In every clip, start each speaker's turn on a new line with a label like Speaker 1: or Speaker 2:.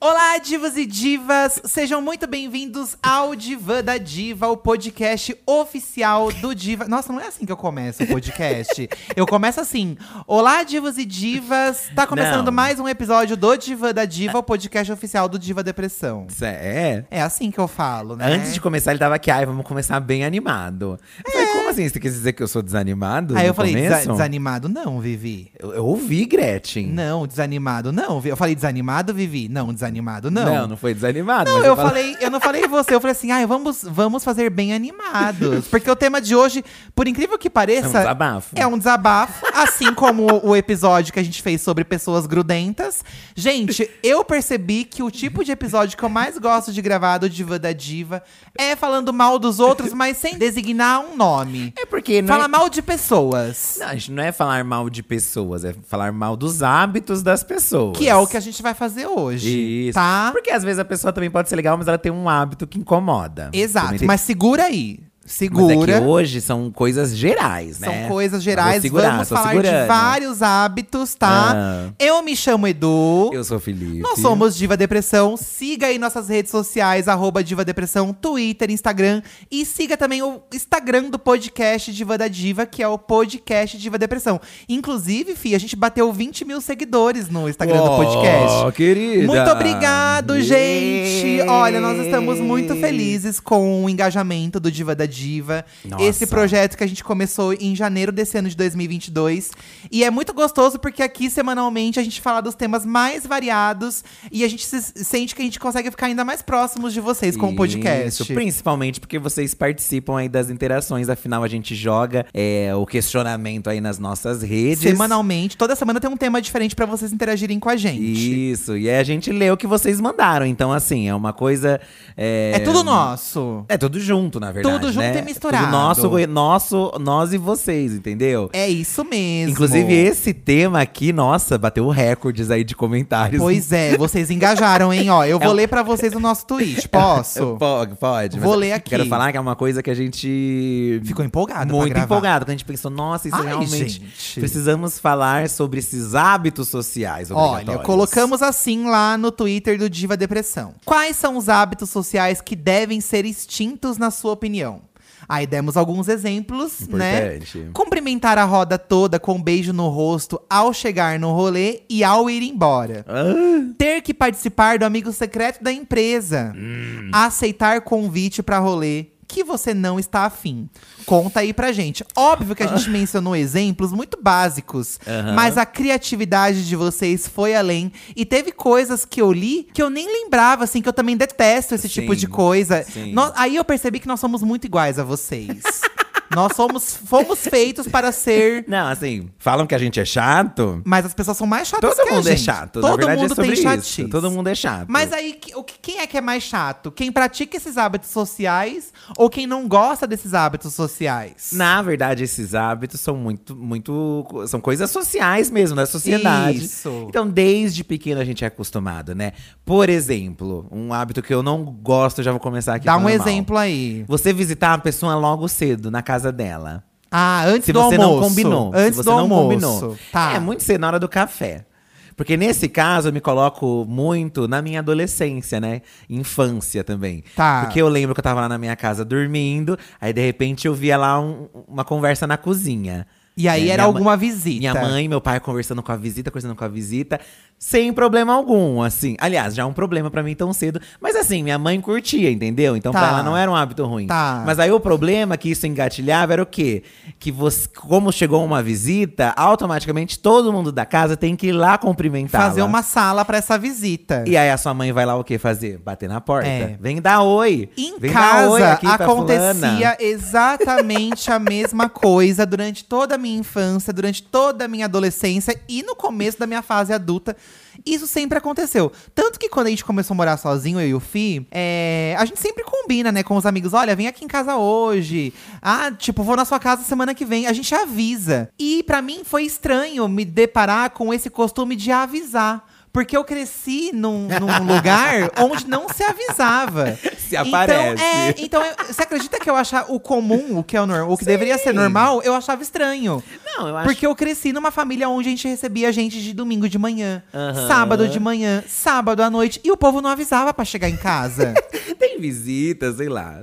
Speaker 1: Olá, divos e divas! Sejam muito bem-vindos ao Divã da Diva, o podcast oficial do Diva. Nossa, não é assim que eu começo o podcast. eu começo assim. Olá, divos e divas! Tá começando
Speaker 2: Não.
Speaker 1: mais um episódio do Divã da Diva, o podcast oficial do Diva Depressão.
Speaker 2: Isso É.
Speaker 1: É assim que eu falo, né?
Speaker 2: Antes de começar, ele tava aqui, ai, vamos começar bem animado. Eu falei, como assim? Você quer dizer que eu sou desanimado?
Speaker 1: Aí
Speaker 2: no
Speaker 1: eu falei,
Speaker 2: começo?
Speaker 1: "Desa- desanimado não, Vivi.
Speaker 2: Eu, eu ouvi, Gretchen.
Speaker 1: Não, desanimado não. Vi- Eu falei desanimado, Vivi? Não, desanimado não.
Speaker 2: não, não foi desanimado.
Speaker 1: Não,
Speaker 2: mas
Speaker 1: eu
Speaker 2: falo-
Speaker 1: falei, eu não falei você, eu falei assim, ai, vamos, vamos fazer bem animados. Porque o tema de hoje, por incrível que
Speaker 2: É um
Speaker 1: pareça,
Speaker 2: desabafo.
Speaker 1: é um desabafo, assim como o episódio que a gente fez sobre pessoas grudentas. Gente, eu percebi que o tipo de episódio que eu mais gosto de gravar do Diva da Diva é falando mal dos outros, mas sem designar um nome.
Speaker 2: É porque não
Speaker 1: Fala
Speaker 2: é...
Speaker 1: mal de pessoas.
Speaker 2: Não, a gente não é falar mal de pessoas, é falar mal dos hábitos das pessoas.
Speaker 1: Que é o que a gente vai fazer hoje,
Speaker 2: Isso.
Speaker 1: tá?
Speaker 2: Porque às vezes a pessoa também pode ser legal, mas ela tem um hábito que incomoda. Também
Speaker 1: Exato,
Speaker 2: tem-
Speaker 1: mas segura aí.
Speaker 2: Mas
Speaker 1: Segura.
Speaker 2: é que hoje são coisas gerais, né?
Speaker 1: São coisas
Speaker 2: Vou
Speaker 1: gerais,
Speaker 2: segurar,
Speaker 1: vamos
Speaker 2: tô
Speaker 1: falar de
Speaker 2: segurando.
Speaker 1: vários hábitos, tá?
Speaker 2: Ah.
Speaker 1: Eu me chamo Edu.
Speaker 2: Eu sou o Felipe.
Speaker 1: Nós somos Diva Depressão. Siga aí nossas redes sociais, arroba Diva Depressão, Twitter, Instagram. E siga também o Instagram do podcast Diva da Diva, que é o podcast Diva Depressão. Inclusive, Fih, a gente bateu 20 mil seguidores no Instagram do Tá podcast.
Speaker 2: Ó, querida.
Speaker 1: Muito obrigado, gente!
Speaker 2: Yay.
Speaker 1: Olha, nós estamos muito felizes com o engajamento do Diva da Diva.
Speaker 2: Nossa.
Speaker 1: Esse projeto que a gente começou em janeiro desse ano de 2022. E é muito gostoso porque aqui, semanalmente, a gente fala dos temas mais variados. E a gente se- sente que a gente consegue ficar ainda mais próximos de vocês com o podcast.
Speaker 2: Isso, principalmente porque vocês participam aí das interações. Afinal, a gente joga é, o questionamento aí nas nossas redes.
Speaker 1: Semanalmente, toda semana tem um tema diferente pra vocês interagirem com a gente.
Speaker 2: Isso, e aí a gente lê o que vocês mandaram. Então, assim, é uma coisa. É,
Speaker 1: É tudo nosso.
Speaker 2: É tudo junto, na verdade.
Speaker 1: Tudo junto
Speaker 2: né?
Speaker 1: e
Speaker 2: É tudo
Speaker 1: misturado.
Speaker 2: nosso, nosso, nós e vocês, entendeu?
Speaker 1: É isso mesmo.
Speaker 2: Inclusive, esse tema aqui, nossa, bateu recordes aí de comentários.
Speaker 1: Pois é, vocês engajaram, hein? Ó, eu
Speaker 2: É
Speaker 1: vou ler pra vocês o nosso tweet, posso?
Speaker 2: Pode, pode. mas
Speaker 1: Vou
Speaker 2: eu
Speaker 1: ler aqui.
Speaker 2: Quero falar que é uma coisa que a gente
Speaker 1: Ficou empolgado
Speaker 2: muito
Speaker 1: pra gravar.
Speaker 2: empolgado. Quando a gente pensou, nossa, isso é
Speaker 1: Ai,
Speaker 2: realmente.
Speaker 1: gente.
Speaker 2: Precisamos falar sobre esses hábitos sociais.
Speaker 1: Olha,
Speaker 2: obrigatórios.
Speaker 1: colocamos assim lá no Twitter do Diva Depressão. Quais são os hábitos sociais que devem ser extintos na sua opinião? Aí demos alguns exemplos,
Speaker 2: é Importante.
Speaker 1: né? Cumprimentar a roda toda com um beijo no rosto ao chegar no rolê e ao ir embora.
Speaker 2: Ah,
Speaker 1: Ter que participar do amigo secreto da empresa.
Speaker 2: Hum.
Speaker 1: Aceitar convite pra rolê que você não está afim. Conta aí pra gente. Óbvio que a gente mencionou exemplos muito básicos,
Speaker 2: Aham.
Speaker 1: mas a criatividade de vocês foi além. E teve coisas que eu li que eu nem lembrava, assim, que eu também detesto esse tipo
Speaker 2: Sim,
Speaker 1: de coisa.
Speaker 2: sim.
Speaker 1: Nó- aí eu percebi que nós somos muito iguais a vocês. nós somos, fomos feitos para ser.
Speaker 2: não, assim, falam que a gente é chato.
Speaker 1: Mas as pessoas são mais chatas
Speaker 2: Todo
Speaker 1: que a
Speaker 2: mundo é
Speaker 1: gente.
Speaker 2: chato.
Speaker 1: Todo
Speaker 2: Na verdade,
Speaker 1: mundo
Speaker 2: é sobre
Speaker 1: tem
Speaker 2: isso.
Speaker 1: chatice.
Speaker 2: Todo mundo é chato.
Speaker 1: Mas aí, que- o que- quem é que é mais chato? Quem pratica esses hábitos sociais ou quem não gosta desses hábitos sociais?
Speaker 2: Na verdade, esses hábitos são muito, muito. São coisas sociais mesmo, da sociedade.
Speaker 1: Isso.
Speaker 2: Então, desde pequeno a gente é acostumado, né? Por exemplo, um hábito que eu não gosto, já vou começar aqui.
Speaker 1: Dá um
Speaker 2: falando mal.
Speaker 1: exemplo aí.
Speaker 2: Você visitar a pessoa logo cedo na casa dela.
Speaker 1: Ah, antes
Speaker 2: Se
Speaker 1: do
Speaker 2: você
Speaker 1: almoço.
Speaker 2: não combinou.
Speaker 1: Antes
Speaker 2: se você
Speaker 1: do
Speaker 2: não
Speaker 1: almoço.
Speaker 2: combinou.
Speaker 1: Tá.
Speaker 2: É muito cedo na hora do café. Porque nesse caso eu me coloco muito na minha adolescência, né? Infância também.
Speaker 1: Tá.
Speaker 2: Porque eu lembro que eu tava lá na minha casa dormindo, aí de repente eu via lá um- uma conversa na cozinha.
Speaker 1: E aí
Speaker 2: É,
Speaker 1: era
Speaker 2: minha
Speaker 1: alguma
Speaker 2: mãe-
Speaker 1: visita.
Speaker 2: Minha mãe, meu pai conversando com a visita, conversando com a visita, sem problema algum, assim. Aliás, já é um problema pra mim tão cedo. Mas assim, minha mãe curtia, entendeu? Então
Speaker 1: Tá.
Speaker 2: pra ela não era um hábito ruim.
Speaker 1: Tá.
Speaker 2: Mas aí o problema é que isso engatilhava era o quê? Que você, como chegou uma visita, automaticamente todo mundo da casa tem que ir lá cumprimentar.
Speaker 1: Fazer uma sala pra essa visita.
Speaker 2: E aí a sua mãe vai lá o quê fazer? Bater na porta.
Speaker 1: É.
Speaker 2: Vem dar oi.
Speaker 1: Em
Speaker 2: Vem dar oi
Speaker 1: casa
Speaker 2: aqui pra fulana.
Speaker 1: acontecia exatamente a mesma coisa durante toda a minha infância, durante toda a minha adolescência e no começo da minha fase adulta. Isso sempre aconteceu. Tanto que quando a gente começou a morar sozinho, eu e o Fi, é, a gente sempre combina, né, com os amigos: olha, vem aqui em casa hoje. Ah, tipo, vou na sua casa semana que vem. A gente avisa. E pra mim foi estranho me deparar com esse costume de avisar. Porque eu cresci num, num lugar onde não se avisava.
Speaker 2: aparece, aparece.
Speaker 1: é, então eu- você acredita que eu achar o comum, o que é o normal, o que deveria ser normal, eu achava estranho.
Speaker 2: Não, eu
Speaker 1: Porque eu cresci numa família onde a gente recebia gente de domingo de manhã,
Speaker 2: Aham.
Speaker 1: sábado de manhã, sábado à noite, e o povo não avisava pra chegar em casa.
Speaker 2: Tem visitas, sei lá.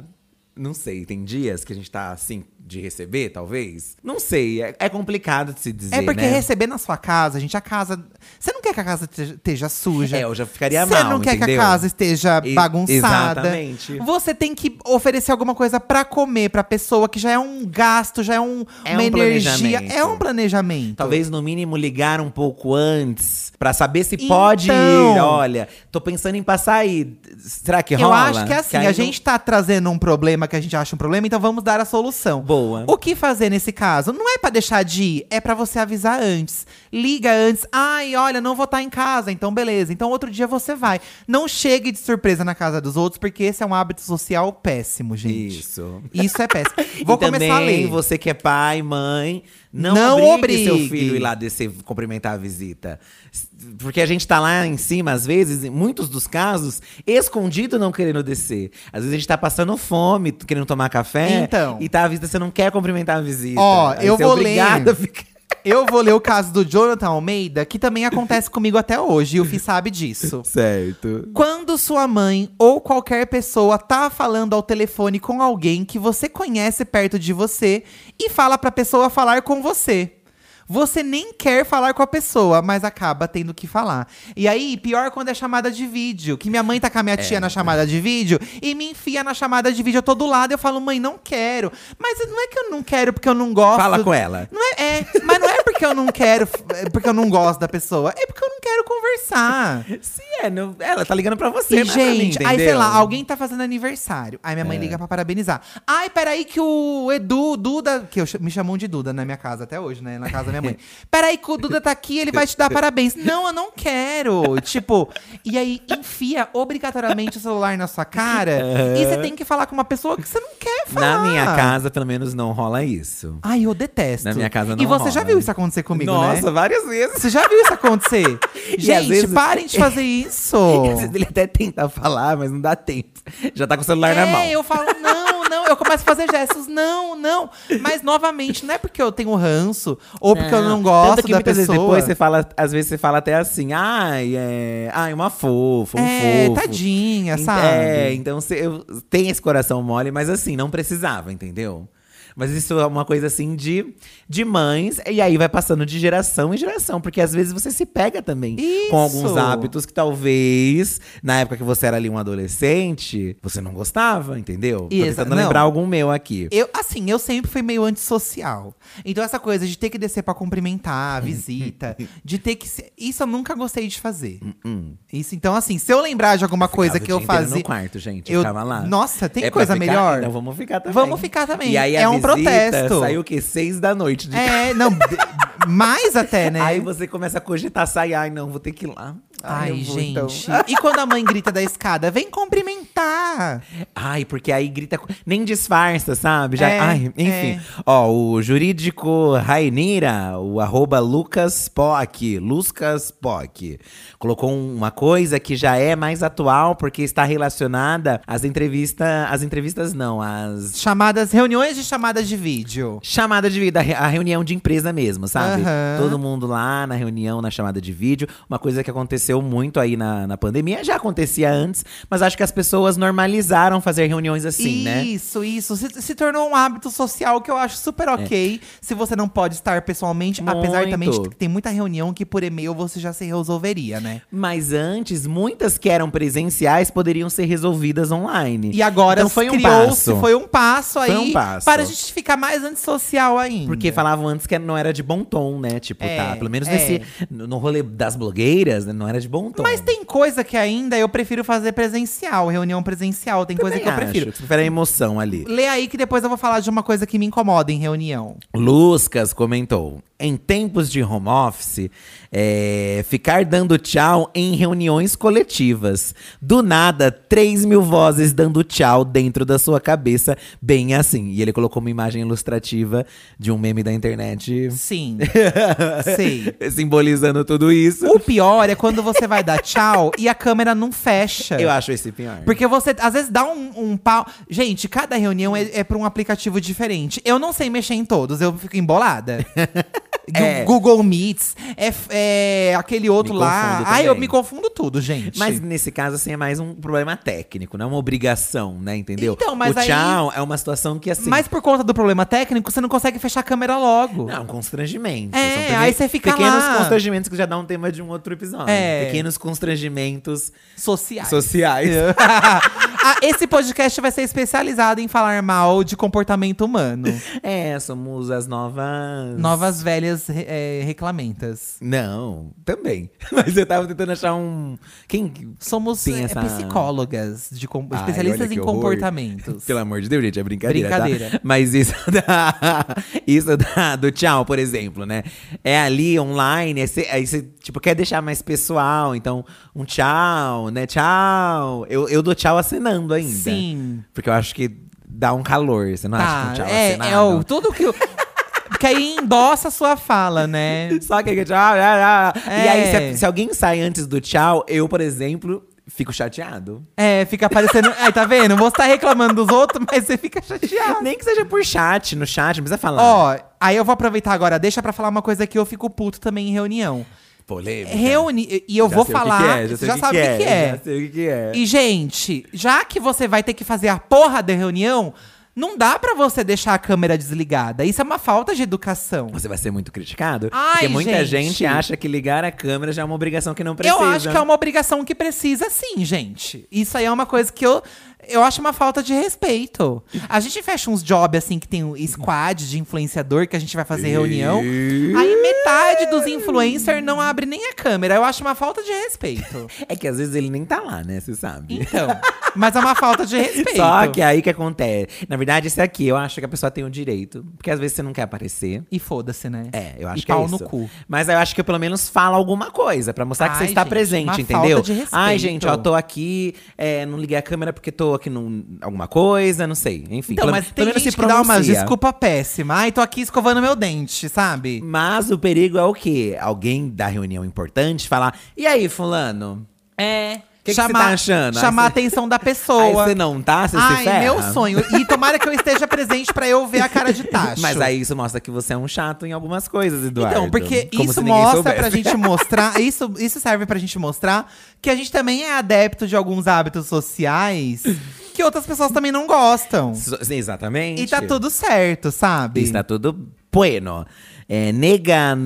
Speaker 2: Não sei, tem dias que a gente tá assim de receber, talvez? Não sei, é, é complicado de se dizer,
Speaker 1: é porque
Speaker 2: né?
Speaker 1: receber na sua casa, gente, a casa. Você não quer que a casa te- esteja suja.
Speaker 2: É, eu já ficaria
Speaker 1: Você
Speaker 2: mal,
Speaker 1: não quer que a
Speaker 2: entendeu?
Speaker 1: casa esteja
Speaker 2: E-
Speaker 1: bagunçada.
Speaker 2: exatamente.
Speaker 1: Você tem que oferecer alguma coisa pra comer pra pessoa, que já é um gasto, já é, um,
Speaker 2: É
Speaker 1: uma
Speaker 2: um
Speaker 1: energia.
Speaker 2: planejamento.
Speaker 1: É um planejamento.
Speaker 2: Talvez, no mínimo, ligar um pouco antes pra saber se pode
Speaker 1: Então.
Speaker 2: ir. Olha, tô pensando em passar aí. Será que
Speaker 1: Eu
Speaker 2: rola?
Speaker 1: acho que é assim,
Speaker 2: aí
Speaker 1: a
Speaker 2: não-
Speaker 1: gente tá trazendo um problema que a gente acha um problema, então vamos dar a solução.
Speaker 2: Boa.
Speaker 1: O que fazer nesse caso? Não é pra deixar de ir, é pra você avisar antes. Liga antes. Ai, olha, não vou estar em casa, então beleza. Então outro dia você vai. Não chegue de surpresa na casa dos outros, porque esse é um hábito social péssimo, gente.
Speaker 2: Isso.
Speaker 1: Isso é péssimo. Vou
Speaker 2: e
Speaker 1: começar
Speaker 2: também,
Speaker 1: a ler.
Speaker 2: você que é pai, mãe, não,
Speaker 1: Não
Speaker 2: obrigue, seu
Speaker 1: obrigue.
Speaker 2: filho ir lá descer, cumprimentar a visita. S- Porque a gente tá lá em cima, às vezes, em muitos dos casos, escondido não querendo descer. Às vezes a gente tá passando fome, t- querendo tomar café.
Speaker 1: Então.
Speaker 2: E tá à vista, você não quer cumprimentar a visita.
Speaker 1: Ó,
Speaker 2: Aí
Speaker 1: eu
Speaker 2: você
Speaker 1: vou
Speaker 2: é obrigada a ficar.
Speaker 1: Eu vou ler o caso do Jonathan Almeida, que também acontece comigo até hoje, e o Fih sabe disso.
Speaker 2: Certo.
Speaker 1: Quando sua mãe ou qualquer pessoa tá falando ao telefone com alguém que você conhece perto de você e fala pra pessoa falar com você. Você nem quer falar com a pessoa, mas acaba tendo que falar. E aí, pior quando é chamada de vídeo. Que minha mãe tá com a minha tia na chamada de vídeo e me enfia na chamada de vídeo. Eu tô do lado eu falo, mãe, não quero. Mas não é que eu não quero porque eu não gosto.
Speaker 2: Fala com ela.
Speaker 1: Não é, é, mas não é porque eu não quero, f- é porque eu não gosto da pessoa. É porque eu não quero conversar.
Speaker 2: Sim, é. não- ela tá ligando pra você,
Speaker 1: E,
Speaker 2: não é pra mim,
Speaker 1: gente, aí sei
Speaker 2: entendeu? É.
Speaker 1: lá, alguém tá fazendo aniversário. Aí minha mãe liga pra parabenizar. Ai, peraí que o Edu, Duda, que eu, ch- me chamam de Duda na minha casa até hoje, né? Na casa da minha mãe. peraí que o Duda tá aqui, ele vai te dar parabéns. Não, eu não quero. tipo, e aí enfia obrigatoriamente o celular na sua cara. E você tem que falar com uma pessoa que você não quer falar.
Speaker 2: Na minha casa, pelo menos, não rola isso.
Speaker 1: Ai, eu detesto.
Speaker 2: Na minha casa
Speaker 1: E
Speaker 2: não
Speaker 1: você já
Speaker 2: rola.
Speaker 1: viu isso acontecer comigo, né?
Speaker 2: Nossa, várias vezes.
Speaker 1: Você já viu isso acontecer?
Speaker 2: E às
Speaker 1: Gente,
Speaker 2: vezes-
Speaker 1: parem de fazer isso.
Speaker 2: Às vezes Ele até tenta falar, mas não dá tempo. Já tá com o celular na mão.
Speaker 1: É, eu falo, não, não. Eu começo a fazer gestos, não, não. Mas, novamente, não é porque eu tenho ranço ou É porque eu não gosto
Speaker 2: Tanto que
Speaker 1: da
Speaker 2: muitas
Speaker 1: pessoa.
Speaker 2: vezes depois você fala, às vezes você fala até assim, ai, é. Ai, uma fofa, um
Speaker 1: é,
Speaker 2: fofo.
Speaker 1: tadinha,
Speaker 2: Ent-
Speaker 1: sabe?
Speaker 2: É, então você eu, tem esse coração mole, mas assim, não precisava, entendeu? Mas isso é uma coisa assim de, de mães, e aí vai passando de geração em geração, porque às vezes você se pega também
Speaker 1: Isso!
Speaker 2: com alguns hábitos que talvez, na época que você era ali um adolescente, você não gostava, entendeu? Tô
Speaker 1: Exa-
Speaker 2: tentando
Speaker 1: não.
Speaker 2: lembrar algum meu aqui.
Speaker 1: Eu, assim, eu sempre fui meio antissocial. Então, essa coisa de ter que descer pra cumprimentar a visita, de ter que. se- Isso eu nunca gostei de fazer. Isso, então, assim, se eu lembrar de alguma coisa
Speaker 2: Ficava o
Speaker 1: que eu
Speaker 2: dia inteiro
Speaker 1: fazia.
Speaker 2: no quarto, gente,
Speaker 1: eu-
Speaker 2: eu ficava lá.
Speaker 1: Nossa, tem
Speaker 2: É pra
Speaker 1: coisa
Speaker 2: ficar?
Speaker 1: melhor?
Speaker 2: Então vamos ficar também.
Speaker 1: Vamos ficar também.
Speaker 2: E aí a
Speaker 1: É um
Speaker 2: visita
Speaker 1: protesto.
Speaker 2: Saiu o quê? Seis da noite de
Speaker 1: É, não. de- mais até, né?
Speaker 2: Aí você começa a cogitar, sai, ai não, vou ter que ir lá.
Speaker 1: Ai,
Speaker 2: eu vou,
Speaker 1: gente.
Speaker 2: então."
Speaker 1: E quando a mãe grita da escada, vem cumprimentar.
Speaker 2: Ai, porque aí grita, nem disfarça, sabe? Já,
Speaker 1: É,
Speaker 2: ai, enfim. Ó, o jurídico Rainira, o arroba Lucas Pock, Lucas Pock, colocou um- uma coisa que já é mais atual, porque está relacionada às entrevistas, às entrevistas não, às
Speaker 1: Chamadas, reuniões de chamadas de vídeo.
Speaker 2: Chamada de vida, a reunião de empresa mesmo, sabe?
Speaker 1: Aham.
Speaker 2: Todo mundo lá na reunião, na chamada de vídeo. Uma coisa que aconteceu muito aí na, na pandemia, já acontecia antes, mas acho que as pessoas normalizaram fazer reuniões assim, né?
Speaker 1: isso, isso. Se, se tornou um hábito social que eu acho
Speaker 2: É.
Speaker 1: super ok. Se você não pode estar pessoalmente, apesar
Speaker 2: Muito.
Speaker 1: também de que tem muita reunião que por e-mail você já se resolveria, né?
Speaker 2: Mas antes, muitas que eram presenciais poderiam ser resolvidas online.
Speaker 1: E agora
Speaker 2: Então foi um
Speaker 1: criou-se,
Speaker 2: passo.
Speaker 1: foi um passo aí
Speaker 2: Foi um passo.
Speaker 1: para a gente ficar mais antissocial ainda.
Speaker 2: Porque falavam antes que não era de bom tom, né? Tipo,
Speaker 1: É,
Speaker 2: tá, pelo menos
Speaker 1: é.
Speaker 2: nesse no no rolê das blogueiras, né, não era de bom tom.
Speaker 1: Mas tem coisa que ainda eu prefiro fazer presencial, reunião presencial, tem coisa
Speaker 2: Também
Speaker 1: que eu
Speaker 2: acho,
Speaker 1: prefiro.
Speaker 2: que Prefere a emoção ali.
Speaker 1: Lê aí que depois eu vou falar de uma coisa que me incomoda em reunião.
Speaker 2: Luscas comentou. em tempos de home office, é, ficar dando tchau em reuniões coletivas. Do nada, 3 mil vozes dando tchau dentro da sua cabeça, bem assim. E ele colocou uma imagem ilustrativa de um meme da internet
Speaker 1: Sim. Sei.
Speaker 2: simbolizando tudo isso.
Speaker 1: O pior é quando você vai dar tchau e a câmera não fecha.
Speaker 2: Eu acho esse pior.
Speaker 1: Porque você, às vezes, dá um, um pau. Gente, cada reunião é, é pra um aplicativo diferente. Eu não sei mexer em todos, eu fico embolada. Gu-
Speaker 2: É.
Speaker 1: Google Meets, é, f- é aquele outro
Speaker 2: Me
Speaker 1: lá.
Speaker 2: confundo
Speaker 1: Ai, eu
Speaker 2: também.
Speaker 1: me confundo tudo, gente.
Speaker 2: Mas nesse caso, assim, é mais um problema técnico, não é uma obrigação, né? Entendeu?
Speaker 1: Então, mas
Speaker 2: o
Speaker 1: aí-
Speaker 2: tchau é uma situação que, assim.
Speaker 1: Mas por conta do problema técnico, você não consegue fechar a câmera logo.
Speaker 2: Não, é um constrangimento.
Speaker 1: É,
Speaker 2: São
Speaker 1: aí você fica
Speaker 2: Pequenos
Speaker 1: lá.
Speaker 2: constrangimentos que já dá um tema de um outro episódio.
Speaker 1: É.
Speaker 2: Pequenos constrangimentos
Speaker 1: Sociais.
Speaker 2: sociais.
Speaker 1: Ah, esse podcast vai ser especializado em falar mal de comportamento humano.
Speaker 2: É, somos as novas.
Speaker 1: Novas velhas re- eh, reclamentas.
Speaker 2: Não, também. Mas eu tava tentando achar um. Quem.
Speaker 1: Somos
Speaker 2: Tem
Speaker 1: eh,
Speaker 2: essa-
Speaker 1: psicólogas, de com-
Speaker 2: Ai, olha
Speaker 1: especialistas
Speaker 2: que
Speaker 1: em
Speaker 2: horror.
Speaker 1: comportamentos.
Speaker 2: Pelo amor de Deus, gente, é brincadeira,
Speaker 1: Brincadeira.
Speaker 2: tá? Mas isso da, isso da, do tchau, por exemplo, né? É ali, online, aí você, aí você, tipo, quer deixar mais pessoal. Então, um tchau, né? Tchau. Eu, eu dou tchau acenando ainda.
Speaker 1: Sim.
Speaker 2: Porque eu acho que dá um calor, você um não acha que um tchau
Speaker 1: é,
Speaker 2: acenado?
Speaker 1: é o, tudo que o, Porque aí endossa a sua fala, né?
Speaker 2: Só que tchau, ah, ah. E aí,
Speaker 1: É.
Speaker 2: se, se alguém sai antes do tchau, eu, por exemplo, fico chateado.
Speaker 1: É, fica parecendo. Ai, tá vendo? Você tá reclamando dos outros, mas você fica chateado.
Speaker 2: Nem que seja por chat, no chat, não precisa falar.
Speaker 1: É. Ó, aí eu vou aproveitar agora, deixa pra falar uma coisa que eu fico puto também em reunião.
Speaker 2: Polêmica.
Speaker 1: Reuni e eu
Speaker 2: Já
Speaker 1: vou
Speaker 2: sei o que que
Speaker 1: falar,
Speaker 2: é, já
Speaker 1: você
Speaker 2: sei
Speaker 1: já
Speaker 2: o que
Speaker 1: sabe o que, que é.
Speaker 2: Já sei o que, que é.
Speaker 1: E gente, já que você vai ter que fazer a porra da reunião, não dá pra você deixar a câmera desligada. Isso é uma falta de educação.
Speaker 2: Você vai ser muito criticado?
Speaker 1: Ai,
Speaker 2: porque muita gente.
Speaker 1: gente.
Speaker 2: acha que ligar a câmera já é uma obrigação que não precisa.
Speaker 1: Eu acho que é uma obrigação que precisa sim, gente. Isso aí é uma coisa que eu eu acho uma falta de respeito. A gente fecha uns jobs assim que tem um squad de influenciador que a gente vai fazer reunião. Aí metade dos influencers não abre nem a câmera. Eu acho uma falta de respeito.
Speaker 2: É que às vezes ele nem tá lá, né? Você sabe.
Speaker 1: Então, mas é uma falta de respeito.
Speaker 2: Só que aí que acontece. Na verdade, isso é aqui, eu acho que a pessoa tem o direito. Porque às vezes você não quer aparecer.
Speaker 1: E foda-se, né?
Speaker 2: É, eu acho
Speaker 1: E
Speaker 2: que é
Speaker 1: pau
Speaker 2: isso.
Speaker 1: no cu.
Speaker 2: Mas eu acho que eu, pelo menos fala alguma coisa pra mostrar que você
Speaker 1: Ai,
Speaker 2: está
Speaker 1: gente,
Speaker 2: presente,
Speaker 1: uma
Speaker 2: entendeu?
Speaker 1: falta de respeito.
Speaker 2: Ai, gente, ó, tô aqui, é, não liguei a câmera porque tô aqui num alguma coisa, não sei. Enfim,
Speaker 1: Então,
Speaker 2: pelo,
Speaker 1: mas
Speaker 2: pelo
Speaker 1: tem
Speaker 2: menos
Speaker 1: gente
Speaker 2: se
Speaker 1: que dá uma
Speaker 2: pronuncia.
Speaker 1: desculpa péssima. Ai, tô aqui escovando meu dente, sabe?
Speaker 2: Mas o perigo é o quê? Alguém da reunião importante falar: "E aí, fulano?"
Speaker 1: É.
Speaker 2: que você tá achando? Aí
Speaker 1: Chamar a
Speaker 2: você-
Speaker 1: atenção da
Speaker 2: Aí
Speaker 1: pessoa.
Speaker 2: você não tá, você se ferra.
Speaker 1: Ai, meu sonho. E tomara que eu esteja presente pra eu ver a cara de Tacho.
Speaker 2: Mas aí isso mostra que você é um chato em algumas coisas, Eduardo.
Speaker 1: Então, porque
Speaker 2: Como se
Speaker 1: isso
Speaker 2: ninguém
Speaker 1: mostra
Speaker 2: soubesse.
Speaker 1: pra gente mostrar, isso, isso serve pra gente mostrar que a gente também é adepto de alguns hábitos sociais que outras pessoas também não gostam.
Speaker 2: So- sim, Exatamente.
Speaker 1: E tá tudo certo, sabe?
Speaker 2: Está tudo bueno. É,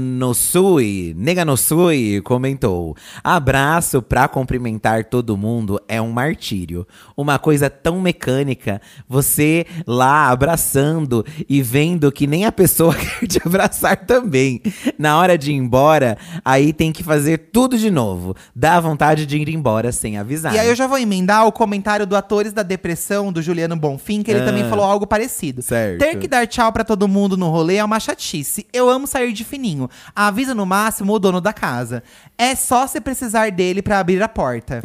Speaker 2: Neganosui, Neganosui comentou: abraço pra cumprimentar todo mundo é um martírio. Uma coisa tão mecânica, você lá abraçando e vendo que nem a pessoa quer te abraçar também. Na hora de ir embora, aí tem que fazer tudo de novo. Dá vontade de ir embora sem avisar.
Speaker 1: E aí eu já vou emendar o comentário do Atores da Depressão, do Juliano Bonfim, que ele
Speaker 2: Ah.
Speaker 1: também falou algo parecido.
Speaker 2: Certo.
Speaker 1: Ter que dar tchau pra todo mundo no rolê é uma chatice. Eu amo sair de fininho. Avisa no máximo o dono da casa. É só se precisar dele pra abrir a porta.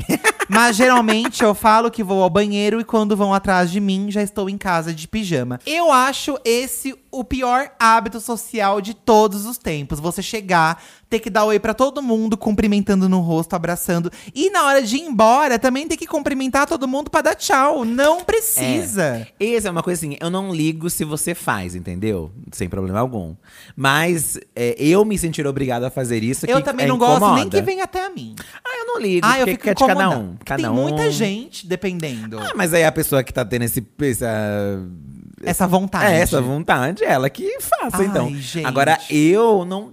Speaker 1: Mas geralmente eu falo que vou ao banheiro e quando vão atrás de mim, já estou em casa de pijama. Eu acho esse o pior hábito social de todos os tempos. Você chegar, ter que dar oi pra todo mundo, cumprimentando no rosto, abraçando. E na hora de ir embora, também tem que cumprimentar todo mundo pra dar tchau. Não precisa.
Speaker 2: Essa é uma coisa assim, eu não ligo se você faz, entendeu? Sem problema algum. Mas é, eu me sentir obrigado a fazer isso.
Speaker 1: Eu
Speaker 2: que
Speaker 1: também
Speaker 2: é
Speaker 1: não gosto nem
Speaker 2: incomoda.
Speaker 1: que venha até a mim.
Speaker 2: Ah, eu não ligo.
Speaker 1: Ah, eu fico
Speaker 2: porque é de cada um.
Speaker 1: incomodada.
Speaker 2: Cada
Speaker 1: Tem
Speaker 2: um.
Speaker 1: muita gente dependendo.
Speaker 2: Ah, mas aí a pessoa que tá tendo esse, essa
Speaker 1: essa vontade.
Speaker 2: é, essa vontade, ela que faça,
Speaker 1: Ai,
Speaker 2: então.
Speaker 1: gente.
Speaker 2: Agora, eu não.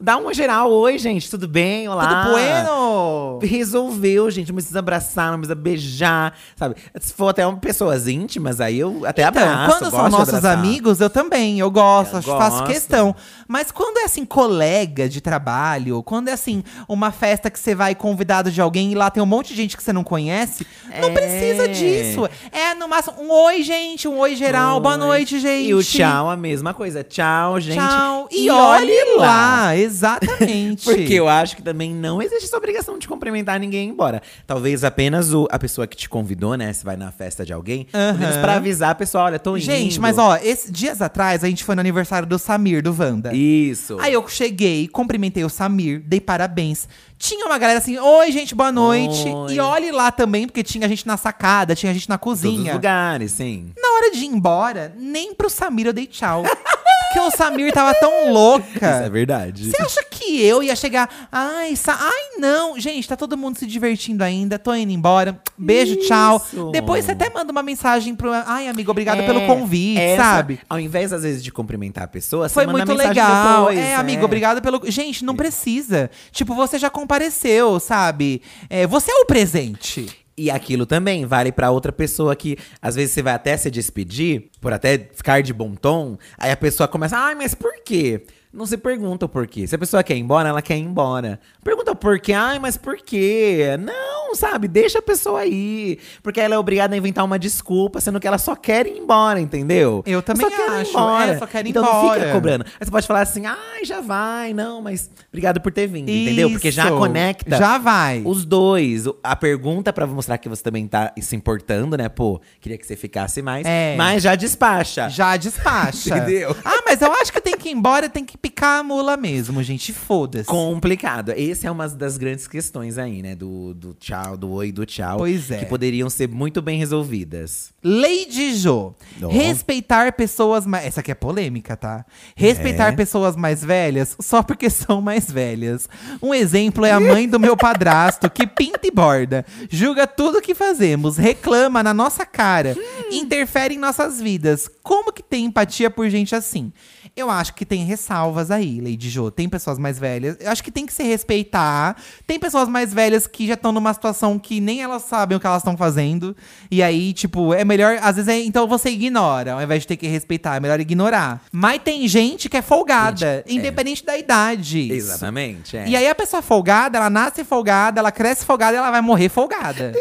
Speaker 2: Dá uma geral, oi, gente, tudo bem? Olá.
Speaker 1: Tudo bueno?
Speaker 2: Resolveu, gente. Não precisa abraçar, não precisa beijar, sabe? Se for até um- pessoas íntimas, aí eu até
Speaker 1: Então,
Speaker 2: abraço.
Speaker 1: quando
Speaker 2: gosto
Speaker 1: são
Speaker 2: de
Speaker 1: nossos
Speaker 2: abraçar.
Speaker 1: amigos, eu também, eu gosto,
Speaker 2: Eu
Speaker 1: acho- faço
Speaker 2: gosto.
Speaker 1: questão. Mas quando é assim, colega de trabalho, quando é assim, uma festa que você vai convidado de alguém e lá tem um monte de gente que você não conhece, não
Speaker 2: É.
Speaker 1: precisa disso. É, no máximo, um oi, gente, um oi geral, boa Boa noite, gente.
Speaker 2: E o tchau, a mesma coisa. Tchau, gente.
Speaker 1: Tchau. E, olhe lá. Exatamente.
Speaker 2: Porque eu acho que também não existe essa obrigação de cumprimentar ninguém e ir embora. Talvez apenas o, a pessoa que te convidou, né? Se vai na festa de alguém. Pelo menos
Speaker 1: Aham.
Speaker 2: pra avisar a pessoa, olha, tô indo.
Speaker 1: Gente, mas ó, esse- dias atrás a gente foi no aniversário do Samir, do Wanda.
Speaker 2: Isso.
Speaker 1: Aí eu cheguei, cumprimentei o Samir, dei parabéns. Tinha uma galera assim, oi gente, boa noite.
Speaker 2: Oi.
Speaker 1: E olhe lá também, porque tinha gente na sacada, tinha gente na
Speaker 2: Em todos os
Speaker 1: cozinha.
Speaker 2: lugares, sim.
Speaker 1: Na hora de ir embora, nem pro Samir eu dei tchau. porque o Samir tava tão louca.
Speaker 2: Isso é verdade.
Speaker 1: Você acha que eu ia chegar? Ai, sa- ai, não. Gente, tá todo mundo se divertindo ainda. Tô indo embora. Beijo,
Speaker 2: Isso.
Speaker 1: tchau. Depois você até manda uma mensagem pro. Ai, amigo, obrigado
Speaker 2: É,
Speaker 1: pelo convite,
Speaker 2: essa-
Speaker 1: sabe?
Speaker 2: Ao invés, às vezes, de cumprimentar a pessoa, você
Speaker 1: Foi
Speaker 2: manda
Speaker 1: muito
Speaker 2: mensagem
Speaker 1: legal.
Speaker 2: depois,
Speaker 1: é, amigo, obrigado pelo. Gente, não precisa. Tipo, você já compareceu, sabe? É, você é o presente.
Speaker 2: E aquilo também vale pra outra pessoa que às vezes você vai até se despedir, por até ficar de bom tom, aí a pessoa começa, ai, mas por quê? Não se pergunta o porquê. Se a pessoa quer ir embora, ela quer ir embora. Pergunta o porquê, ai, mas por quê? Não, sabe? Deixa a pessoa aí. Porque ela é obrigada a inventar uma desculpa, sendo que ela só quer ir embora, entendeu?
Speaker 1: Eu também
Speaker 2: só quero ir
Speaker 1: acho,
Speaker 2: embora.
Speaker 1: é, só quero ir
Speaker 2: então não fica
Speaker 1: embora.
Speaker 2: cobrando. Aí você pode falar assim, ai, já vai, não, mas obrigado por ter vindo, entendeu? Porque já
Speaker 1: Isso.
Speaker 2: conecta.
Speaker 1: Já vai.
Speaker 2: Os dois. O- A pergunta pra mostrar que você também tá se importando, né? Pô, queria que você ficasse mais.
Speaker 1: É.
Speaker 2: Mas já despacha.
Speaker 1: Já despacha.
Speaker 2: Entendeu?
Speaker 1: Ah, mas eu acho que tem que ir embora, tem que picar a mula mesmo, gente. Foda-se.
Speaker 2: Complicado. Essa é uma das grandes questões aí, né? Do, do tchau, do oi, do tchau.
Speaker 1: Pois é.
Speaker 2: Que poderiam ser muito bem resolvidas.
Speaker 1: Lady Jo.
Speaker 2: Ó.
Speaker 1: Respeitar pessoas mais. Essa aqui é polêmica, tá? Respeitar
Speaker 2: É.
Speaker 1: pessoas mais velhas só porque são mais velhas. Um exemplo é a mãe do meu padrasto, que pinta e borda. Julga tudo que fazemos, reclama na nossa cara,
Speaker 2: Hum.
Speaker 1: interfere em nossas vidas. Como que tem empatia por gente assim? Eu acho que tem ressalvas aí, Lady Jo. Tem pessoas mais velhas. Eu acho que tem que se respeitar. Tem pessoas mais velhas que já estão numa situação que nem elas sabem o que elas estão fazendo. E aí, tipo, é melhor. Às vezes, é, então você ignora, ao invés de ter que respeitar. É melhor ignorar. Mas tem gente que é folgada, independente da idade.
Speaker 2: Exatamente. É.
Speaker 1: E aí, a pessoa folgada, ela nasce folgada, ela cresce folgada e ela vai morrer folgada.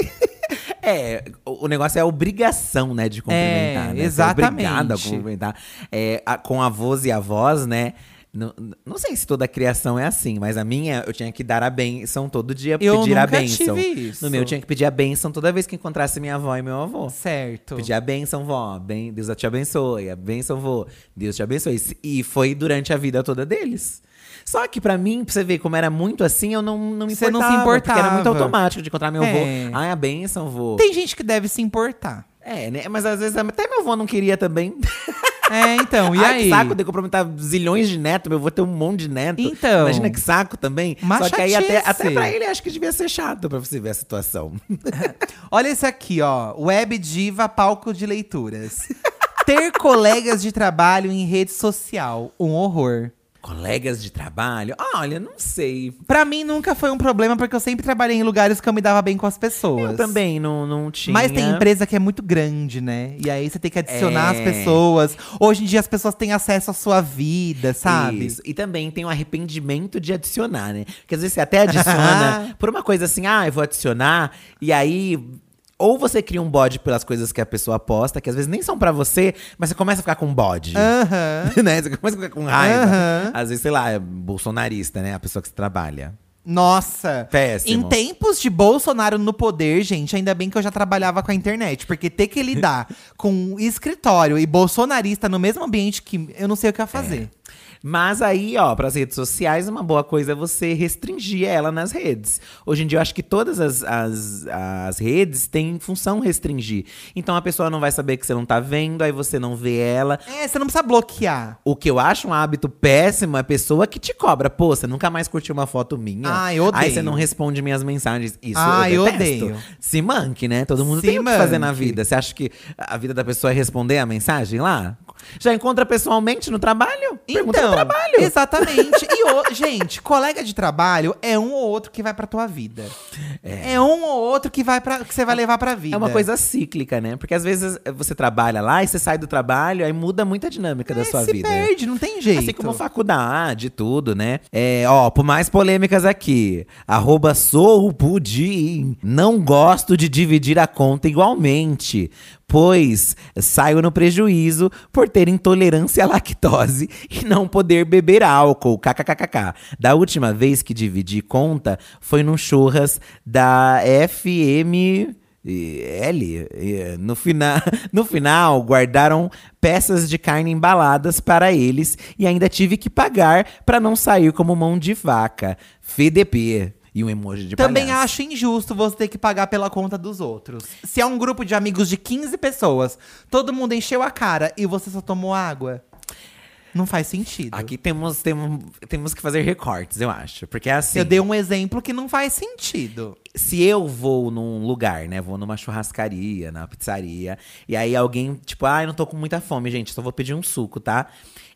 Speaker 2: É, o o negócio é a obrigação, né, de cumprimentar,
Speaker 1: É,
Speaker 2: né?
Speaker 1: exatamente.
Speaker 2: Obrigada a cumprimentar. É, a- com avós e avós, né? Não, não sei se toda a criação é assim, mas a minha eu tinha que dar a benção todo dia,
Speaker 1: Eu
Speaker 2: pedir a
Speaker 1: nunca
Speaker 2: benção.
Speaker 1: tive isso.
Speaker 2: No meu eu tinha que pedir a benção toda vez que encontrasse minha avó e meu avô.
Speaker 1: certo.
Speaker 2: Pedir a benção, vó. Ben, Deus te abençoe. A benção, vô. Deus te abençoe. E foi durante a vida toda deles. Só que pra mim, pra você ver como era muito assim, eu não, não me
Speaker 1: Você
Speaker 2: importava.
Speaker 1: não se
Speaker 2: Porque era muito
Speaker 1: importava.
Speaker 2: automático de encontrar meu avô.
Speaker 1: É.
Speaker 2: Ai, a benção, vô.
Speaker 1: Tem gente que deve se importar.
Speaker 2: É, né? Mas às vezes até meu avô não queria também.
Speaker 1: É, então, e
Speaker 2: Ai, que
Speaker 1: aí?
Speaker 2: saco de comprometer zilhões de netos, meu avô tem um monte de neto.
Speaker 1: Então.
Speaker 2: Imagina que saco também.
Speaker 1: Uma
Speaker 2: Só que aí até,
Speaker 1: chatice.
Speaker 2: até pra ele acho que devia ser chato pra você ver a situação.
Speaker 1: Olha esse aqui, ó. Web Diva Palco de Leituras. Ter colegas de trabalho em rede social, um horror.
Speaker 2: Colegas de trabalho? Olha, não sei.
Speaker 1: Pra mim nunca foi um problema, porque eu sempre trabalhei em lugares que eu me dava bem com as pessoas.
Speaker 2: Eu também não, não tinha.
Speaker 1: Mas tem empresa que é muito grande, né? E aí você tem que adicionar
Speaker 2: É.
Speaker 1: as pessoas. Hoje em dia as pessoas têm acesso à sua vida, sabe?
Speaker 2: Isso. E também tem o arrependimento de adicionar, né? Porque às vezes você até adiciona por uma coisa assim, ah, eu vou adicionar, e aí. Ou você cria um bode pelas coisas que a pessoa posta, que às vezes nem são pra você, mas você começa a ficar com um bode.
Speaker 1: Aham.
Speaker 2: né? Você começa a ficar com raiva.
Speaker 1: Aham.
Speaker 2: Às vezes, sei lá, é bolsonarista, né? A pessoa que se trabalha.
Speaker 1: Nossa.
Speaker 2: Péssimo.
Speaker 1: Em tempos de Bolsonaro no poder, gente, ainda bem que eu já trabalhava com a internet, porque ter que lidar com um escritório e bolsonarista no mesmo ambiente que eu não sei o que eu ia fazer.
Speaker 2: Mas aí, ó, pras redes sociais, uma boa coisa é você restringir ela nas redes. Hoje em dia, eu acho que todas as, as, as redes têm função restringir. Então a pessoa não vai saber que você não tá vendo, aí você não vê ela.
Speaker 1: É, você não precisa bloquear.
Speaker 2: O que eu acho um hábito péssimo é a pessoa que te cobra. Pô, você nunca mais curtiu uma foto minha.
Speaker 1: Ah, eu
Speaker 2: É. Aí
Speaker 1: odeio.
Speaker 2: você não responde minhas mensagens. Isso
Speaker 1: Ah,
Speaker 2: eu,
Speaker 1: eu
Speaker 2: detesto.
Speaker 1: odeio.
Speaker 2: Se manque, né? Todo mundo
Speaker 1: Se
Speaker 2: tem o que fazer na
Speaker 1: manque.
Speaker 2: vida. Você acha que a vida da pessoa é responder a mensagem lá? Já encontra pessoalmente no trabalho? Pergunta no trabalho.
Speaker 1: Então, Exatamente. E, o- gente, colega de trabalho é um ou outro que vai pra tua vida. É, um ou outro que, vai pra, que você vai levar pra vida.
Speaker 2: É uma coisa cíclica, né? Porque às vezes eh, você trabalha lá e você sai do trabalho, aí muda muito a dinâmica da
Speaker 1: É,
Speaker 2: sua
Speaker 1: se
Speaker 2: vida.
Speaker 1: perde, não tem jeito.
Speaker 2: Assim como faculdade, tudo, né? É, ó, por mais polêmicas aqui. Arroba sou o pudim. Não gosto de dividir a conta igualmente. pois saio no prejuízo por ter intolerância à lactose e não poder beber álcool. KKKKK. Da última vez que dividi conta foi no churras da FM. E L, e, no, fina, no final, guardaram peças de carne embaladas para eles e ainda tive que pagar para não sair como mão de vaca. FDP. E um emoji de
Speaker 1: Também
Speaker 2: palhaço.
Speaker 1: acho injusto você ter que pagar pela conta dos outros. Se é um grupo de amigos de 15 pessoas, todo mundo encheu a cara e você só tomou água. Não faz sentido.
Speaker 2: Aqui temos, temos, temos que fazer recortes, eu acho. Porque é assim.
Speaker 1: Eu dei um exemplo que não faz sentido.
Speaker 2: se eu vou num lugar, né? Vou numa churrascaria, na pizzaria, e aí alguém, tipo, ai, não tô com muita fome, gente, só vou pedir um suco, tá?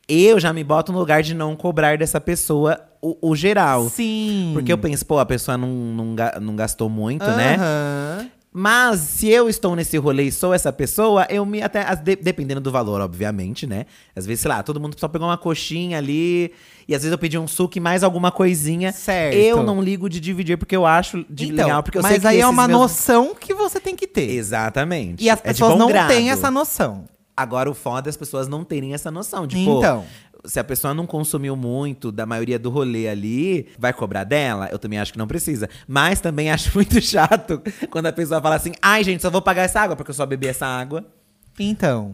Speaker 2: Eu já me boto no lugar de não cobrar dessa pessoa o, o geral.
Speaker 1: Sim.
Speaker 2: Porque eu penso, pô, a pessoa não, não, ga- não gastou muito, né?
Speaker 1: Hum. Aham.
Speaker 2: Mas se eu estou nesse rolê e sou essa pessoa, eu me até. as- de- dependendo do valor, obviamente, né? Às vezes, sei lá, todo mundo só pegou uma coxinha ali. E às vezes eu pedi um suco e mais alguma coisinha.
Speaker 1: Certo.
Speaker 2: Eu não ligo de dividir, porque eu acho de
Speaker 1: Então,
Speaker 2: legal. Porque eu
Speaker 1: mas
Speaker 2: sei que
Speaker 1: aí é
Speaker 2: esses
Speaker 1: uma
Speaker 2: meus-
Speaker 1: noção que você tem que ter.
Speaker 2: Exatamente.
Speaker 1: E as
Speaker 2: É de
Speaker 1: pessoas
Speaker 2: bom
Speaker 1: não
Speaker 2: grado.
Speaker 1: têm essa noção.
Speaker 2: Agora, o foda é as pessoas não terem essa noção. Tipo, de pô,
Speaker 1: Então.
Speaker 2: se a pessoa não consumiu muito da maioria do rolê ali, vai cobrar dela? Eu também acho que não precisa. Mas também acho muito chato quando a pessoa fala assim: ai, gente, só vou pagar essa água porque eu só bebi essa água.
Speaker 1: Então.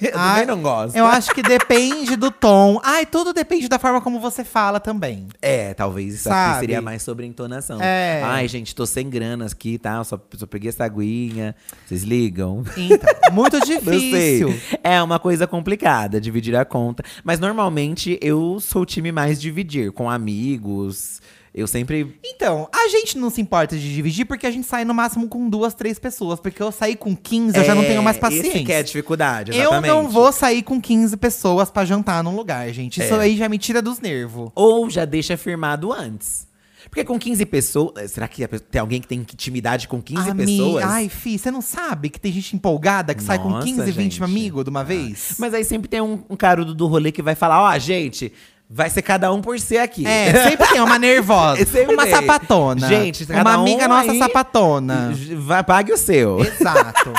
Speaker 2: Eu
Speaker 1: Ah,
Speaker 2: também não gosto.
Speaker 1: Eu acho que depende do tom. Ai, tudo depende da forma como você fala também.
Speaker 2: É, talvez isso
Speaker 1: Sabe?
Speaker 2: aqui seria mais sobre a entonação.
Speaker 1: É.
Speaker 2: Ai, gente, tô sem grana aqui, tá? Eu Só, só peguei essa aguinha. Vocês ligam?
Speaker 1: Então, muito
Speaker 2: Eu sei.
Speaker 1: difícil.
Speaker 2: É uma coisa complicada dividir a conta. Mas normalmente eu sou o time mais dividir com amigos. Eu sempre.
Speaker 1: Então, a gente não se importa de dividir porque a gente sai no máximo com duas, três pessoas. Porque eu saí com 15, eu já não
Speaker 2: É,
Speaker 1: tenho mais
Speaker 2: Esse que é a
Speaker 1: paciência.
Speaker 2: dificuldade,
Speaker 1: eu
Speaker 2: exatamente.
Speaker 1: não vou sair com 15 pessoas pra jantar num lugar, gente. Isso
Speaker 2: É.
Speaker 1: aí já me tira dos nervos.
Speaker 2: Ou já deixa firmado antes. Porque com 15 pessoas. eh, Será que a pe- tem alguém que tem intimidade com 15
Speaker 1: Ami-
Speaker 2: pessoas?
Speaker 1: Ai, fi, você não sabe que tem gente empolgada que sai com
Speaker 2: Nossa,
Speaker 1: 15, 20
Speaker 2: gente.
Speaker 1: amigos de uma vez?
Speaker 2: Mas aí sempre tem um, um carudo do rolê que vai falar: ó, gente, vai ser cada um por si aqui.
Speaker 1: É, sempre tem uma nervosa,
Speaker 2: Sempre
Speaker 1: uma
Speaker 2: tem.
Speaker 1: sapatona.
Speaker 2: Gente,
Speaker 1: uma
Speaker 2: cada um
Speaker 1: amiga nossa
Speaker 2: aí-
Speaker 1: sapatona.
Speaker 2: Vai, pague o seu.
Speaker 1: Exato.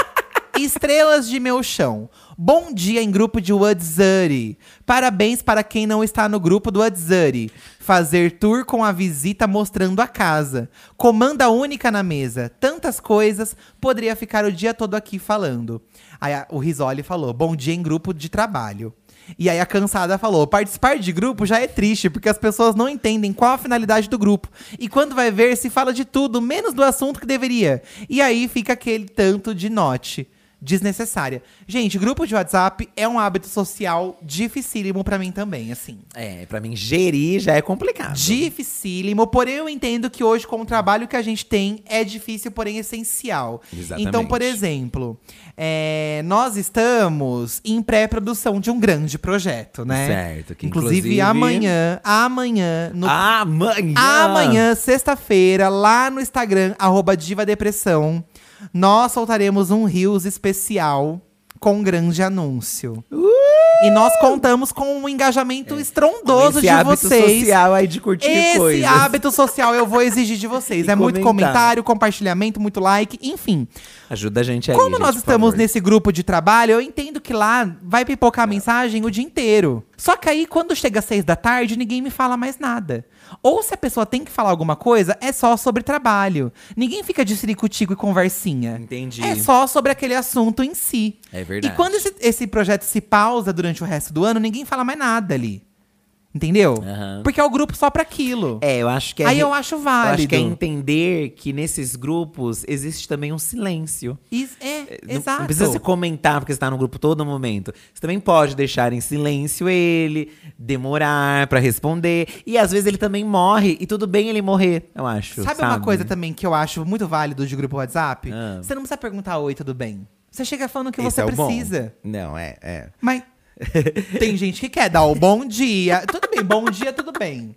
Speaker 1: Estrelas de meu chão. Bom dia em grupo de WhatsApp. Parabéns para quem não está no grupo do WhatsApp. Fazer tour com a visita mostrando a casa. Comanda única na mesa. Tantas coisas, poderia ficar o dia todo aqui falando. Aí a- o Risoli falou: Bom dia em grupo de trabalho. E aí a cansada falou: participar de grupo já é triste, porque as pessoas não entendem qual a finalidade do grupo. E quando vai ver, se fala de tudo, menos do assunto que deveria. E aí fica aquele tanto de note desnecessária. Gente, grupo de WhatsApp é um hábito social dificílimo pra mim também, assim.
Speaker 2: É, pra mim, gerir já é complicado.
Speaker 1: Dificílimo, porém eu entendo que hoje, com o trabalho que a gente tem, é difícil, porém essencial.
Speaker 2: Exatamente.
Speaker 1: Então, por exemplo, é, nós estamos em pré-produção de um grande projeto, né?
Speaker 2: Certo, que
Speaker 1: inclusive,
Speaker 2: inclusive-
Speaker 1: amanhã, amanhã, no
Speaker 2: Amanhã!
Speaker 1: Amanhã, sexta-feira, lá no Instagram, arroba Diva Depressão, nós soltaremos um Reels especial com um grande anúncio.
Speaker 2: Uh!
Speaker 1: E nós contamos com um engajamento estrondoso
Speaker 2: É, Esse
Speaker 1: de
Speaker 2: hábito
Speaker 1: vocês.
Speaker 2: social aí tipo de curtir
Speaker 1: Esse
Speaker 2: coisas.
Speaker 1: hábito social eu vou exigir de vocês.
Speaker 2: E
Speaker 1: é muito
Speaker 2: comentar.
Speaker 1: comentário, compartilhamento, muito like, enfim.
Speaker 2: Ajuda a gente aí,
Speaker 1: Como
Speaker 2: gente,
Speaker 1: nós
Speaker 2: por
Speaker 1: estamos
Speaker 2: favor. É.
Speaker 1: nesse grupo de trabalho, eu entendo que lá vai pipocar a mensagem o dia inteiro. Só que aí, quando chega às seis da tarde, ninguém me fala mais nada. Ou se a pessoa tem que falar alguma coisa, é só sobre trabalho. Ninguém fica de ciricutico e conversinha.
Speaker 2: Entendi.
Speaker 1: É só sobre aquele assunto em si.
Speaker 2: É verdade.
Speaker 1: E quando esse, esse projeto se pausa durante o resto do ano, ninguém fala mais nada ali. Entendeu?
Speaker 2: Aham.
Speaker 1: Porque é o grupo só pra aquilo.
Speaker 2: É, eu acho que é.
Speaker 1: Aí
Speaker 2: re-
Speaker 1: eu acho
Speaker 2: eu
Speaker 1: válido.
Speaker 2: acho que é entender que nesses grupos existe também um silêncio.
Speaker 1: Is- é,
Speaker 2: Não-
Speaker 1: exato.
Speaker 2: Não precisa se comentar porque você tá no grupo todo momento. Você também pode deixar em silêncio ele, demorar pra responder. E às vezes ele também morre, e tudo bem ele morrer, eu acho.
Speaker 1: Sabe, uma coisa também que eu acho muito válido de grupo WhatsApp?
Speaker 2: Ah.
Speaker 1: Você não precisa perguntar oi, tudo bem. Você chega falando o que
Speaker 2: Esse
Speaker 1: você
Speaker 2: é o bom.
Speaker 1: precisa.
Speaker 2: Não, é, é.
Speaker 1: Mas tem gente que quer dar o bom dia. Tudo bem, bom dia, tudo bem.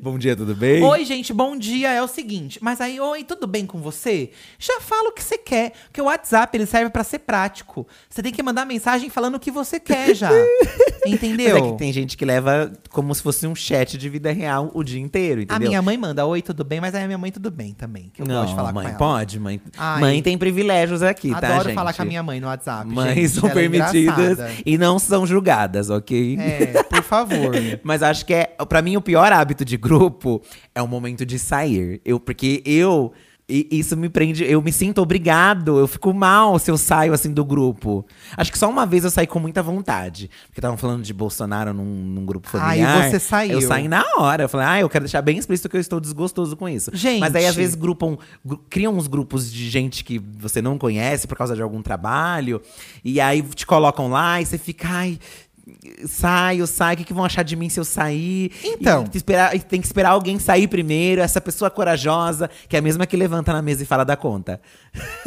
Speaker 2: Bom dia, tudo bem?
Speaker 1: Oi, gente, bom dia. É o seguinte, mas aí, oi, tudo bem com você? Já fala o que você quer, porque o WhatsApp ele serve pra ser prático. Você tem que mandar mensagem falando o que você quer já.
Speaker 2: Mas
Speaker 1: entendeu?
Speaker 2: é que tem gente que leva como se fosse um chat de vida real o dia inteiro,
Speaker 1: A
Speaker 2: entendeu?
Speaker 1: minha mãe manda oi, tudo bem, mas aí a minha mãe tudo bem também, que eu
Speaker 2: não,
Speaker 1: gosto de falar
Speaker 2: mãe,
Speaker 1: com ela.
Speaker 2: pode, mãe.
Speaker 1: Ai.
Speaker 2: Mãe tem privilégios aqui, tá, gente?
Speaker 1: Adoro falar com a minha mãe no WhatsApp.
Speaker 2: Mães
Speaker 1: gente,
Speaker 2: são
Speaker 1: ela é
Speaker 2: permitidas
Speaker 1: engraçada.
Speaker 2: e não são julgadas, ok?
Speaker 1: É, por favor.
Speaker 2: Mas acho que é, pra mim, o pior hábito de grupo é o momento de sair. Eu, porque eu. e Isso me prende, eu me sinto obrigado, eu fico mal se eu saio assim do grupo. Acho que só uma vez eu saí com muita vontade. Porque estavam falando de Bolsonaro num, num grupo
Speaker 1: Aí
Speaker 2: familiar.
Speaker 1: você saiu.
Speaker 2: Eu saí na hora. Eu falei, ah, eu quero deixar bem explícito que eu estou desgostoso com isso.
Speaker 1: Gente.
Speaker 2: Mas aí às vezes grupam, gru- criam uns grupos de gente que você não conhece por causa de algum trabalho. E aí te colocam lá e você fica, ai. Saio, saio, o que, que vão achar de mim se eu sair?
Speaker 1: Então.
Speaker 2: E te esperar- e tem que esperar alguém sair primeiro, essa pessoa corajosa, que é a mesma que levanta na mesa e fala da conta.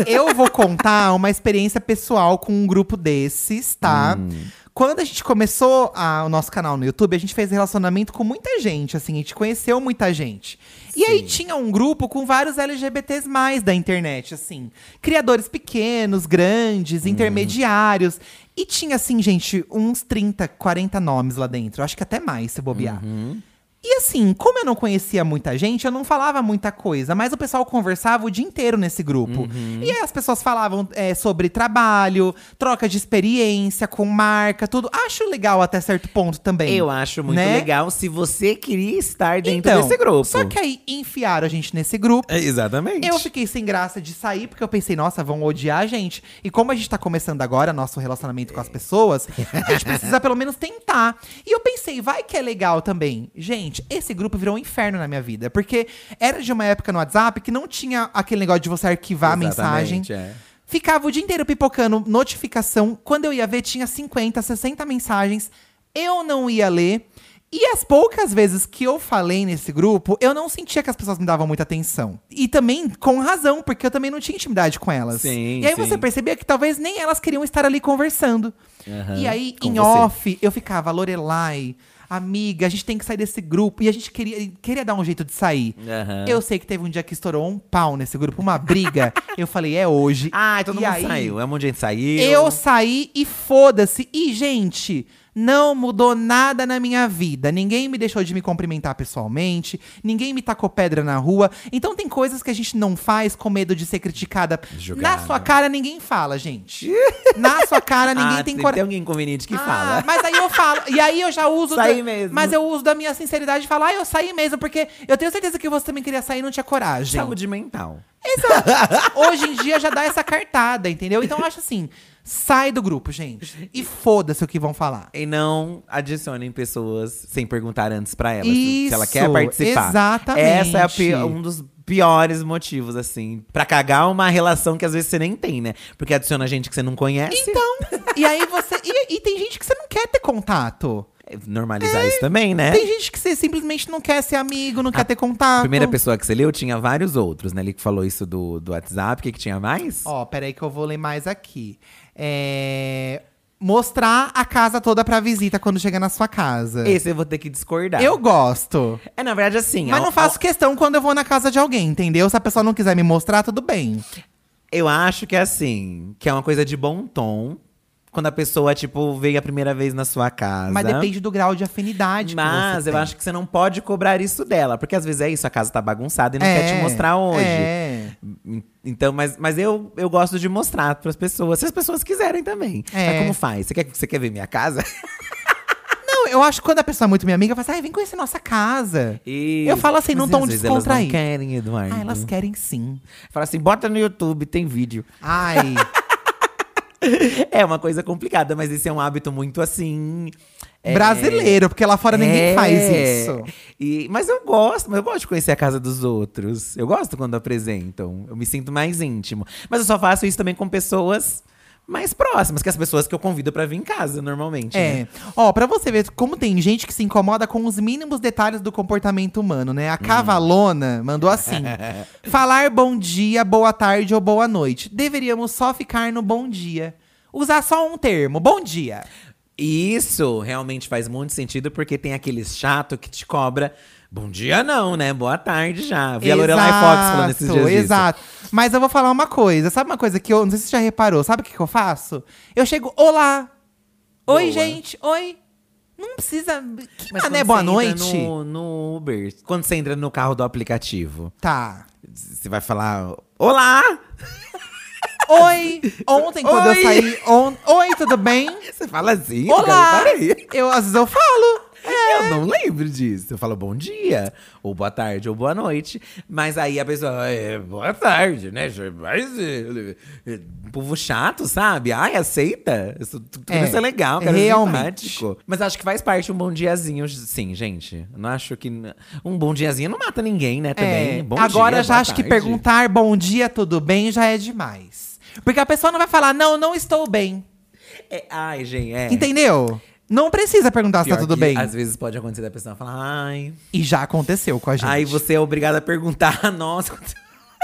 Speaker 1: Eu vou contar uma experiência pessoal com um grupo desses, tá?
Speaker 2: Hum.
Speaker 1: Quando a gente começou a- o nosso canal no YouTube, a gente fez relacionamento com muita gente, assim, a gente conheceu muita gente. E aí tinha um grupo com vários LGBTs mais da internet, assim. Criadores pequenos,
Speaker 2: Hum.
Speaker 1: grandes, intermediários. E tinha, assim, gente, uns 30, 40 nomes lá dentro. Acho que até mais, se
Speaker 2: Uhum.
Speaker 1: bobear. E assim, como eu não conhecia muita gente, eu não falava muita coisa, mas o pessoal conversava o dia inteiro nesse grupo. E aí as pessoas falavam é, sobre trabalho, troca de experiência com marca, tudo. Acho legal até certo ponto também.
Speaker 2: Eu acho muito
Speaker 1: Né?
Speaker 2: legal se você queria estar dentro
Speaker 1: então,
Speaker 2: desse grupo.
Speaker 1: Só que aí enfiaram a gente nesse grupo.
Speaker 2: É, Exatamente.
Speaker 1: Eu fiquei sem graça de sair, porque eu pensei, nossa, vão odiar a gente. E como a gente tá começando agora nosso relacionamento com as pessoas, a gente precisa pelo menos tentar. E eu pensei, vai que é legal também. Gente, esse grupo virou um inferno na minha vida. Porque era de uma época no WhatsApp que não tinha aquele negócio de você arquivar a mensagem.
Speaker 2: Exatamente, é.
Speaker 1: Ficava o dia inteiro pipocando notificação. Quando eu ia ver, tinha 50, 60 mensagens. Eu não ia ler. E as poucas vezes que eu falei nesse grupo, eu não sentia que as pessoas me davam muita atenção. E também com razão, porque eu também não tinha intimidade com elas.
Speaker 2: Sim,
Speaker 1: e aí
Speaker 2: sim.
Speaker 1: você percebia que talvez nem elas queriam estar ali conversando.
Speaker 2: Aham,
Speaker 1: E aí,
Speaker 2: com
Speaker 1: em
Speaker 2: você.
Speaker 1: off, eu ficava, Lorelai, amiga, a gente tem que sair desse grupo. E a gente queria, queria dar um jeito de sair.
Speaker 2: Aham.
Speaker 1: Eu sei que teve um dia que estourou um pau nesse grupo, uma briga. eu falei, é hoje.
Speaker 2: Ai, todo
Speaker 1: E
Speaker 2: mundo
Speaker 1: aí,
Speaker 2: saiu. É um monte de gente saiu.
Speaker 1: Eu saí e foda-se. E, gente, não mudou nada na minha vida. Ninguém me deixou de me cumprimentar pessoalmente, ninguém me tacou pedra na rua. Então tem coisas que a gente não faz com medo de ser criticada.
Speaker 2: Julgada.
Speaker 1: Na sua cara ninguém fala, gente. na sua cara ninguém
Speaker 2: né? ah,
Speaker 1: tem
Speaker 2: Tem
Speaker 1: coragem.
Speaker 2: alguém inconveniente que
Speaker 1: Ah,
Speaker 2: fala.
Speaker 1: Mas aí eu falo. E aí eu já uso.
Speaker 2: Saí
Speaker 1: da-
Speaker 2: mesmo.
Speaker 1: Mas eu uso da minha sinceridade e falo, ah, eu saí mesmo, porque eu tenho certeza que você também queria sair e não tinha coragem.
Speaker 2: Saúde mental.
Speaker 1: Hoje em dia já dá essa cartada, entendeu? Então eu acho assim: sai do grupo, gente. E foda-se o que vão falar.
Speaker 2: E não adicionem pessoas sem perguntar antes pra ela se- se ela
Speaker 1: Isso,
Speaker 2: quer participar.
Speaker 1: exatamente.
Speaker 2: Essa é a pi- um dos piores motivos, assim, pra cagar uma relação que às vezes você nem tem, né? Porque adiciona gente que você não conhece.
Speaker 1: Então, e aí você. E, e tem gente que você não quer ter contato.
Speaker 2: Normalizar isso também, né?
Speaker 1: é, Tem gente que você simplesmente não quer ser amigo, não quer ter contato.
Speaker 2: Primeira pessoa que você leu tinha vários outros, né? Ele que falou isso do, do WhatsApp, o que, que tinha mais?
Speaker 1: Ó, peraí que eu vou ler mais aqui. É, Mostrar a casa toda pra visita quando chega na sua casa.
Speaker 2: Esse eu vou ter que discordar.
Speaker 1: Eu gosto.
Speaker 2: Tá. É, na verdade, assim.
Speaker 1: Mas
Speaker 2: ao-
Speaker 1: não faço questão quando eu vou na casa de alguém, entendeu? Se a pessoa não quiser me mostrar, tudo bem.
Speaker 2: Eu acho que é assim, que é uma coisa de bom tom. Quando a pessoa, tipo, veio a primeira vez na sua casa.
Speaker 1: Mas depende do grau de afinidade que
Speaker 2: Mas
Speaker 1: você
Speaker 2: eu
Speaker 1: tem.
Speaker 2: acho que você não pode cobrar isso dela. Porque às vezes é isso, a casa tá bagunçada e não quer te mostrar hoje.
Speaker 1: É.
Speaker 2: Em- Então, mas, mas eu, eu gosto de mostrar pras pessoas, se as pessoas quiserem também.
Speaker 1: É.
Speaker 2: Mas como faz? Você quer, você quer ver minha casa?
Speaker 1: Não, eu acho que quando a pessoa é muito minha amiga, fala assim, "Ai, vem conhecer nossa casa. Eu falo assim, num
Speaker 2: Mas
Speaker 1: tom
Speaker 2: às vezes elas
Speaker 1: descontraído.
Speaker 2: não querem, Eduardo.
Speaker 1: Ah, elas querem sim.
Speaker 2: Fala assim, bota no YouTube, tem vídeo.
Speaker 1: Ai,
Speaker 2: É uma coisa complicada, mas esse é um hábito muito assim. é,
Speaker 1: brasileiro, porque lá fora ninguém
Speaker 2: É.
Speaker 1: faz isso.
Speaker 2: E- mas eu gosto, mas eu gosto de conhecer a casa dos outros. Eu gosto quando apresentam. Eu me sinto mais íntimo. Mas eu só faço isso também com pessoas mais próximas, que as pessoas que eu convido pra vir em casa normalmente. né?
Speaker 1: É. Ó, pra você ver como tem gente que se incomoda com os mínimos detalhes do comportamento humano, né?
Speaker 2: Uhum.
Speaker 1: A cavalona mandou assim: falar bom dia, boa tarde ou boa noite. Deveríamos só ficar no bom dia. Usar só um termo, bom dia.
Speaker 2: E isso realmente faz muito sentido, porque tem aquele chato que te cobra. Bom dia, não, né? Boa tarde já. Vi a Lorelai Fox falando esses dias. disso.
Speaker 1: Exato. Mas eu vou falar uma coisa. Sabe uma coisa que eu não sei se você já reparou? Sabe o que, que eu faço? Eu chego, olá! Oi,
Speaker 2: Boa.
Speaker 1: gente! Oi! Não precisa. Que
Speaker 2: Mas
Speaker 1: mané,
Speaker 2: quando
Speaker 1: boa
Speaker 2: você entra
Speaker 1: noite!
Speaker 2: No, no Uber, né? quando você entra no carro do aplicativo,
Speaker 1: Tá.
Speaker 2: você vai falar: Olá!
Speaker 1: Oi! Ontem, quando
Speaker 2: Oi.
Speaker 1: eu saí. on- Oi, tudo bem?
Speaker 2: Você fala assim,
Speaker 1: Olá! É.
Speaker 2: cara, peraí.
Speaker 1: Eu, às vezes eu falo.
Speaker 2: Eu não lembro disso. Eu falo bom dia, ou boa tarde, ou boa noite. Mas aí a pessoa, "É, boa tarde, né? Mas, é, é, povo chato, sabe? Ai, aceita. Isso, tu- tudo
Speaker 1: É,
Speaker 2: isso é legal, cara. é
Speaker 1: realmente.
Speaker 2: simpático. Mas acho que faz parte um bom diazinho, sim, gente. Não acho que. Um bom diazinho não mata ninguém, né? Também.
Speaker 1: É,
Speaker 2: Bom
Speaker 1: agora
Speaker 2: dia,
Speaker 1: já
Speaker 2: boa
Speaker 1: acho que
Speaker 2: tarde.
Speaker 1: perguntar bom dia, tudo bem, já é demais. Porque a pessoa não vai falar, não, não estou bem.
Speaker 2: É, ai, gente, é.
Speaker 1: Entendeu? Não precisa perguntar se
Speaker 2: Pior
Speaker 1: tá tudo
Speaker 2: que
Speaker 1: bem.
Speaker 2: Às vezes pode acontecer da pessoa falar, ai.
Speaker 1: E já aconteceu com a gente.
Speaker 2: Aí você é obrigado a perguntar, nossa.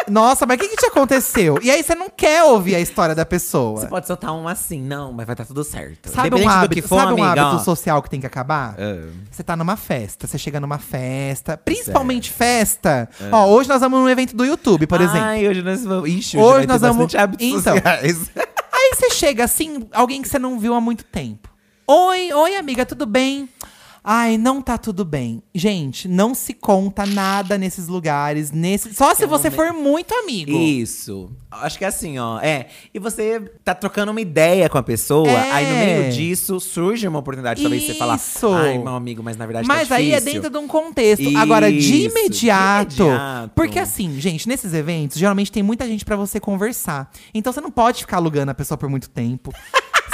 Speaker 1: Nossa, mas o que, que te aconteceu? E aí você não quer ouvir a história da
Speaker 2: Você
Speaker 1: pessoa.
Speaker 2: pode soltar um assim, não, mas vai estar tudo certo.
Speaker 1: É. Sabe um
Speaker 2: Independente
Speaker 1: hábito,
Speaker 2: do que for,
Speaker 1: sabe um
Speaker 2: amiga, ó.
Speaker 1: hábito social que tem que acabar?
Speaker 2: Ah,
Speaker 1: Você tá numa festa, você chega numa festa, principalmente festa.
Speaker 2: É.
Speaker 1: Ó, hoje nós vamos num evento do YouTube, por exemplo.
Speaker 2: Ai, hoje nós vamos. Ixi,
Speaker 1: Hoje
Speaker 2: hoje, vai
Speaker 1: nós
Speaker 2: ter
Speaker 1: vamos-
Speaker 2: bastante hábitos
Speaker 1: Então.
Speaker 2: sociais.
Speaker 1: Aí você chega assim, alguém que você não viu há muito tempo. Oi, oi, amiga, tudo bem? Ai, não tá tudo bem. Gente, não se conta nada nesses lugares, nesse. Só se
Speaker 2: É um
Speaker 1: você
Speaker 2: momento-
Speaker 1: for muito amigo.
Speaker 2: Isso. Acho que é assim, ó. É. E você tá trocando uma ideia com a pessoa,
Speaker 1: É.
Speaker 2: aí no meio disso surge uma oportunidade, talvez você falar.
Speaker 1: Isso.
Speaker 2: Ai, meu amigo, mas na verdade tá
Speaker 1: Mas aí é
Speaker 2: difícil."
Speaker 1: dentro de um contexto.
Speaker 2: Isso,
Speaker 1: Agora, de
Speaker 2: de
Speaker 1: imediato,
Speaker 2: imediato.
Speaker 1: Porque assim, gente, nesses eventos, geralmente tem muita gente pra você conversar. Então você não pode ficar alugando a pessoa por muito tempo.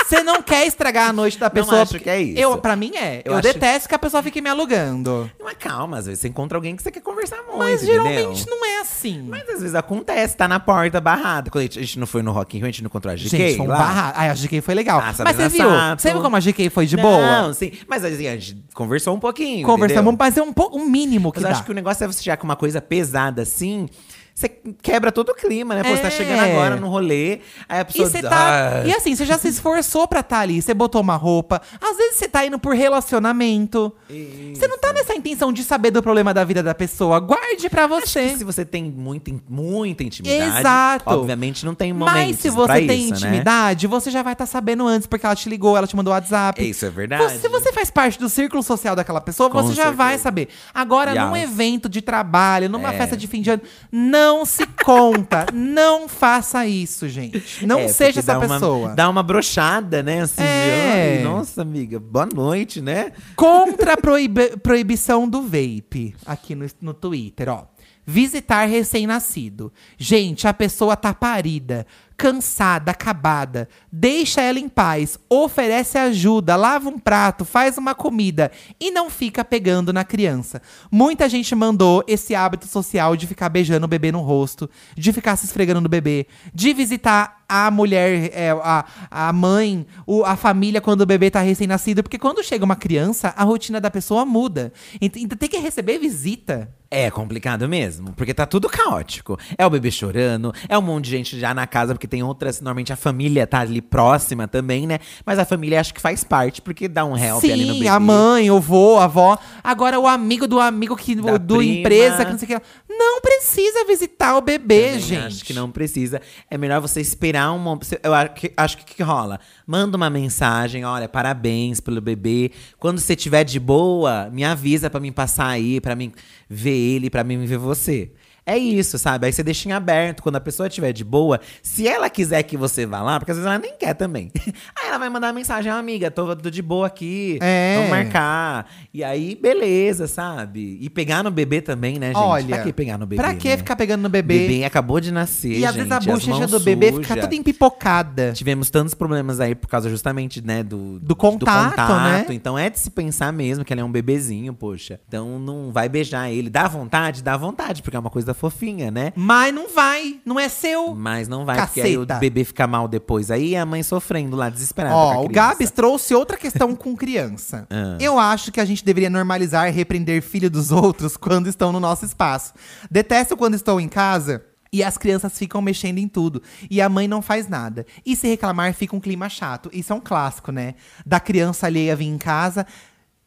Speaker 1: Você não quer estragar a noite da pessoa.
Speaker 2: acho
Speaker 1: porque-
Speaker 2: que é isso.
Speaker 1: Eu, pra mim é. Eu,
Speaker 2: Eu acho-
Speaker 1: detesto que a pessoa fique me alugando.
Speaker 2: Mas é calma, às vezes você encontra alguém que você quer conversar muito,
Speaker 1: Mas
Speaker 2: entendeu?
Speaker 1: geralmente não é assim.
Speaker 2: Mas às vezes acontece, tá na porta barrada. Quando a gente, a gente não foi no Rock in Rio, a gente não encontrou a GK
Speaker 1: Gente, foi um
Speaker 2: lá.
Speaker 1: barra. Ai, a GK foi legal.
Speaker 2: Ah,
Speaker 1: mas você
Speaker 2: Sabrina
Speaker 1: viu?
Speaker 2: Sato.
Speaker 1: Você viu como a GK foi de
Speaker 2: não,
Speaker 1: boa?
Speaker 2: sim. Mas assim, a gente conversou um pouquinho.
Speaker 1: Conversamos,
Speaker 2: entendeu?
Speaker 1: mas é um, po- um mínimo que
Speaker 2: Mas eu
Speaker 1: dá.
Speaker 2: acho que o negócio é você chegar com uma coisa pesada assim. Você quebra todo o clima, né? Pô, você
Speaker 1: É.
Speaker 2: tá chegando agora no rolê, aí a
Speaker 1: E
Speaker 2: pessoa
Speaker 1: você
Speaker 2: diz,
Speaker 1: tá.
Speaker 2: "Ah".
Speaker 1: E assim, você já se esforçou pra estar ali, você botou uma roupa. Às vezes você tá indo por relacionamento. Você não tá nessa intenção de saber do problema da vida da pessoa. Guarde pra
Speaker 2: Acho que
Speaker 1: você.
Speaker 2: se você tem muita, in- muita intimidade,
Speaker 1: Exato.
Speaker 2: obviamente não tem momento
Speaker 1: Mas se você
Speaker 2: pra
Speaker 1: tem
Speaker 2: isso, Né?
Speaker 1: intimidade, você já vai estar sabendo antes, porque ela te ligou, ela te mandou WhatsApp.
Speaker 2: Isso é verdade.
Speaker 1: Você- se você faz parte do círculo social daquela pessoa,
Speaker 2: Com
Speaker 1: você já vai
Speaker 2: certeza.
Speaker 1: saber. Agora,
Speaker 2: Yeah.
Speaker 1: num evento de trabalho, numa
Speaker 2: É.
Speaker 1: festa de fim de ano, não se conta. não faça isso, gente. Não
Speaker 2: É,
Speaker 1: seja
Speaker 2: porque
Speaker 1: essa
Speaker 2: dá uma-
Speaker 1: pessoa.
Speaker 2: Dá uma brochada, né? Assim, de,
Speaker 1: É.
Speaker 2: "Ai, nossa, amiga, boa noite, né?
Speaker 1: Contra a proibi- proibição do vape, aqui no, no Twitter, ó. Visitar recém-nascido. Gente, a pessoa tá parida, cansada, acabada. Deixa ela em paz, oferece ajuda, lava um prato, faz uma comida e não fica pegando na criança. Muita gente mandou esse hábito social de ficar beijando o bebê no rosto, de ficar se esfregando no bebê, de visitar a mulher, é, a, a mãe, o- a família quando o bebê tá recém-nascido. Porque quando chega uma criança, a rotina da pessoa muda. Ent- Então tem que receber visita.
Speaker 2: É complicado mesmo, porque tá tudo caótico. É o bebê chorando, é um monte de gente já na casa, porque tem outras. Normalmente a família tá ali próxima também, né? Mas a família acho que faz parte, porque dá um help ali
Speaker 1: Sim,
Speaker 2: no bebê.
Speaker 1: a mãe, o vô, a avó. Agora o amigo do amigo que
Speaker 2: Da
Speaker 1: do
Speaker 2: prima.
Speaker 1: empresa, que não sei o que. lá. Não precisa visitar o bebê,
Speaker 2: Também
Speaker 1: gente.
Speaker 2: Acho que não precisa. É melhor você esperar uma. se- Eu acho que, acho que o que rola? Manda uma mensagem, olha, parabéns pelo bebê. Quando você tiver de boa, me avisa pra mim passar aí, pra mim ver ele, pra mim ver você. É isso, sabe? Aí você deixa em aberto. Quando a pessoa tiver de boa, se ela quiser que você vá lá, porque às vezes ela nem quer também. aí ela vai mandar uma mensagem, "Ah, amiga, tô, tô de boa aqui.
Speaker 1: É.
Speaker 2: Vamos marcar. E aí, beleza, sabe? E pegar no bebê também, né, gente?
Speaker 1: Olha,
Speaker 2: pra que pegar no bebê?
Speaker 1: pra que
Speaker 2: né?
Speaker 1: ficar pegando no
Speaker 2: O
Speaker 1: bebê?
Speaker 2: bebê acabou de nascer,
Speaker 1: E às vezes a
Speaker 2: gente, as
Speaker 1: bochecha
Speaker 2: mãos
Speaker 1: do bebê
Speaker 2: sujas.
Speaker 1: fica toda empipocada.
Speaker 2: Tivemos tantos problemas aí por causa justamente, né, do,
Speaker 1: contato, né?
Speaker 2: Então é de se pensar mesmo que ele é um bebezinho, poxa. Então não vai beijar ele. Dá vontade? Dá vontade, porque é uma coisa fofinha, né?
Speaker 1: Mas não vai, não é seu.
Speaker 2: Mas não vai, porque aí o
Speaker 1: Caceta.
Speaker 2: bebê fica mal depois. Aí a mãe sofrendo lá, desesperada. com
Speaker 1: Ó,
Speaker 2: a
Speaker 1: o
Speaker 2: é criança. Ah.
Speaker 1: Gabs trouxe outra questão com criança. Eu acho que a gente deveria normalizar repreender filho dos outros quando estão no nosso espaço. Detesto quando estou em casa E as crianças ficam mexendo em tudo. E a mãe não faz nada. E se reclamar, fica um clima chato. Isso é um clássico, né? Da criança alheia vir em casa,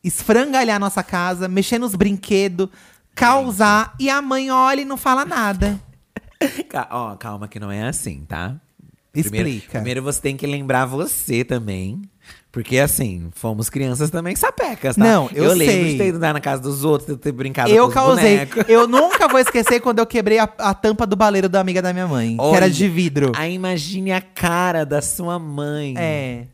Speaker 1: esfrangalhar nossa casa, mexer nos brinquedos, causar. E a mãe olha e não fala nada.
Speaker 2: Ca- Ó, calma que não é assim, tá? Primeiro,
Speaker 1: Explica.
Speaker 2: primeiro você tem que lembrar você também. Porque assim, fomos crianças também sapecas, tá?
Speaker 1: Não, eu
Speaker 2: lembro
Speaker 1: sei.
Speaker 2: de ter ido lá na casa dos outros, de ter brincado
Speaker 1: Eu
Speaker 2: com os
Speaker 1: causei.
Speaker 2: bonecos.
Speaker 1: Eu nunca vou esquecer quando eu quebrei a, a tampa do baleiro da amiga da minha mãe, que era
Speaker 2: Olha,
Speaker 1: de vidro.
Speaker 2: Aí imagine a cara da sua mãe.
Speaker 1: É.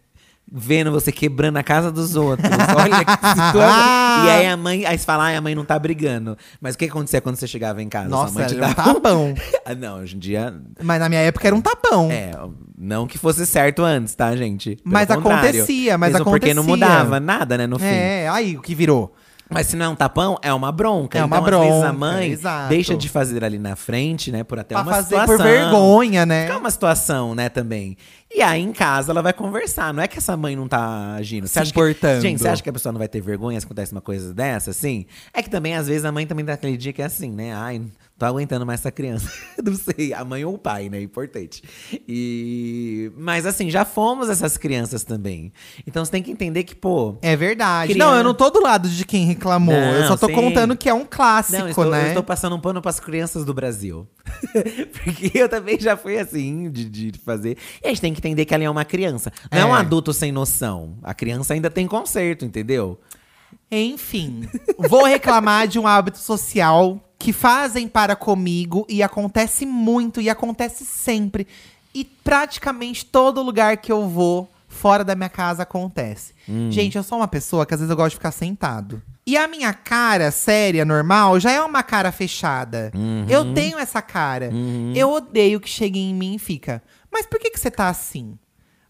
Speaker 2: Vendo você quebrando a casa dos outros. Olha que situação. e aí a mãe, aí você fala, "Ai, a mãe não tá brigando. Mas o que acontecia quando você chegava em casa? sua
Speaker 1: Nossa,
Speaker 2: mãe te
Speaker 1: era um
Speaker 2: dava
Speaker 1: tapão.
Speaker 2: Ah, não, hoje em dia.
Speaker 1: Mas na minha época era um tapão.
Speaker 2: É, não que fosse certo antes, tá, gente? Pelo
Speaker 1: Mas
Speaker 2: contrário.
Speaker 1: acontecia, mas
Speaker 2: Mesmo Porque não
Speaker 1: acontecia.
Speaker 2: mudava nada, né, no fim.
Speaker 1: É, aí o que virou?
Speaker 2: Mas se não é um tapão, é uma bronca.
Speaker 1: É uma
Speaker 2: então, às vezes, a
Speaker 1: bronca, é,
Speaker 2: mãe
Speaker 1: exato.
Speaker 2: deixa de fazer ali na frente, né? Por até
Speaker 1: pra
Speaker 2: uma
Speaker 1: fazer
Speaker 2: situação.
Speaker 1: por vergonha, né?
Speaker 2: Fica uma situação, né, também. E aí, em casa, ela vai conversar. Não é que essa mãe não tá agindo.
Speaker 1: Se
Speaker 2: acha que-
Speaker 1: importando.
Speaker 2: gente, você acha que a pessoa não vai ter vergonha se acontece uma coisa dessa, assim? É que também, às vezes, a mãe também tá aquele dia que é assim, né? Ai, não tô aguentando mais essa criança. não sei, a mãe ou o pai, né? Importante. E... Mas, assim, já fomos essas crianças também. Então, você tem que entender que, pô…
Speaker 1: É verdade.
Speaker 2: Criança-
Speaker 1: Não, eu não tô do lado de quem reclamou.
Speaker 2: Não,
Speaker 1: eu só tô
Speaker 2: sim.
Speaker 1: contando que é um clássico,
Speaker 2: Não, estou,
Speaker 1: né?
Speaker 2: eu estou passando um pano para as crianças do Brasil. Porque eu também já fui assim, de, de fazer. E a gente tem que entender que ela é uma criança. Não é. um
Speaker 1: É.
Speaker 2: adulto sem noção. A criança ainda tem conserto, entendeu?
Speaker 1: Enfim, vou reclamar de um hábito social que fazem para comigo e acontece muito e acontece sempre. E praticamente todo lugar que eu vou, fora da minha casa, acontece. Gente, eu sou uma pessoa que às vezes eu gosto de ficar sentado. E a minha cara séria, normal, já é uma cara fechada. Eu tenho essa cara. Eu odeio que chegue em mim e fica. Mas por que, que você tá assim?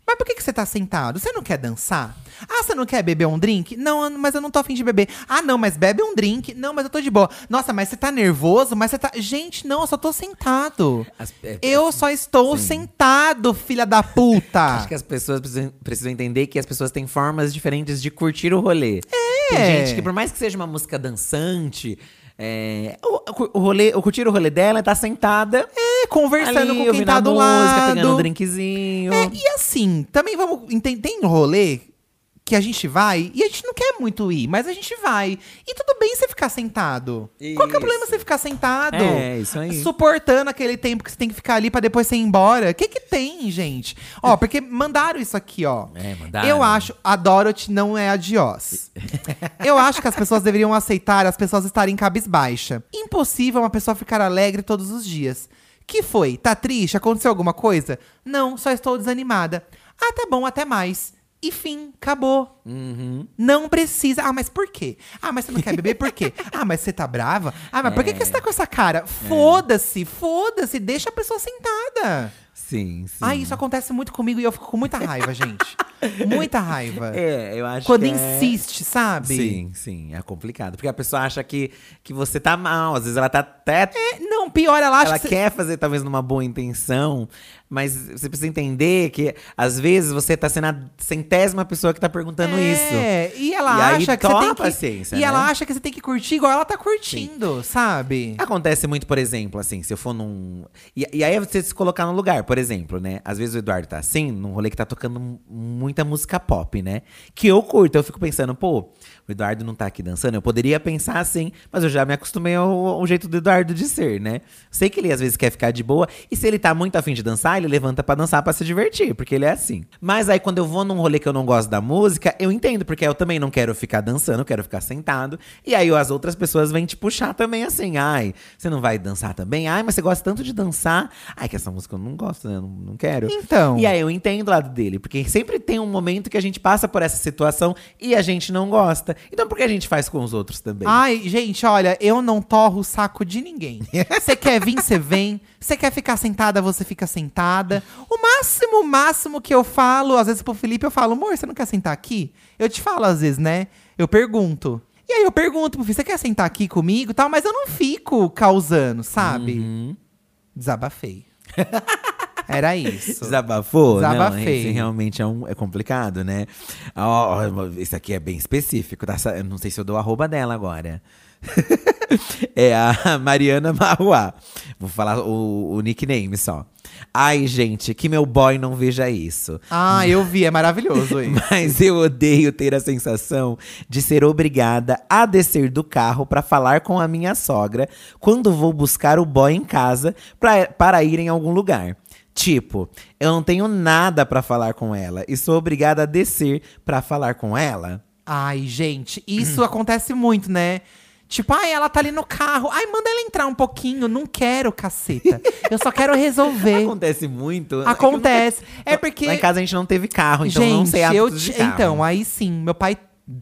Speaker 1: Mas por que, que você tá sentado? Você não quer dançar? Ah, você não quer beber um drink? Não, eu- mas eu não tô afim de beber. Ah, não, mas bebe um drink. Não, mas eu tô de boa. Nossa, mas você tá nervoso? Mas você tá. Gente, não, eu só tô sentado.
Speaker 2: As- é-
Speaker 1: Eu só estou sentado, filha da puta.
Speaker 2: Acho que as pessoas precisam, precisam entender que as pessoas têm formas diferentes de curtir o rolê. É. Tem gente que, por mais que seja uma música dançante, é, o, o rolê, o curtir o rolê dela é estar sentada.
Speaker 1: É, conversando
Speaker 2: ali,
Speaker 1: com quem
Speaker 2: ouvindo
Speaker 1: tá
Speaker 2: a
Speaker 1: do
Speaker 2: música,
Speaker 1: lado.
Speaker 2: pegando um drinkzinho.
Speaker 1: É, e assim, também vamos. enten- Tem um rolê que a gente vai e a gente não quer muito ir, mas a gente vai. E tudo bem você ficar sentado. Qual que é o
Speaker 2: Isso.
Speaker 1: problema você ficar sentado?
Speaker 2: É, isso aí.
Speaker 1: Suportando aquele tempo que você tem que ficar ali pra depois você ir embora. O que que tem, gente? Ó, porque mandaram isso aqui, ó.
Speaker 2: É, mandaram.
Speaker 1: Eu acho, a Dorothy não é a Dios. Eu acho que as pessoas deveriam aceitar as pessoas estarem cabisbaixa. Impossível uma pessoa ficar alegre todos os dias. Que foi? Tá triste? Aconteceu alguma coisa? Não, só estou desanimada. Ah, tá bom, até mais. E fim, acabou.
Speaker 2: Uhum.
Speaker 1: Não precisa. Ah, mas por quê? Ah, mas você não quer beber por quê? Ah, mas você tá brava? Ah, mas por
Speaker 2: É.
Speaker 1: que, que você tá com essa cara? Foda-se, foda-se, deixa a pessoa sentada.
Speaker 2: Sim, sim.
Speaker 1: Ah, isso acontece muito comigo e eu fico com muita raiva, gente. Muita raiva.
Speaker 2: É, eu acho
Speaker 1: Quando
Speaker 2: que é-
Speaker 1: insiste, sabe?
Speaker 2: Sim, sim, é complicado. Porque a pessoa acha que, que você tá mal, às vezes ela tá até.
Speaker 1: É, Não, pior, ela acha
Speaker 2: ela
Speaker 1: que. cê-
Speaker 2: quer fazer, talvez, numa boa intenção, mas você precisa entender que, às vezes, você tá sendo a centésima pessoa que tá perguntando isso.
Speaker 1: É, e ela
Speaker 2: E aí
Speaker 1: acha que
Speaker 2: toma
Speaker 1: você tem
Speaker 2: a
Speaker 1: que.
Speaker 2: paciência,
Speaker 1: e
Speaker 2: né?
Speaker 1: ela acha que você tem que curtir igual ela tá curtindo, sabe?
Speaker 2: Acontece muito, por exemplo, assim, se eu for num. E, e aí é você se colocar no lugar, por exemplo, né? Às vezes o Eduardo tá assim, num rolê que tá tocando mu- muita música pop, né? Que eu curto, eu fico pensando, pô, o Eduardo não tá aqui dançando, eu poderia pensar assim, mas eu já me acostumei ao, ao jeito do Eduardo de ser, né? Sei que ele às vezes quer ficar de boa, e se ele tá muito afim de dançar, ele levanta pra dançar pra se divertir, porque ele é assim. Mas aí quando eu vou num rolê que eu não gosto da música, eu entendo, porque eu também não quero ficar dançando, eu quero ficar sentado. E aí as outras pessoas vêm te puxar também assim. Ai, você não vai dançar também? Ai, mas você gosta tanto de dançar. Ai, que essa música eu não gosto, né? Eu Não, não quero.
Speaker 1: Então.
Speaker 2: E aí eu entendo o lado dele, porque sempre tem um momento que a gente passa por essa situação e a gente não gosta. Então por que a gente faz com os outros também?
Speaker 1: Ai, gente, olha, eu não torro o saco de ninguém. Você quer vir, você vem. Você quer ficar sentada, você fica sentada. O máximo, o máximo que eu falo, às vezes pro Felipe, eu falo, amor, você não quer sentar aqui? Eu te falo às vezes, né? Eu pergunto. E aí eu pergunto pro Felipe, você quer sentar aqui comigo e tal? Mas eu não fico causando, sabe? Desabafei. Era isso.
Speaker 2: Desabafou? Não,
Speaker 1: Desabafei.
Speaker 2: esse realmente é, um, é complicado, né? Ó, ó, isso aqui é bem específico, tá? Essa- eu não sei se eu dou a arroba dela agora. é a Mariana Marruá. Vou falar o, o nickname só. Ai, gente, que meu boy não veja isso.
Speaker 1: Ah, eu vi, é maravilhoso isso.
Speaker 2: Mas eu odeio ter a sensação de ser obrigada a descer do carro pra falar com a minha sogra quando vou buscar o boy em casa pra, para ir em algum lugar. Tipo, eu não tenho nada pra falar com ela e sou obrigada a descer pra falar com ela.
Speaker 1: Ai, gente, isso acontece muito, né? Tipo, ai, ela tá ali no carro. Ai, manda ela entrar um pouquinho. Não quero, caceta. Eu só quero resolver.
Speaker 2: Acontece muito.
Speaker 1: Acontece. É porque.
Speaker 2: Então, Lá em casa a gente não teve carro, então
Speaker 1: gente,
Speaker 2: não sei a
Speaker 1: eu ti- Então, aí sim, meu pai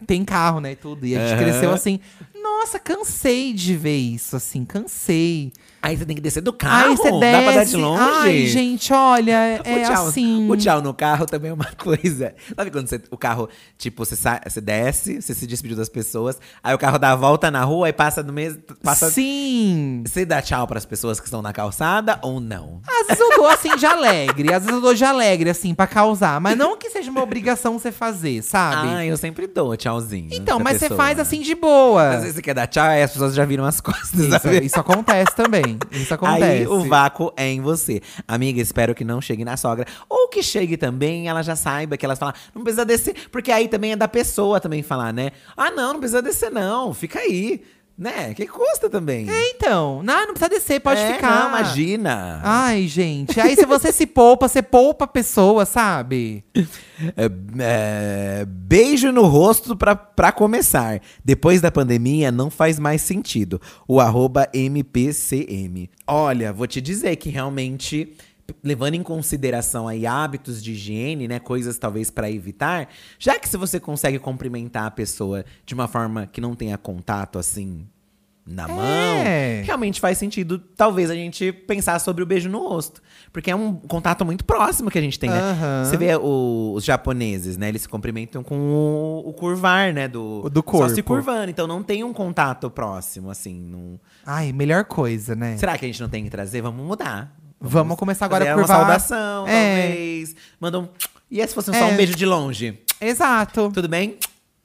Speaker 1: tem carro, né? e Tudo. E a gente
Speaker 2: Aham.
Speaker 1: cresceu assim. Nossa, cansei de ver isso, assim, cansei.
Speaker 2: Aí você tem que descer do carro.
Speaker 1: Ai, você desce.
Speaker 2: Dá pra dar de longe.
Speaker 1: Ai, gente, olha, é
Speaker 2: o tchau,
Speaker 1: assim.
Speaker 2: o tchau no carro também é uma coisa. Sabe quando você- o carro, tipo, você, sai, você desce, você se despediu das pessoas, aí o carro dá a volta na rua e passa no mesmo. Passa,
Speaker 1: Sim.
Speaker 2: Você dá tchau pras pessoas que estão na calçada ou não?
Speaker 1: Às vezes eu dou assim de alegre, às vezes eu dou de alegre, assim, pra causar. Mas não que seja uma obrigação você fazer, sabe?
Speaker 2: Ah, eu sempre dou tchauzinho.
Speaker 1: então,
Speaker 2: pra
Speaker 1: mas você
Speaker 2: pessoa. né?
Speaker 1: faz assim de boa.
Speaker 2: Às vezes você quer dar tchau, aí as pessoas já viram as costas.
Speaker 1: Isso,
Speaker 2: sabe?
Speaker 1: isso acontece também. Isso acontece.
Speaker 2: Aí o vácuo é em você. Amiga, espero que não chegue na sogra. Ou que chegue também, ela já saiba que elas falam, "Ah, não precisa descer. Porque aí também é da pessoa também falar, né? Ah, não, não precisa descer, não. Fica aí. Né? Que custa também.
Speaker 1: Então, não, não precisa descer, pode
Speaker 2: É,
Speaker 1: ficar.
Speaker 2: Não, imagina.
Speaker 1: Ai, gente. Aí se você se poupa, você poupa a pessoa, sabe?
Speaker 2: É, é, beijo no rosto pra, pra começar. Depois da pandemia, não faz mais sentido. O arroba MPCM. Olha, vou te dizer que realmente, p- levando em consideração aí hábitos de higiene, né? Coisas talvez pra evitar. Já que se você consegue cumprimentar a pessoa de uma forma que não tenha contato, assim… Na mão,
Speaker 1: É.
Speaker 2: realmente faz sentido, talvez, a gente pensar sobre o beijo no rosto. Porque é um contato muito próximo que a gente tem, né?
Speaker 1: Aham.
Speaker 2: Você vê o- os japoneses, né? Eles se cumprimentam com o, o curvar, né? Do,
Speaker 1: O do
Speaker 2: Só se
Speaker 1: corpo.
Speaker 2: curvando. Então não tem um contato próximo, assim. não-
Speaker 1: Ai, melhor coisa, né?
Speaker 2: Será que a gente não tem que trazer? Vamos mudar.
Speaker 1: Vamos começar Tá, agora
Speaker 2: Fazer
Speaker 1: a
Speaker 2: uma
Speaker 1: curvar.
Speaker 2: saudação,
Speaker 1: É.
Speaker 2: talvez. Manda um… E se fosse só
Speaker 1: É.
Speaker 2: um beijo de longe?
Speaker 1: Exato.
Speaker 2: Tudo bem?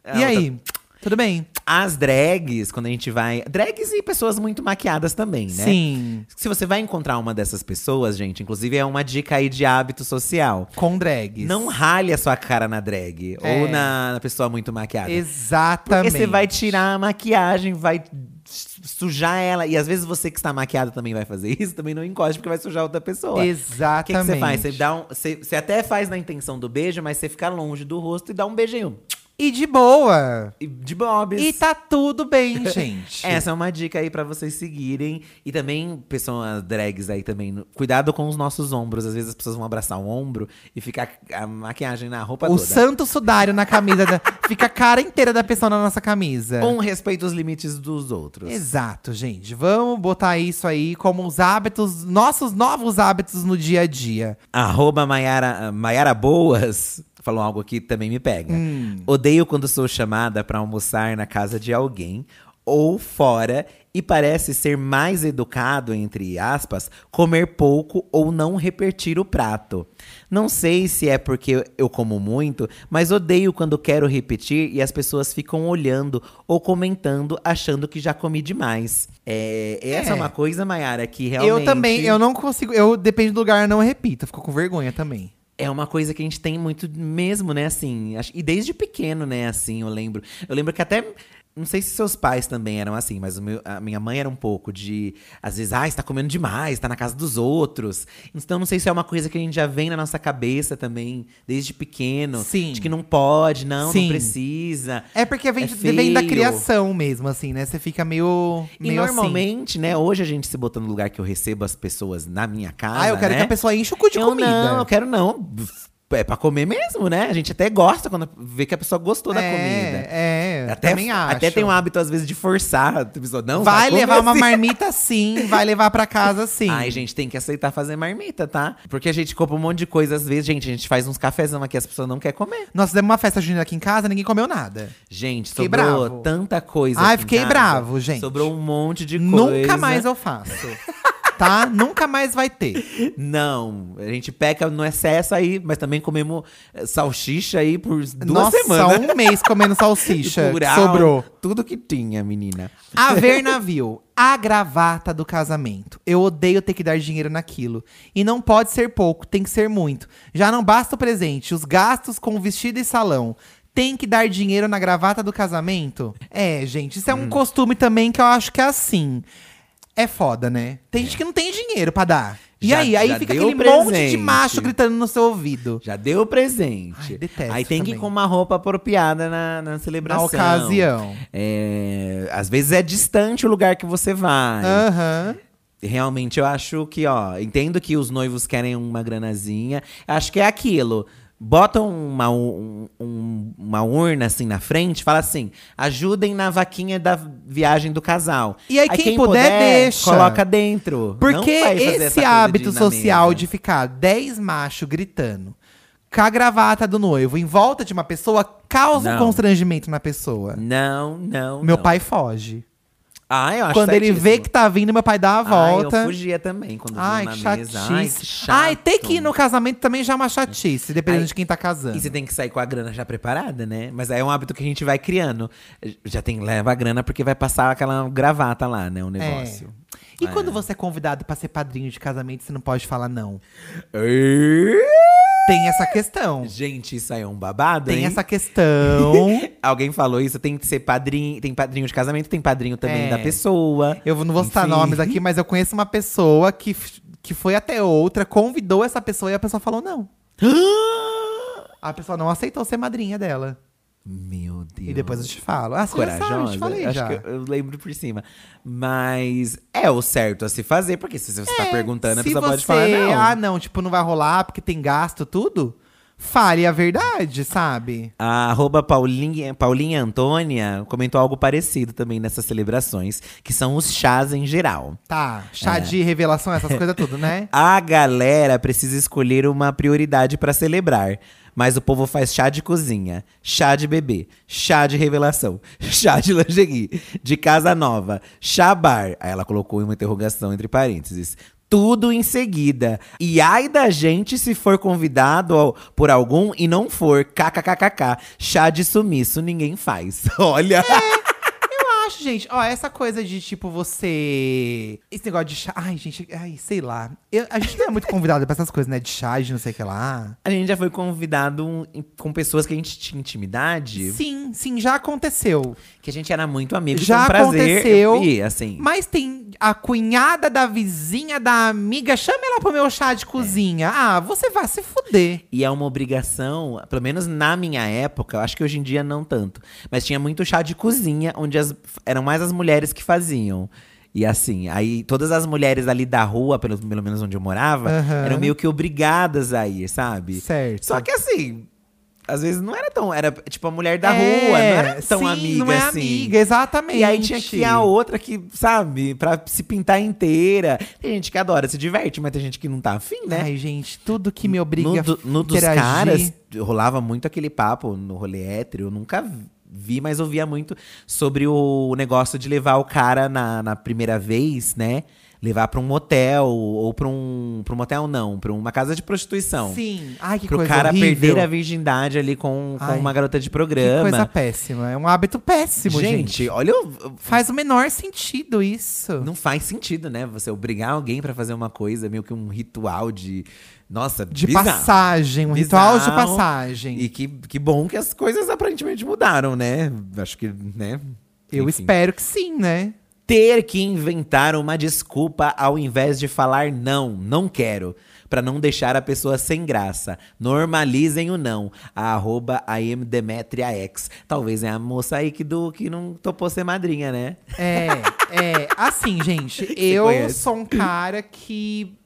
Speaker 2: Ah,
Speaker 1: E
Speaker 2: outra-
Speaker 1: aí? Tudo bem?
Speaker 2: As drags, quando a gente vai… Drags e pessoas muito maquiadas também, né?
Speaker 1: Sim.
Speaker 2: Se você vai encontrar uma dessas pessoas, gente, inclusive é uma dica aí de hábito social.
Speaker 1: Com drags.
Speaker 2: Não ralhe a sua cara na drag ou
Speaker 1: É.
Speaker 2: na, na pessoa muito maquiada.
Speaker 1: Exatamente.
Speaker 2: Porque você vai tirar a maquiagem, vai s- sujar ela. E às vezes você que está maquiado também vai fazer isso, também não encoste, porque vai sujar outra pessoa. O que,
Speaker 1: Exatamente.
Speaker 2: que você faz? Você, dá um, você, você até faz na intenção do beijo, mas você fica longe do rosto e dá um beijinho.
Speaker 1: E de boa.
Speaker 2: E De bobs.
Speaker 1: E tá tudo bem, gente.
Speaker 2: Essa é uma dica aí pra vocês seguirem. E também, pessoas drags aí também, no- cuidado com os nossos ombros. Às vezes as pessoas vão abraçar o ombro e ficar a maquiagem na roupa
Speaker 1: o
Speaker 2: toda.
Speaker 1: santo sudário na camisa. da- Fica a cara inteira da pessoa na nossa camisa.
Speaker 2: Um respeito aos limites dos outros.
Speaker 1: Exato, gente. Vamos botar isso aí como os hábitos, nossos novos hábitos no dia a dia.
Speaker 2: Arroba Maiara, Maiara Boas falou algo que também me pega.
Speaker 1: Hum.
Speaker 2: Odeio quando sou chamada pra almoçar na casa de alguém ou fora e parece ser mais educado, entre aspas, comer pouco ou não repetir o prato. Não sei se é porque eu como muito, mas odeio quando quero repetir e as pessoas ficam olhando ou comentando achando que já comi demais. É, essa é,
Speaker 1: É.
Speaker 2: uma coisa, Maiara, que realmente.
Speaker 1: Eu também, eu não consigo. Eu depende do lugar, eu não repito. eu Fico com vergonha também.
Speaker 2: É uma coisa que a gente tem muito mesmo, né, assim. acho- E desde pequeno, né, assim, eu lembro. Eu lembro que até. Não sei se seus pais também eram assim, mas o meu- a minha mãe era um pouco de. Às vezes, ah, você tá comendo demais, tá na casa dos outros. Então, não sei se é uma coisa que a gente já vem na nossa cabeça também, desde pequeno.
Speaker 1: Sim.
Speaker 2: De que não pode, não, não
Speaker 1: Sim.
Speaker 2: precisa.
Speaker 1: É porque vem,
Speaker 2: É
Speaker 1: vem da
Speaker 2: feio.
Speaker 1: criação mesmo, assim, né? Você fica meio.
Speaker 2: E
Speaker 1: meio assim.
Speaker 2: normalmente, né, hoje a gente se botando no lugar que eu recebo as pessoas na minha casa.
Speaker 1: Assim. Ah, eu quero
Speaker 2: né?
Speaker 1: que a pessoa enche o cu tipo de
Speaker 2: eu
Speaker 1: comida.
Speaker 2: Não, eu quero não. É pra comer mesmo, né? A gente até gosta quando vê que a pessoa gostou da
Speaker 1: é,
Speaker 2: comida.
Speaker 1: É,
Speaker 2: Até,
Speaker 1: também acho.
Speaker 2: até tem um hábito, às vezes, de forçar. A pessoa, não,
Speaker 1: Vai
Speaker 2: comer
Speaker 1: levar uma
Speaker 2: assim.
Speaker 1: marmita sim, vai levar pra casa sim.
Speaker 2: Ai, gente, tem que aceitar fazer marmita, tá? Porque a gente compra um monte de coisa, às vezes, gente, a gente faz uns cafezão aqui, as pessoas não querem comer.
Speaker 1: Nós fizemos uma festa junina aqui em casa, ninguém comeu nada.
Speaker 2: Gente,
Speaker 1: Fiquei
Speaker 2: sobrou
Speaker 1: bravo.
Speaker 2: tanta coisa.
Speaker 1: Ai,
Speaker 2: aqui em
Speaker 1: fiquei
Speaker 2: casa.
Speaker 1: bravo, gente.
Speaker 2: Sobrou um monte de coisa.
Speaker 1: Nunca mais eu faço. tá? Nunca mais vai ter.
Speaker 2: Não, a gente peca no excesso aí, mas também comemos eh, salsicha aí por duas
Speaker 1: Nossa,
Speaker 2: semanas.
Speaker 1: um mês comendo salsicha.
Speaker 2: Curau,
Speaker 1: é, Sobrou.
Speaker 2: Tudo que tinha, menina.
Speaker 1: Haver navio. A gravata do casamento. Eu odeio ter que dar dinheiro naquilo. E não pode ser pouco, tem que ser muito. Já não basta o presente, os gastos com o vestido e salão. Tem que dar dinheiro na gravata do casamento? É, gente,
Speaker 2: Hum.
Speaker 1: isso é um costume também que eu acho que é assim. É foda, né? Tem gente que não tem dinheiro pra dar. E
Speaker 2: Já-
Speaker 1: aí? Aí
Speaker 2: já
Speaker 1: fica
Speaker 2: deu
Speaker 1: aquele monte de
Speaker 2: presente.
Speaker 1: macho gritando no seu ouvido.
Speaker 2: Já deu o presente.
Speaker 1: Ai, detesto
Speaker 2: aí tem que ir
Speaker 1: também.
Speaker 2: com uma roupa apropriada na, na
Speaker 1: Na
Speaker 2: celebração.
Speaker 1: ocasião.
Speaker 2: É, às vezes é distante o lugar que você vai.
Speaker 1: Aham.
Speaker 2: Realmente, eu acho que, ó, entendo que os noivos querem uma granazinha. Acho que é aquilo. Botam uma, u- um- uma urna assim na frente, fala assim: ajudem na vaquinha da viagem do casal.
Speaker 1: E aí, quem puder, deixa.
Speaker 2: Coloca dentro. Não
Speaker 1: Porque
Speaker 2: vai fazer essa
Speaker 1: esse
Speaker 2: coisa
Speaker 1: hábito
Speaker 2: de ir na
Speaker 1: social
Speaker 2: mesa.
Speaker 1: de ficar 10 machos gritando com a gravata do noivo em volta de uma pessoa causa um
Speaker 2: Não.
Speaker 1: constrangimento na pessoa.
Speaker 2: Não, não.
Speaker 1: Meu
Speaker 2: não.
Speaker 1: pai foge.
Speaker 2: Ah, eu acho
Speaker 1: quando ele
Speaker 2: certíssimo.
Speaker 1: vê que tá vindo, meu pai dá a
Speaker 2: Ai, eu
Speaker 1: volta.
Speaker 2: fugia também quando
Speaker 1: Ai,
Speaker 2: vinha
Speaker 1: que
Speaker 2: na mesa. Ai, que
Speaker 1: chatice.
Speaker 2: chato.
Speaker 1: Ai, ter que ir no casamento também já é uma chatice, dependendo
Speaker 2: Ai,
Speaker 1: de quem tá casando.
Speaker 2: E você tem que sair com a grana já preparada, né? Mas aí é um hábito que a gente vai criando. Já tem leva a grana porque vai passar aquela gravata lá, né? O
Speaker 1: É.
Speaker 2: negócio.
Speaker 1: E quando você é convidado pra ser padrinho de casamento, você não pode falar não.
Speaker 2: Ê,
Speaker 1: Tem essa questão.
Speaker 2: Gente, isso aí é um babado,
Speaker 1: Tem
Speaker 2: hein?
Speaker 1: essa questão.
Speaker 2: Alguém falou isso, tem que ser padrinho, tem padrinho de casamento, tem padrinho também
Speaker 1: É.
Speaker 2: da pessoa.
Speaker 1: Eu não vou citar
Speaker 2: Enfim.
Speaker 1: nomes aqui, mas eu conheço uma pessoa que, f- que foi até outra, convidou essa pessoa e a pessoa falou não. A pessoa não aceitou ser madrinha dela.
Speaker 2: Meu Deus.
Speaker 1: E depois eu te falo. Ah, você já sabe, eu
Speaker 2: corajosa.
Speaker 1: te falei
Speaker 2: Acho
Speaker 1: já.
Speaker 2: que eu, eu lembro por cima. Mas é o certo a se fazer, porque se você tá perguntando, a
Speaker 1: É, Se
Speaker 2: pessoa pode
Speaker 1: você-
Speaker 2: falar não.
Speaker 1: Ah, não, tipo, não vai rolar porque tem gasto, tudo. Fale a verdade, sabe?
Speaker 2: A arroba Paulinha, Paulinha Antônia comentou algo parecido também nessas celebrações, que são os chás em geral.
Speaker 1: Tá, chá
Speaker 2: É.
Speaker 1: de revelação, essas coisas tudo, né?
Speaker 2: A galera precisa escolher uma prioridade pra celebrar, mas o povo faz chá de cozinha, chá de bebê, chá de revelação, chá de lingerie, de casa nova, chá bar. Aí ela colocou uma interrogação entre parênteses. Tudo em seguida. E ai da gente se for convidado ao- por algum e não for. KKKKK. Chá de sumiço, ninguém faz. Olha.
Speaker 1: Eu acho, gente, ó, essa coisa de tipo você. Esse negócio de chá. Ai, gente, ai, sei lá. Eu- a gente não é muito convidado pra essas coisas, né? De chá, de não sei o que lá.
Speaker 2: A gente já foi convidado um- com pessoas que a gente tinha intimidade.
Speaker 1: Sim, sim, já aconteceu.
Speaker 2: Que a gente era muito amigo,
Speaker 1: Já
Speaker 2: foi um prazer.
Speaker 1: aconteceu.
Speaker 2: E assim,
Speaker 1: Mas tem a cunhada da vizinha da amiga, chama ela pro meu
Speaker 2: É.
Speaker 1: chá de cozinha. Ah, você vai se fuder.
Speaker 2: e é uma obrigação, pelo menos na minha época, eu acho que hoje em dia não tanto. Mas tinha muito chá de cozinha, onde as- eram mais as mulheres que faziam. E assim, aí todas as mulheres ali da rua, pelo, pelo menos onde eu morava,
Speaker 1: Aham.
Speaker 2: eram meio que obrigadas a ir, sabe?
Speaker 1: Certo.
Speaker 2: Só que assim, às vezes não era tão. Era tipo a mulher da
Speaker 1: É,
Speaker 2: rua, não era tão
Speaker 1: sim,
Speaker 2: amiga
Speaker 1: não é
Speaker 2: assim.
Speaker 1: amiga, exatamente.
Speaker 2: E aí tinha que ir a outra que, sabe, pra se pintar inteira. Tem gente que adora, se diverte, mas tem gente que não tá afim, né?
Speaker 1: Ai, gente, tudo que me obriga
Speaker 2: no, do-
Speaker 1: a
Speaker 2: no dos
Speaker 1: interagir.
Speaker 2: caras, rolava muito aquele papo no rolê hétero. Eu nunca vi, mas ouvia muito sobre o negócio de levar o cara na, na primeira vez, né? Levar pra um motel, ou pra um. Pra um motel não, pra uma casa de prostituição.
Speaker 1: Sim. Ai, que
Speaker 2: Pro
Speaker 1: coisa
Speaker 2: cara
Speaker 1: horrível.
Speaker 2: perder a virgindade ali com, com
Speaker 1: Ai,
Speaker 2: uma garota de
Speaker 1: Que coisa
Speaker 2: programa.
Speaker 1: péssima. É um hábito péssimo, gente.
Speaker 2: gente, olha o,
Speaker 1: Faz o menor sentido isso.
Speaker 2: Não faz sentido, né? Você obrigar alguém pra fazer uma coisa, meio que um ritual de. Nossa,
Speaker 1: De
Speaker 2: bizarro.
Speaker 1: passagem, um ritual de
Speaker 2: Bizarro.
Speaker 1: passagem.
Speaker 2: E que, que bom que as coisas aparentemente mudaram, né? Acho que, né?
Speaker 1: Eu
Speaker 2: Enfim.
Speaker 1: espero que sim, né?
Speaker 2: Ter que inventar uma desculpa ao invés de falar não, não quero. Pra não deixar a pessoa sem graça. Normalizem o não. A arroba IamDemetriaX. Talvez é a moça aí que, do, que não topou ser madrinha, né?
Speaker 1: É, é. Assim, gente, eu
Speaker 2: conhece.
Speaker 1: sou um cara que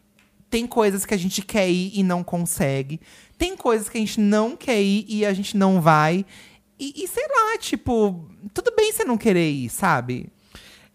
Speaker 1: tem coisas que a gente quer ir e não consegue. Tem coisas que a gente não quer ir e a gente não vai. E, e sei lá, tipo, tudo bem você não querer ir, sabe?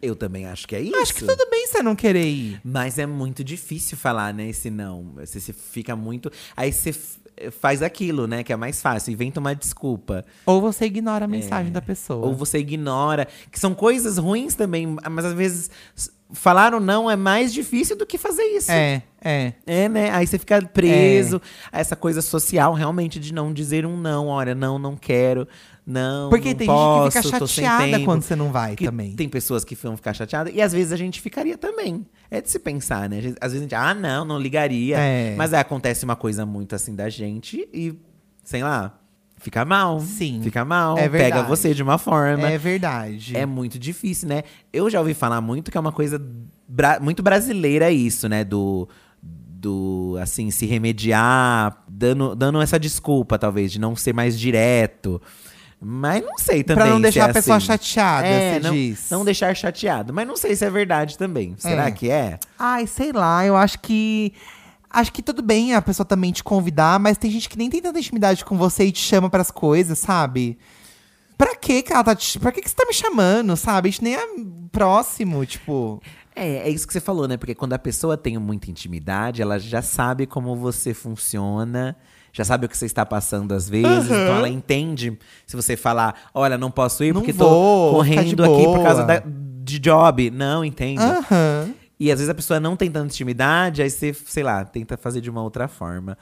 Speaker 2: Eu também acho que é isso.
Speaker 1: Acho que tudo bem você não querer ir.
Speaker 2: Mas é muito difícil falar, né? Esse não. Você se fica muito. Aí você f- faz aquilo, né? Que é mais fácil. Inventa uma desculpa.
Speaker 1: Ou você
Speaker 2: É.
Speaker 1: ignora a mensagem da pessoa.
Speaker 2: Ou você ignora. Que são coisas ruins também, mas às vezes s- falar ou não é mais difícil do que fazer isso.
Speaker 1: É, é.
Speaker 2: É, né? Aí você fica preso a essa coisa social, realmente, de não dizer um não. Olha, não, não quero, não.
Speaker 1: Porque
Speaker 2: não
Speaker 1: tem
Speaker 2: posso,
Speaker 1: gente que fica
Speaker 2: tô sem
Speaker 1: chateada
Speaker 2: tempo.
Speaker 1: quando você não vai
Speaker 2: Que
Speaker 1: É também.
Speaker 2: Tem pessoas que vão ficar chateadas. E às vezes a gente ficaria também. É de se pensar, né? Às vezes a gente, ah, não, não ligaria.
Speaker 1: É.
Speaker 2: Mas aí acontece uma coisa muito assim da gente e, sei lá, fica mal.
Speaker 1: Sim.
Speaker 2: Fica mal.
Speaker 1: É
Speaker 2: pega
Speaker 1: verdade.
Speaker 2: você de uma forma.
Speaker 1: É verdade.
Speaker 2: É muito difícil, né? Eu já ouvi falar muito que é uma coisa bra- muito brasileira isso, né? Do, do assim, se remediar, dando, dando essa desculpa, talvez, de não ser mais direto. Mas não sei também.
Speaker 1: pra não
Speaker 2: se
Speaker 1: deixar
Speaker 2: é
Speaker 1: a pessoa
Speaker 2: assim.
Speaker 1: chateada,
Speaker 2: É,
Speaker 1: você
Speaker 2: não,
Speaker 1: diz.
Speaker 2: não deixar chateado. Mas não sei se é verdade também. Será
Speaker 1: É.
Speaker 2: que é?
Speaker 1: Ai, sei lá, eu acho que. Acho que tudo bem a pessoa também te convidar, mas tem gente que nem tem tanta intimidade com você e te chama pras coisas, sabe? Pra que que ela tá te. Pra que que você tá me chamando, sabe? A gente nem é próximo, tipo.
Speaker 2: É, é isso que você falou, né? Porque quando a pessoa tem muita intimidade, ela já sabe como você funciona, já sabe o que você está passando às vezes,
Speaker 1: Aham.
Speaker 2: então ela entende se você falar, olha, não posso ir
Speaker 1: Não
Speaker 2: porque
Speaker 1: vou,
Speaker 2: tô correndo
Speaker 1: fica de
Speaker 2: aqui por causa
Speaker 1: boa."
Speaker 2: da- de job. Não, entendo.
Speaker 1: Aham.
Speaker 2: E às vezes a pessoa não tem tanta intimidade, aí você, sei lá, tenta fazer de uma outra forma.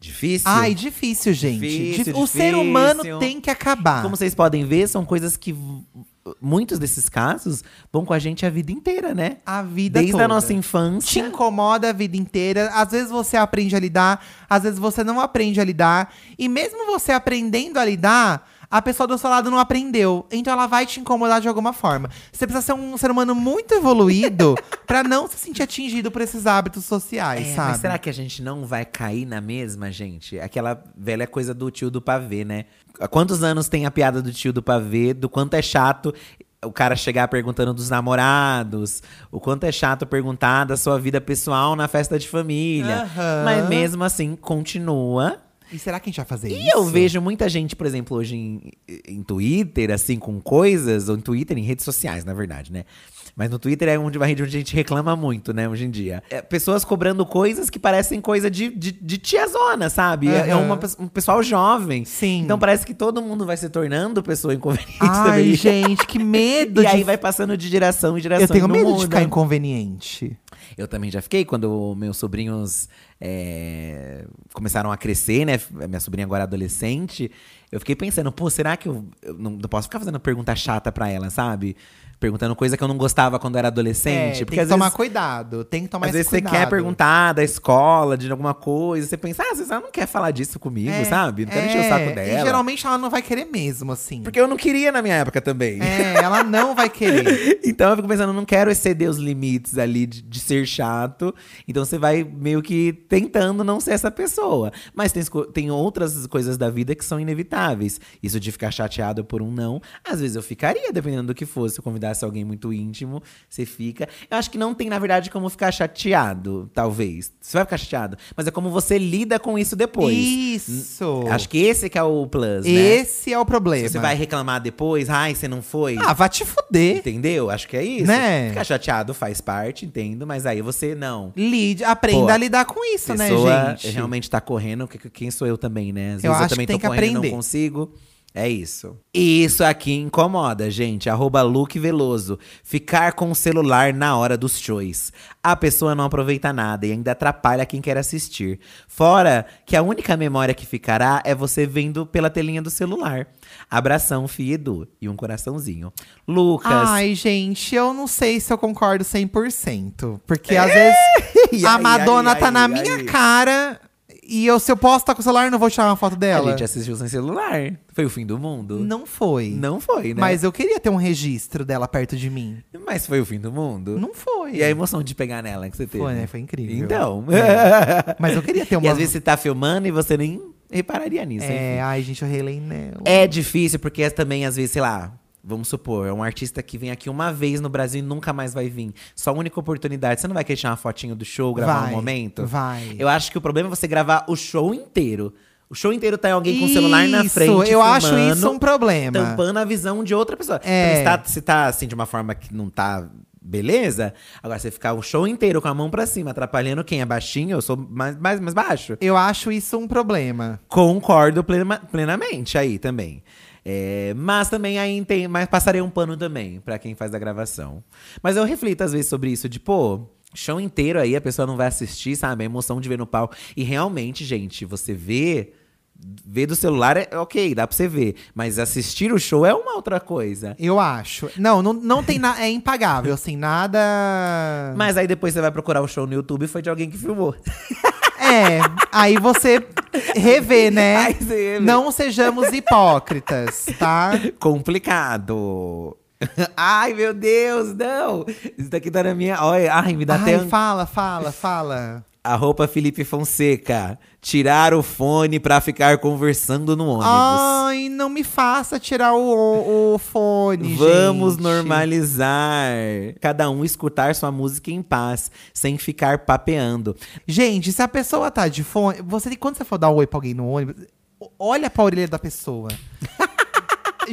Speaker 2: Difícil.
Speaker 1: Ai, difícil, gente.
Speaker 2: Difícil,
Speaker 1: Dif- O ser
Speaker 2: difícil.
Speaker 1: humano tem que acabar.
Speaker 2: Como vocês podem ver, são coisas que v- muitos desses casos vão com a gente a vida inteira, né?
Speaker 1: A vida
Speaker 2: Desde
Speaker 1: toda. um
Speaker 2: a nossa
Speaker 1: te
Speaker 2: infância.
Speaker 1: incomoda a vida inteira. Às vezes você aprende a lidar, às vezes você não aprende a lidar. E mesmo você aprendendo a lidar, a pessoa do seu lado não aprendeu. Então ela vai te incomodar de alguma forma. Você precisa ser um ser humano muito evoluído pra não se sentir atingido por esses hábitos sociais,
Speaker 2: É,
Speaker 1: sabe?
Speaker 2: mas será que a gente não vai cair na mesma, gente? Aquela velha coisa do tio do pavê, né? Há quantos anos tem a piada do tio do pavê, do quanto é chato o cara chegar perguntando dos namorados, o quanto é chato perguntar da sua vida pessoal na festa de família.
Speaker 1: Aham.
Speaker 2: Mas mesmo assim, continua
Speaker 1: E será que a gente vai fazer isso?
Speaker 2: E eu vejo muita gente, por exemplo, hoje em, em Twitter, assim, com coisas, ou em Twitter, em redes sociais, na verdade, né? Mas no Twitter é onde uma rede onde a gente reclama muito, né, hoje em dia. É, pessoas cobrando coisas que parecem coisa de, de, de tiazona, sabe? É, é
Speaker 1: Aham.
Speaker 2: uma pe- um pessoal jovem.
Speaker 1: Sim.
Speaker 2: Então parece que todo mundo vai se tornando pessoa inconveniente
Speaker 1: Ai,
Speaker 2: também.
Speaker 1: gente, que medo
Speaker 2: E
Speaker 1: de.
Speaker 2: aí vai passando de geração em geração.
Speaker 1: eu tenho
Speaker 2: e não
Speaker 1: medo de
Speaker 2: muda.
Speaker 1: ficar inconveniente.
Speaker 2: Eu também já fiquei quando meus sobrinhos é, começaram a crescer, né? Minha sobrinha agora é adolescente. Eu fiquei pensando, pô, será que eu, eu não não posso ficar fazendo pergunta chata pra ela, sabe? Perguntando coisa que eu não gostava quando era
Speaker 1: É,
Speaker 2: adolescente.
Speaker 1: tem
Speaker 2: porque
Speaker 1: que
Speaker 2: às
Speaker 1: tomar
Speaker 2: vezes,
Speaker 1: cuidado. Tem que tomar
Speaker 2: às
Speaker 1: esse
Speaker 2: vezes você
Speaker 1: cuidado.
Speaker 2: quer perguntar da escola, de alguma coisa. Você pensa, ah, às vezes ela não quer falar disso comigo,
Speaker 1: É,
Speaker 2: sabe? Não quero
Speaker 1: é,
Speaker 2: encher o Então saco
Speaker 1: E
Speaker 2: dela.
Speaker 1: geralmente ela não vai querer mesmo, assim.
Speaker 2: Porque eu não queria na minha época também.
Speaker 1: É, ela não vai querer.
Speaker 2: Então eu fico pensando, não quero exceder os limites ali de, de ser chato. Então você vai meio que tentando não ser essa pessoa. Mas tem, esco- tem outras coisas da vida que são inevitáveis. Isso de ficar chateado por um não. Às vezes eu ficaria, dependendo do que fosse. Se eu convidasse alguém muito íntimo, você fica. Eu acho que não tem, na verdade, como ficar chateado, talvez. Você vai ficar chateado. Mas é como você lida com isso depois.
Speaker 1: Isso.
Speaker 2: Acho que esse que é o plus, né?
Speaker 1: Esse é o
Speaker 2: Se
Speaker 1: problema.
Speaker 2: Você vai reclamar depois, ai, você não foi.
Speaker 1: Ah, vai te fuder.
Speaker 2: Entendeu? Acho que é isso.
Speaker 1: Né?
Speaker 2: Ficar chateado faz parte, entendo, mas aí você não.
Speaker 1: Lide, aprenda
Speaker 2: Pô,
Speaker 1: a lidar com isso,
Speaker 2: Pessoa
Speaker 1: né, gente?
Speaker 2: realmente tá correndo, que- que- quem sou eu também, né? Às
Speaker 1: Eu
Speaker 2: vezes eu
Speaker 1: acho
Speaker 2: também
Speaker 1: que tem
Speaker 2: tô
Speaker 1: que
Speaker 2: correndo e
Speaker 1: aprender.
Speaker 2: não consigo. É isso. E isso aqui incomoda, gente. Arroba Luke Veloso. Ficar com o celular na hora dos shows. A pessoa não aproveita nada e ainda atrapalha quem quer assistir. Fora que a única memória que ficará é você vendo pela telinha do celular. Abração, Fi Edu. E um coraçãozinho. Lucas.
Speaker 1: Ai, gente, eu não sei se eu concordo 100%. Porque às vezes
Speaker 2: É! E
Speaker 1: a
Speaker 2: aí,
Speaker 1: Madonna
Speaker 2: aí,
Speaker 1: tá
Speaker 2: aí,
Speaker 1: na
Speaker 2: aí.
Speaker 1: minha cara e eu, se eu posso estar com o celular, eu não vou tirar uma foto
Speaker 2: A
Speaker 1: dela.
Speaker 2: gente é assistiu sem celular. Foi o fim do mundo?
Speaker 1: Não foi.
Speaker 2: Não foi, né?
Speaker 1: Mas eu queria ter um registro dela perto de mim.
Speaker 2: Mas foi o fim do mundo?
Speaker 1: Não foi.
Speaker 2: E a emoção de pegar nela que você teve?
Speaker 1: Foi, né? Foi incrível.
Speaker 2: Então.
Speaker 1: Mas eu queria ter uma.
Speaker 2: e às vezes você tá filmando e você nem repararia nisso. enfim.
Speaker 1: É, ai, gente, eu relei nela.
Speaker 2: É difícil, porque também, às vezes, sei lá, vamos supor, é um artista que vem aqui uma vez no Brasil e nunca mais vai vir. Só a única oportunidade. Você não vai querer tirar uma fotinho do show, gravar
Speaker 1: Vai,
Speaker 2: um momento?
Speaker 1: vai.
Speaker 2: Eu acho que o problema é você gravar o show inteiro. O show inteiro tá em alguém com o celular na
Speaker 1: Isso,
Speaker 2: frente.
Speaker 1: eu acho
Speaker 2: filmando,
Speaker 1: isso um problema.
Speaker 2: Tampando a visão de outra pessoa.
Speaker 1: É.
Speaker 2: Então, se, tá, se tá, assim de uma forma que não tá Beleza? Agora, você ficar o show inteiro com a mão pra cima, atrapalhando quem é baixinho, eu sou mais, mais, mais baixo.
Speaker 1: Eu acho isso um problema.
Speaker 2: Concordo plena- plenamente aí também. É, mas também aí tem, mas passarei um pano também pra quem faz da gravação. Mas eu reflito às vezes sobre isso, de pô, show inteiro aí a pessoa não vai assistir, sabe? A emoção de ver no palco. E realmente, gente, você vê ver do celular é ok, dá pra você ver, mas assistir o show é uma outra coisa.
Speaker 1: Eu acho. Não, não, não tem nada. É impagável, assim, nada.
Speaker 2: Mas aí depois você vai procurar o show no YouTube e foi de alguém que filmou.
Speaker 1: É, aí você revê, né?
Speaker 2: Aí você revê.
Speaker 1: Não sejamos hipócritas, tá?
Speaker 2: Complicado. Ai, meu Deus, não! Isso daqui tá na minha. Olha, ai, me dá
Speaker 1: Ai,
Speaker 2: até. um an-
Speaker 1: fala, fala, fala.
Speaker 2: A roupa Felipe Fonseca. Tirar o fone pra ficar conversando no ônibus.
Speaker 1: Ai, não me faça tirar o, o, o fone,
Speaker 2: Vamos
Speaker 1: gente.
Speaker 2: normalizar. Cada um escutar sua música em paz, sem ficar papeando.
Speaker 1: Gente, se a pessoa tá de fone, você tem- quando você for dar um oi pra alguém no ônibus, o- olha pra orelha da pessoa.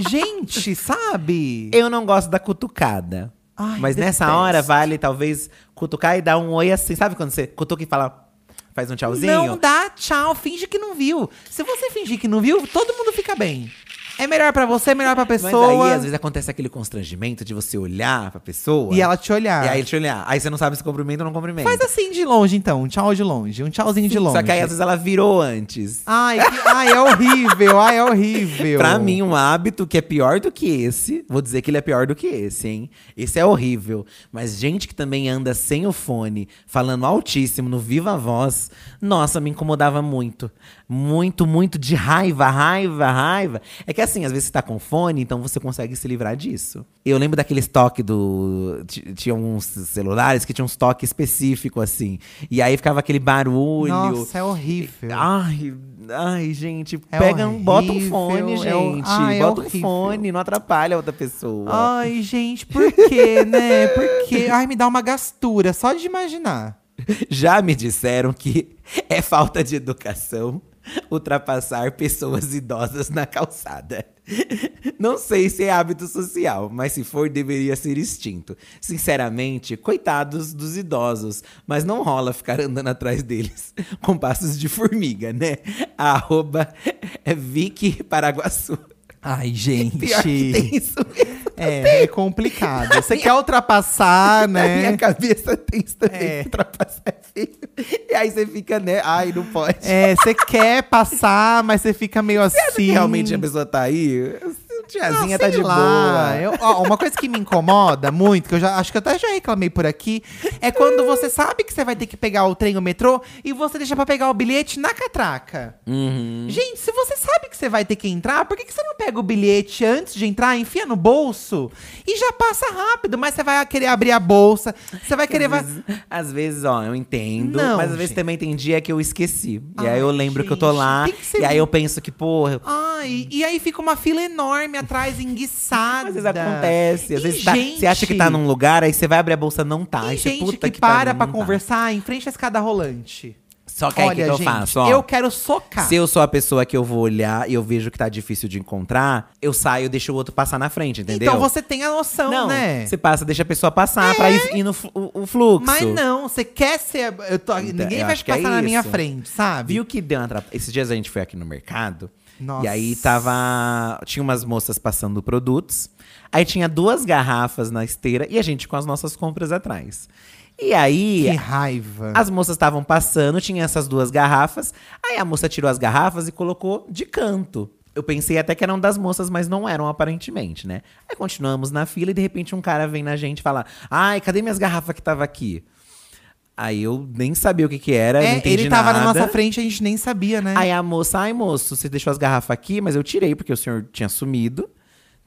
Speaker 1: gente, sabe?
Speaker 2: Eu não gosto da cutucada.
Speaker 1: Ai,
Speaker 2: mas nessa
Speaker 1: detesto.
Speaker 2: hora vale talvez cutucar e dar um oi assim. Sabe quando você cutuca e fala, faz um tchauzinho?
Speaker 1: Não dá tchau, finge que não viu. Se você fingir que não viu, todo mundo fica bem. É melhor pra você, é melhor pra
Speaker 2: Mas
Speaker 1: pessoa.
Speaker 2: aí, às vezes, acontece aquele constrangimento de você olhar pra pessoa.
Speaker 1: E ela te olhar.
Speaker 2: E aí, deixa eu olhar. Aí você não sabe se cumprimenta ou não cumprimenta.
Speaker 1: Faz assim de longe, então. Um tchau de longe. Um tchauzinho de longe.
Speaker 2: Só que aí, às vezes, ela virou antes.
Speaker 1: Ai, que- ai, é horrível. Ai, é horrível.
Speaker 2: Pra mim, um hábito que é pior do que esse. Vou dizer que ele é pior do que esse, hein? Esse é horrível. Mas gente que também anda sem o fone, falando altíssimo no viva voz, nossa, me incomodava muito. Muito, muito de raiva, raiva, raiva. É que assim, às vezes você tá com fone, então você consegue se livrar disso. Eu lembro daquele estoque do. t- Tinha uns celulares que tinha um estoque específico, assim. E aí ficava aquele barulho.
Speaker 1: Nossa, é horrível.
Speaker 2: Ai, ai, gente,
Speaker 1: É
Speaker 2: pega, um, bota um fone,
Speaker 1: horrível, é o-
Speaker 2: gente.
Speaker 1: ai, é
Speaker 2: bota um
Speaker 1: horrível.
Speaker 2: fone, não atrapalha a outra pessoa.
Speaker 1: Ai, gente, por quê, né? Por quê? Ai, me dá uma gastura, só de imaginar.
Speaker 2: Já me disseram que é falta de educação ultrapassar pessoas idosas na calçada. Não sei se é hábito social, mas se for, deveria ser extinto. Sinceramente, coitados dos idosos, mas não rola ficar andando atrás deles com passos de formiga, né? A arroba é Vicky Paraguaçu.
Speaker 1: Ai, gente.
Speaker 2: Pior que tem isso mesmo.
Speaker 1: É, é complicado. Você quer ultrapassar,
Speaker 2: Na
Speaker 1: né?
Speaker 2: minha cabeça tem isso também,
Speaker 1: É.
Speaker 2: ultrapassar feio. E aí você fica, né? Ai, não pode.
Speaker 1: É, você quer passar, mas você fica meio
Speaker 2: Se
Speaker 1: assim.
Speaker 2: realmente a pessoa tá aí, a tiazinha
Speaker 1: Ah,
Speaker 2: tá
Speaker 1: sei
Speaker 2: de
Speaker 1: lá.
Speaker 2: boa.
Speaker 1: Eu- ó, uma coisa que me incomoda muito, que eu já acho que eu até já reclamei por aqui, é quando você sabe que você vai ter que pegar o trem ou o metrô e você deixa pra pegar o bilhete na catraca.
Speaker 2: Uhum.
Speaker 1: Gente, se você sabe que você vai ter que entrar, por que, que você não pega o bilhete antes de entrar, enfia no bolso e já passa rápido? Mas você vai querer abrir a bolsa, você vai querer. va-
Speaker 2: Às, vezes, às vezes, ó, eu entendo,
Speaker 1: Não,
Speaker 2: mas às vezes
Speaker 1: gente.
Speaker 2: também tem dia que eu esqueci. E
Speaker 1: Ai,
Speaker 2: aí eu lembro que eu tô
Speaker 1: gente,
Speaker 2: lá,
Speaker 1: tem que ser
Speaker 2: e aí eu penso que, porra,
Speaker 1: Ai, e aí fica uma fila enorme atrás, enguiçada.
Speaker 2: às vezes acontece. Às
Speaker 1: E,
Speaker 2: vezes tá- você acha que tá
Speaker 1: gente,
Speaker 2: num lugar, aí você vai abrir a bolsa, não tá.
Speaker 1: Tem
Speaker 2: Aí você,
Speaker 1: gente
Speaker 2: puta
Speaker 1: que,
Speaker 2: que,
Speaker 1: para
Speaker 2: pariu,
Speaker 1: pra
Speaker 2: não tá.
Speaker 1: conversar em frente à escada rolante.
Speaker 2: Só que aí o que,
Speaker 1: Olha,
Speaker 2: que eu
Speaker 1: gente,
Speaker 2: faço, ó.
Speaker 1: eu quero socar.
Speaker 2: Se eu sou a pessoa que eu vou olhar e eu vejo que tá difícil de encontrar, eu saio e deixo o outro passar na frente, entendeu?
Speaker 1: Então você tem a noção,
Speaker 2: não,
Speaker 1: né? É.
Speaker 2: Você passa, deixa a pessoa passar pra ir, ir no flu- o, o fluxo.
Speaker 1: Mas não, você quer ser. eu tô-
Speaker 2: Então,
Speaker 1: ninguém
Speaker 2: eu
Speaker 1: vai
Speaker 2: acho que é
Speaker 1: passar na minha
Speaker 2: isso.
Speaker 1: frente, sabe?
Speaker 2: Viu que deu uma atrap... Esses dias a gente foi aqui no mercado.
Speaker 1: Nossa.
Speaker 2: E aí tava. Tinha umas moças passando produtos. Aí tinha duas garrafas na esteira e a gente com as nossas compras atrás. E aí,
Speaker 1: Que raiva.
Speaker 2: As moças estavam passando, tinha essas duas garrafas. Aí a moça tirou as garrafas e colocou de canto. Eu pensei até que eram das moças, mas não eram aparentemente, né? Aí continuamos na fila e de repente um cara vem na gente e fala: Ai, cadê minhas garrafas que tava aqui? Aí eu nem sabia o que que era, não
Speaker 1: É,
Speaker 2: entendi
Speaker 1: ele tava
Speaker 2: nada.
Speaker 1: na nossa frente, a gente nem sabia, né?
Speaker 2: Aí a moça, ai moço, você deixou as garrafas aqui, mas eu tirei porque o senhor tinha sumido,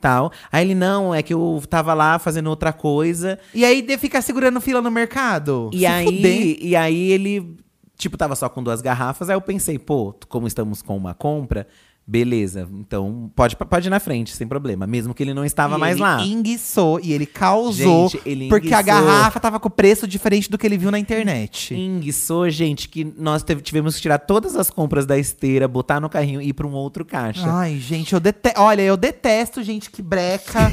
Speaker 2: tal. Aí ele, não, é que eu tava lá fazendo outra coisa
Speaker 1: E aí de ficar segurando fila no mercado.
Speaker 2: e
Speaker 1: Se
Speaker 2: aí,
Speaker 1: fuder.
Speaker 2: e aí ele, tipo, tava só com duas garrafas. Aí eu pensei, pô, como estamos com uma compra, beleza. Então pode, pode ir na frente, sem problema. Mesmo que ele não estava
Speaker 1: E
Speaker 2: mais
Speaker 1: ele
Speaker 2: lá.
Speaker 1: enguiçou e ele causou.
Speaker 2: Gente, ele
Speaker 1: porque a
Speaker 2: enguiçou.
Speaker 1: garrafa tava com o preço diferente do que ele viu na internet.
Speaker 2: Enguiçou, gente, que nós teve- tivemos que tirar todas as compras da esteira, botar no carrinho e ir pra um outro caixa.
Speaker 1: Ai, gente, eu detesto. Olha, eu detesto gente que breca.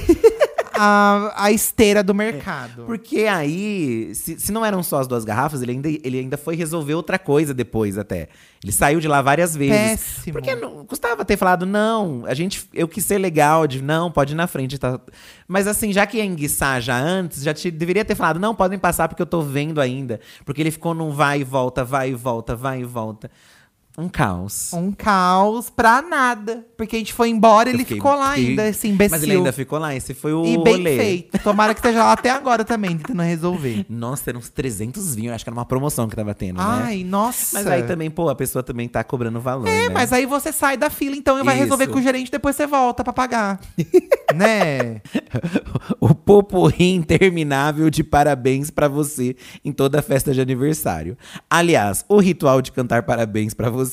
Speaker 1: a, a esteira do mercado.
Speaker 2: Porque aí, se, se não eram só as duas garrafas, ele ainda, ele ainda foi resolver outra coisa depois até. Ele saiu de lá várias vezes.
Speaker 1: Péssimo.
Speaker 2: Porque não, custava ter falado, não, a gente, eu quis ser legal, de não, pode ir na frente. Tá. Mas assim, já que ia enguiçar já antes, já te, deveria ter falado, não, podem passar porque eu tô vendo ainda. Porque ele ficou num vai e volta, vai e volta, vai e volta. Um caos.
Speaker 1: Um caos pra nada. Porque a gente foi embora,
Speaker 2: Eu
Speaker 1: ele
Speaker 2: fiquei-
Speaker 1: ficou lá
Speaker 2: fiquei-
Speaker 1: ainda, esse imbecil.
Speaker 2: Mas ele ainda ficou lá, esse foi o
Speaker 1: e bem
Speaker 2: rolê. Né?
Speaker 1: feito. Tomara que esteja lá até agora também, tentando resolver.
Speaker 2: Nossa, eram uns 300 vinhos, acho que era uma promoção que tava tendo, né?
Speaker 1: Ai, nossa.
Speaker 2: Mas aí também, pô, a pessoa também tá cobrando valor,
Speaker 1: É,
Speaker 2: né?
Speaker 1: mas aí você sai da fila, então, e vai
Speaker 2: Isso.
Speaker 1: resolver com o gerente, depois você volta pra pagar. né?
Speaker 2: O poporri interminável de parabéns pra você em toda festa de aniversário. Aliás, o ritual de cantar parabéns pra você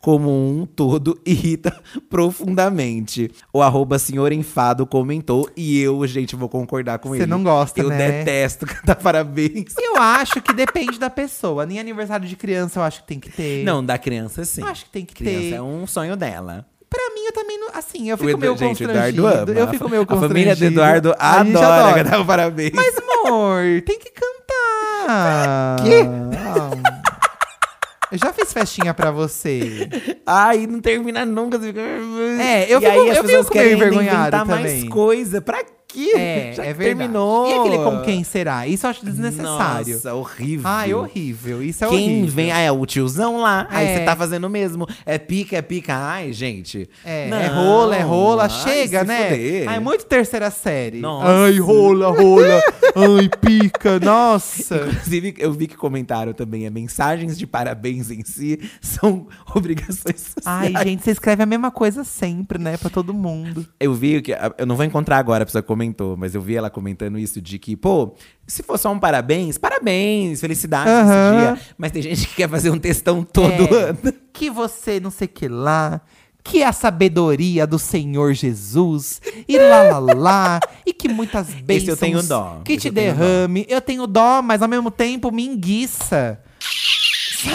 Speaker 2: como um todo irrita profundamente. O arroba senhor enfado comentou e eu, gente, vou concordar com
Speaker 1: Você
Speaker 2: ele.
Speaker 1: não gosta,
Speaker 2: eu
Speaker 1: né?
Speaker 2: detesto cantar parabéns.
Speaker 1: Eu acho que depende da pessoa. Nem aniversário de criança eu acho que tem que ter.
Speaker 2: Não, da criança sim.
Speaker 1: Eu acho que tem que
Speaker 2: Criança
Speaker 1: ter.
Speaker 2: é um sonho dela.
Speaker 1: Pra mim, eu também não. Assim, eu
Speaker 2: O
Speaker 1: fico
Speaker 2: Edu-
Speaker 1: meio
Speaker 2: gente, o
Speaker 1: constrangido.
Speaker 2: Eduardo ama.
Speaker 1: Eu fico meio
Speaker 2: A
Speaker 1: constrangido.
Speaker 2: família do Eduardo
Speaker 1: A gente
Speaker 2: adora, cantar o parabéns.
Speaker 1: Mas, amor, tem que cantar.
Speaker 2: Quê?
Speaker 1: Ah, Eu já fiz festinha pra você.
Speaker 2: Ai, não termina nunca. você fica-
Speaker 1: É, eu
Speaker 2: e aí
Speaker 1: fico-
Speaker 2: as
Speaker 1: eu
Speaker 2: pessoas
Speaker 1: fico meio
Speaker 2: querem ainda
Speaker 1: envergonhado
Speaker 2: inventar mais
Speaker 1: também.
Speaker 2: coisa. Pra quê?
Speaker 1: É,
Speaker 2: Já
Speaker 1: é
Speaker 2: que
Speaker 1: verdade.
Speaker 2: Terminou.
Speaker 1: E aquele como quem será? Isso eu acho desnecessário.
Speaker 2: Nossa, horrível.
Speaker 1: Ai, horrível. Isso é
Speaker 2: Quem
Speaker 1: horrível.
Speaker 2: vem, ah, é o tiozão lá. Aí
Speaker 1: É.
Speaker 2: você tá fazendo o mesmo. É pica, é pica. Ai, gente.
Speaker 1: É,
Speaker 2: Não.
Speaker 1: é rola, é rola,
Speaker 2: Ai,
Speaker 1: chega,
Speaker 2: se
Speaker 1: né?
Speaker 2: fuder.
Speaker 1: Ai, muito terceira série.
Speaker 2: Nossa.
Speaker 1: Ai, rola, rola. Ai, pica, nossa.
Speaker 2: Inclusive, eu vi que comentaram também. É, mensagens de parabéns em si são obrigações sociais.
Speaker 1: Ai, gente, você escreve a mesma coisa sempre, né? Pra todo mundo.
Speaker 2: Eu vi que. Eu não vou encontrar agora, a pessoa que comentou, mas eu vi ela comentando isso de que, pô, se for só um parabéns, parabéns, felicidade
Speaker 1: Aham.
Speaker 2: nesse dia. Mas tem gente que quer fazer um textão todo
Speaker 1: É.
Speaker 2: ano.
Speaker 1: Que você não sei que lá. Que a sabedoria do Senhor Jesus. E lá, lá, lá. E que muitas bênçãos
Speaker 2: eu tenho dó.
Speaker 1: que
Speaker 2: Esse
Speaker 1: te
Speaker 2: eu tenho dó.
Speaker 1: derrame. Eu tenho dó, mas ao mesmo tempo me enguiça.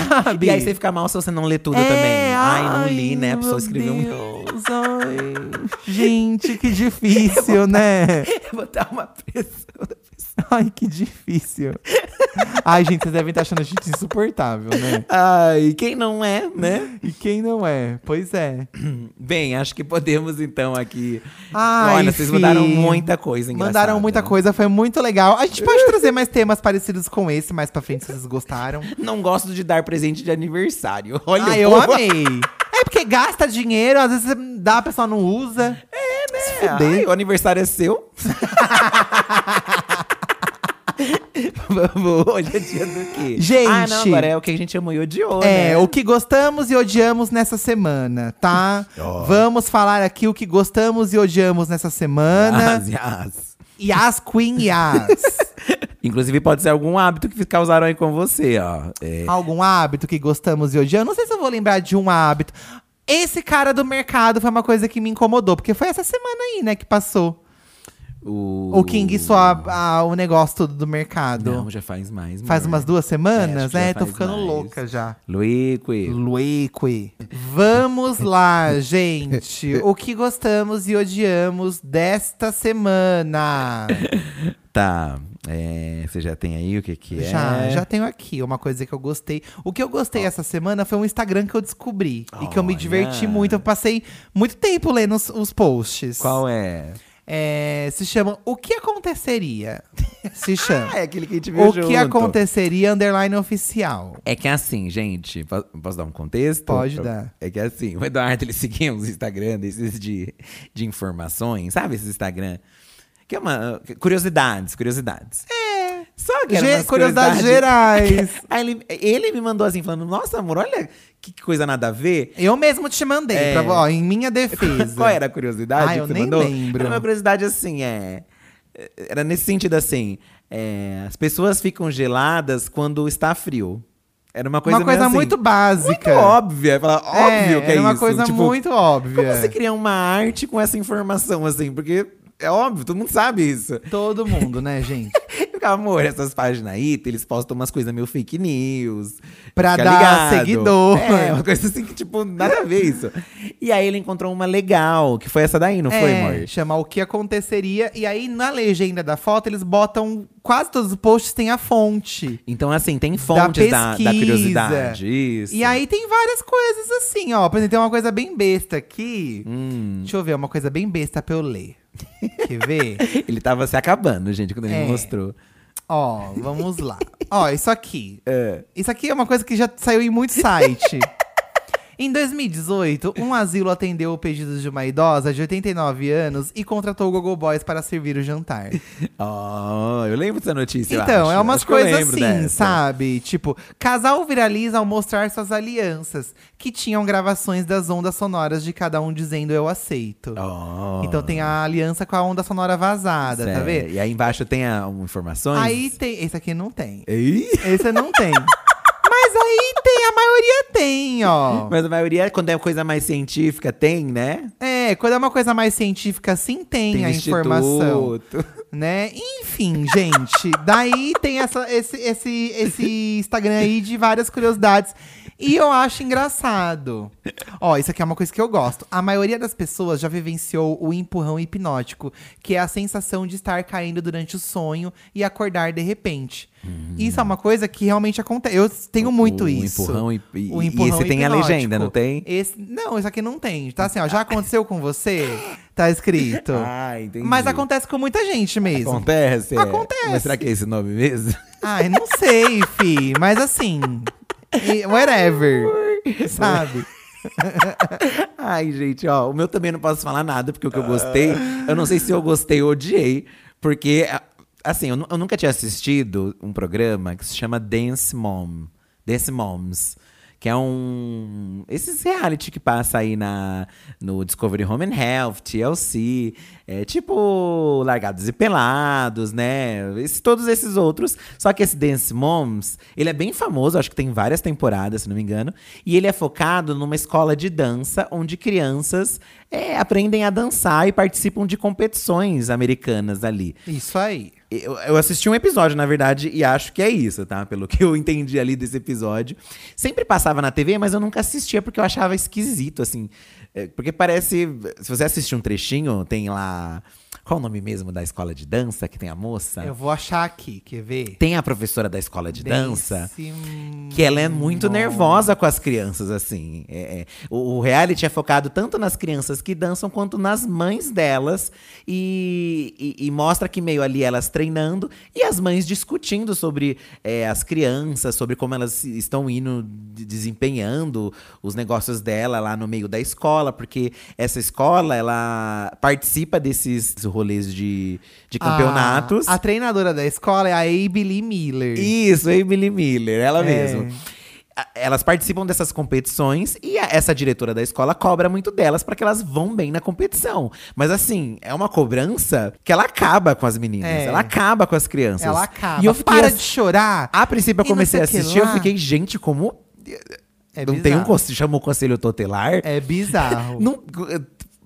Speaker 1: Sabe?
Speaker 2: E aí você fica mal se você não lê tudo
Speaker 1: É,
Speaker 2: também. Ai, não li, né? A
Speaker 1: meu
Speaker 2: pessoa escreveu um.
Speaker 1: Deus, ai. Gente, que difícil, né?
Speaker 2: Vou dar uma pressão. da pessoa.
Speaker 1: Ai, que difícil. Ai, gente, vocês devem estar achando a gente insuportável, né?
Speaker 2: Ai, quem não é, né?
Speaker 1: E quem não é? Pois é.
Speaker 2: Bem, acho que podemos então aqui.
Speaker 1: Ai,
Speaker 2: Olha, vocês
Speaker 1: fi.
Speaker 2: mandaram muita coisa, engraçada.
Speaker 1: Mandaram muita coisa, foi muito legal. A gente pode trazer mais temas parecidos com esse mais pra frente, se vocês gostaram.
Speaker 2: Não gosto de dar presente de aniversário. Olha,
Speaker 1: ah,
Speaker 2: o
Speaker 1: eu
Speaker 2: povo-
Speaker 1: amei. É porque gasta dinheiro, às vezes você dá, a pessoa não usa. É, né? Se fuder.
Speaker 2: Ai, o aniversário é seu. Vamos, hoje é dia do quê?
Speaker 1: Gente.
Speaker 2: Ah, não, agora é o que a gente amou e odiou,
Speaker 1: É,
Speaker 2: né?
Speaker 1: o que gostamos e odiamos nessa semana, tá? Vamos falar aqui o que gostamos e odiamos nessa semana.
Speaker 2: Yas, yas.
Speaker 1: Yas Queen Yas.
Speaker 2: Inclusive, pode ser algum hábito que causaram aí com você, ó. É.
Speaker 1: Algum hábito que gostamos e odiamos? Não sei se eu vou lembrar de um hábito. Esse cara do mercado foi uma coisa que me incomodou, porque foi essa semana aí, né, que passou.
Speaker 2: O,
Speaker 1: O King só a- a- o negócio todo do mercado.
Speaker 2: Não, já faz mais.
Speaker 1: Faz
Speaker 2: amor.
Speaker 1: umas duas
Speaker 2: É, acho
Speaker 1: semanas,
Speaker 2: que já
Speaker 1: né? Tô
Speaker 2: faz
Speaker 1: ficando
Speaker 2: mais.
Speaker 1: louca já.
Speaker 2: Luíque.
Speaker 1: Luique. Vamos lá, gente. O que gostamos e odiamos desta semana?
Speaker 2: Tá. é, você já tem aí o que que é?
Speaker 1: Já, já tenho aqui uma coisa que eu gostei. O que eu gostei essa semana foi um Instagram que eu descobri. E que eu me
Speaker 2: Olha.
Speaker 1: diverti muito. Eu passei muito tempo lendo os, os posts.
Speaker 2: Qual é?
Speaker 1: É, se chama O que aconteceria? Se chama.
Speaker 2: Ah, é aquele que a gente viu
Speaker 1: o
Speaker 2: junto.
Speaker 1: que aconteceria, underline oficial.
Speaker 2: É que assim, gente, po- posso dar um contexto?
Speaker 1: Pode
Speaker 2: Eu-
Speaker 1: dar.
Speaker 2: É que assim, o Eduardo, ele seguia uns Instagram desses de, de informações, sabe esses Instagram? Que é uma… curiosidades, curiosidades. É. Só que eram
Speaker 1: Ge-
Speaker 2: umas
Speaker 1: curiosidades gerais.
Speaker 2: Aí ele, ele me mandou assim, falando, nossa amor, olha que coisa nada a ver.
Speaker 1: Eu mesmo te mandei,
Speaker 2: É.
Speaker 1: pra, ó, em minha defesa.
Speaker 2: Qual era a curiosidade
Speaker 1: Ah,
Speaker 2: que
Speaker 1: eu
Speaker 2: você
Speaker 1: nem
Speaker 2: mandou?
Speaker 1: lembro.
Speaker 2: Era uma curiosidade assim, é. Era nesse sentido assim. é, as pessoas ficam geladas quando está frio. Era uma coisa
Speaker 1: uma coisa
Speaker 2: meio assim,
Speaker 1: muito básica.
Speaker 2: muito óbvia. Falar, óbvio que é
Speaker 1: era uma
Speaker 2: isso.
Speaker 1: coisa
Speaker 2: tipo,
Speaker 1: muito
Speaker 2: Como
Speaker 1: óbvia.
Speaker 2: você cria uma arte com essa informação, assim? Porque é óbvio, todo mundo sabe isso.
Speaker 1: Todo mundo, né, gente?
Speaker 2: Eu Porque, amor, essas páginas aí, eles postam umas coisas meio fake news.
Speaker 1: Pra
Speaker 2: fica
Speaker 1: dar
Speaker 2: ligado.
Speaker 1: seguidor.
Speaker 2: É, uma coisa assim que, tipo, nada a ver isso. E aí ele encontrou uma legal, que foi essa daí, não foi,
Speaker 1: É,
Speaker 2: amor?
Speaker 1: Chama o que aconteceria. E aí, na legenda da foto, eles botam. Quase todos os posts têm a fonte.
Speaker 2: Então, assim, tem fontes da, da
Speaker 1: pesquisa.
Speaker 2: curiosidade. Isso.
Speaker 1: E aí tem várias coisas assim, ó. Por exemplo, tem uma coisa bem besta aqui.
Speaker 2: Hum.
Speaker 1: Deixa eu ver, uma coisa bem besta pra eu ler. Quer ver?
Speaker 2: Ele tava se acabando, gente, quando ele
Speaker 1: É.
Speaker 2: me mostrou.
Speaker 1: Ó, vamos lá. Ó, isso aqui.
Speaker 2: É.
Speaker 1: Isso aqui é uma coisa que já saiu em muito site. Em 2018, um asilo atendeu o pedido de uma idosa de 89 anos e contratou o Google Boys para servir o jantar.
Speaker 2: Oh, eu lembro dessa notícia. eu
Speaker 1: Então,
Speaker 2: acho.
Speaker 1: é umas
Speaker 2: Acho que eu
Speaker 1: coisas
Speaker 2: lembro
Speaker 1: assim,
Speaker 2: dessa.
Speaker 1: sabe? Tipo, casal viraliza ao mostrar suas alianças, que tinham gravações das ondas sonoras de cada um dizendo eu aceito.
Speaker 2: Oh.
Speaker 1: Então tem a aliança com a onda sonora vazada, tá
Speaker 2: Sério.
Speaker 1: vendo?
Speaker 2: é. E aí embaixo tem a, um, informações.
Speaker 1: Aí tem. Esse aqui não tem.
Speaker 2: Ei?
Speaker 1: Esse não tem. Mas aí tem, a maioria tem, ó.
Speaker 2: Mas a maioria, quando é coisa mais científica, tem, né?
Speaker 1: É, quando é uma coisa mais científica, sim tem, a informação.
Speaker 2: instituto.
Speaker 1: né? Enfim, gente. Daí tem essa, esse, esse, esse Instagram aí de várias curiosidades. E eu acho engraçado. Ó, isso aqui é uma coisa que eu gosto. A maioria das pessoas já vivenciou o empurrão hipnótico, que é a sensação de estar caindo durante o sonho e acordar de repente. Isso é uma coisa que realmente acontece. Eu tenho muito
Speaker 2: Hum. o
Speaker 1: isso.
Speaker 2: Empurrão e, e,
Speaker 1: O
Speaker 2: e
Speaker 1: empurrão
Speaker 2: esse tem a
Speaker 1: hipnótico.
Speaker 2: legenda, não tem?
Speaker 1: Esse, não, isso aqui não tem. Tá assim, ó. Já aconteceu com você? Tá escrito.
Speaker 2: Ah, entendi.
Speaker 1: Mas acontece com muita gente mesmo.
Speaker 2: Acontece. é.
Speaker 1: Acontece.
Speaker 2: Mas será que é esse nome mesmo?
Speaker 1: Ai, não sei, fi. Mas assim. e- Whatever. Sabe?
Speaker 2: Ai, gente, ó, o meu também não posso falar nada, porque o que eu gostei, eu não sei se eu gostei ou odiei, porque, a- assim, eu, nu- eu nunca tinha assistido um programa que se chama Dance Mom, Dance Moms, que é um. Esses reality que passa aí na, no Discovery Home and Health, TLC, é tipo Largados e Pelados, né? Esse- todos esses outros. Só que esse Dance Moms, ele é bem famoso, acho que tem várias temporadas, se não me engano. E ele é focado numa escola de dança, onde crianças é, aprendem a dançar e participam de competições americanas ali.
Speaker 1: Isso aí.
Speaker 2: Eu, eu assisti um episódio, na verdade, e acho que é isso, tá? Pelo que eu entendi ali desse episódio. Sempre passava na TV, mas eu nunca assistia porque eu achava esquisito, assim. É, Porque parece. Se você assistir um trechinho, tem lá. Qual o nome mesmo da escola de dança que tem a moça?
Speaker 1: Eu vou achar aqui, quer ver?
Speaker 2: Tem a professora da escola de dança.
Speaker 1: Dance
Speaker 2: Que ela é muito
Speaker 1: Mom.
Speaker 2: nervosa com as crianças, assim. É, é. O, o reality é focado tanto nas crianças que dançam quanto nas mães delas. E, e- e mostra que meio ali elas treinando e as mães discutindo sobre é, as crianças, sobre como elas se- estão indo de- desempenhando os negócios dela lá no meio da escola, porque essa escola ela participa desses rolês de, de campeonatos.
Speaker 1: Ah, A, a treinadora da escola é a Abilene Miller.
Speaker 2: Isso, Emily Miller, ela
Speaker 1: É.
Speaker 2: mesma. A- Elas participam dessas competições e a- essa diretora da escola cobra muito delas pra que elas vão bem na competição. Mas assim, é uma cobrança que ela acaba com as meninas,
Speaker 1: É.
Speaker 2: ela acaba com as crianças.
Speaker 1: Ela acaba.
Speaker 2: E eu fiquei
Speaker 1: Para
Speaker 2: ass-
Speaker 1: de chorar.
Speaker 2: A princípio eu
Speaker 1: E não
Speaker 2: comecei
Speaker 1: sei
Speaker 2: a
Speaker 1: o que
Speaker 2: assistir, eu
Speaker 1: lá.
Speaker 2: fiquei, gente, como.
Speaker 1: É
Speaker 2: não tem um
Speaker 1: bizarro.
Speaker 2: conselho, chamou conselho tutelar?
Speaker 1: É bizarro.
Speaker 2: Não- é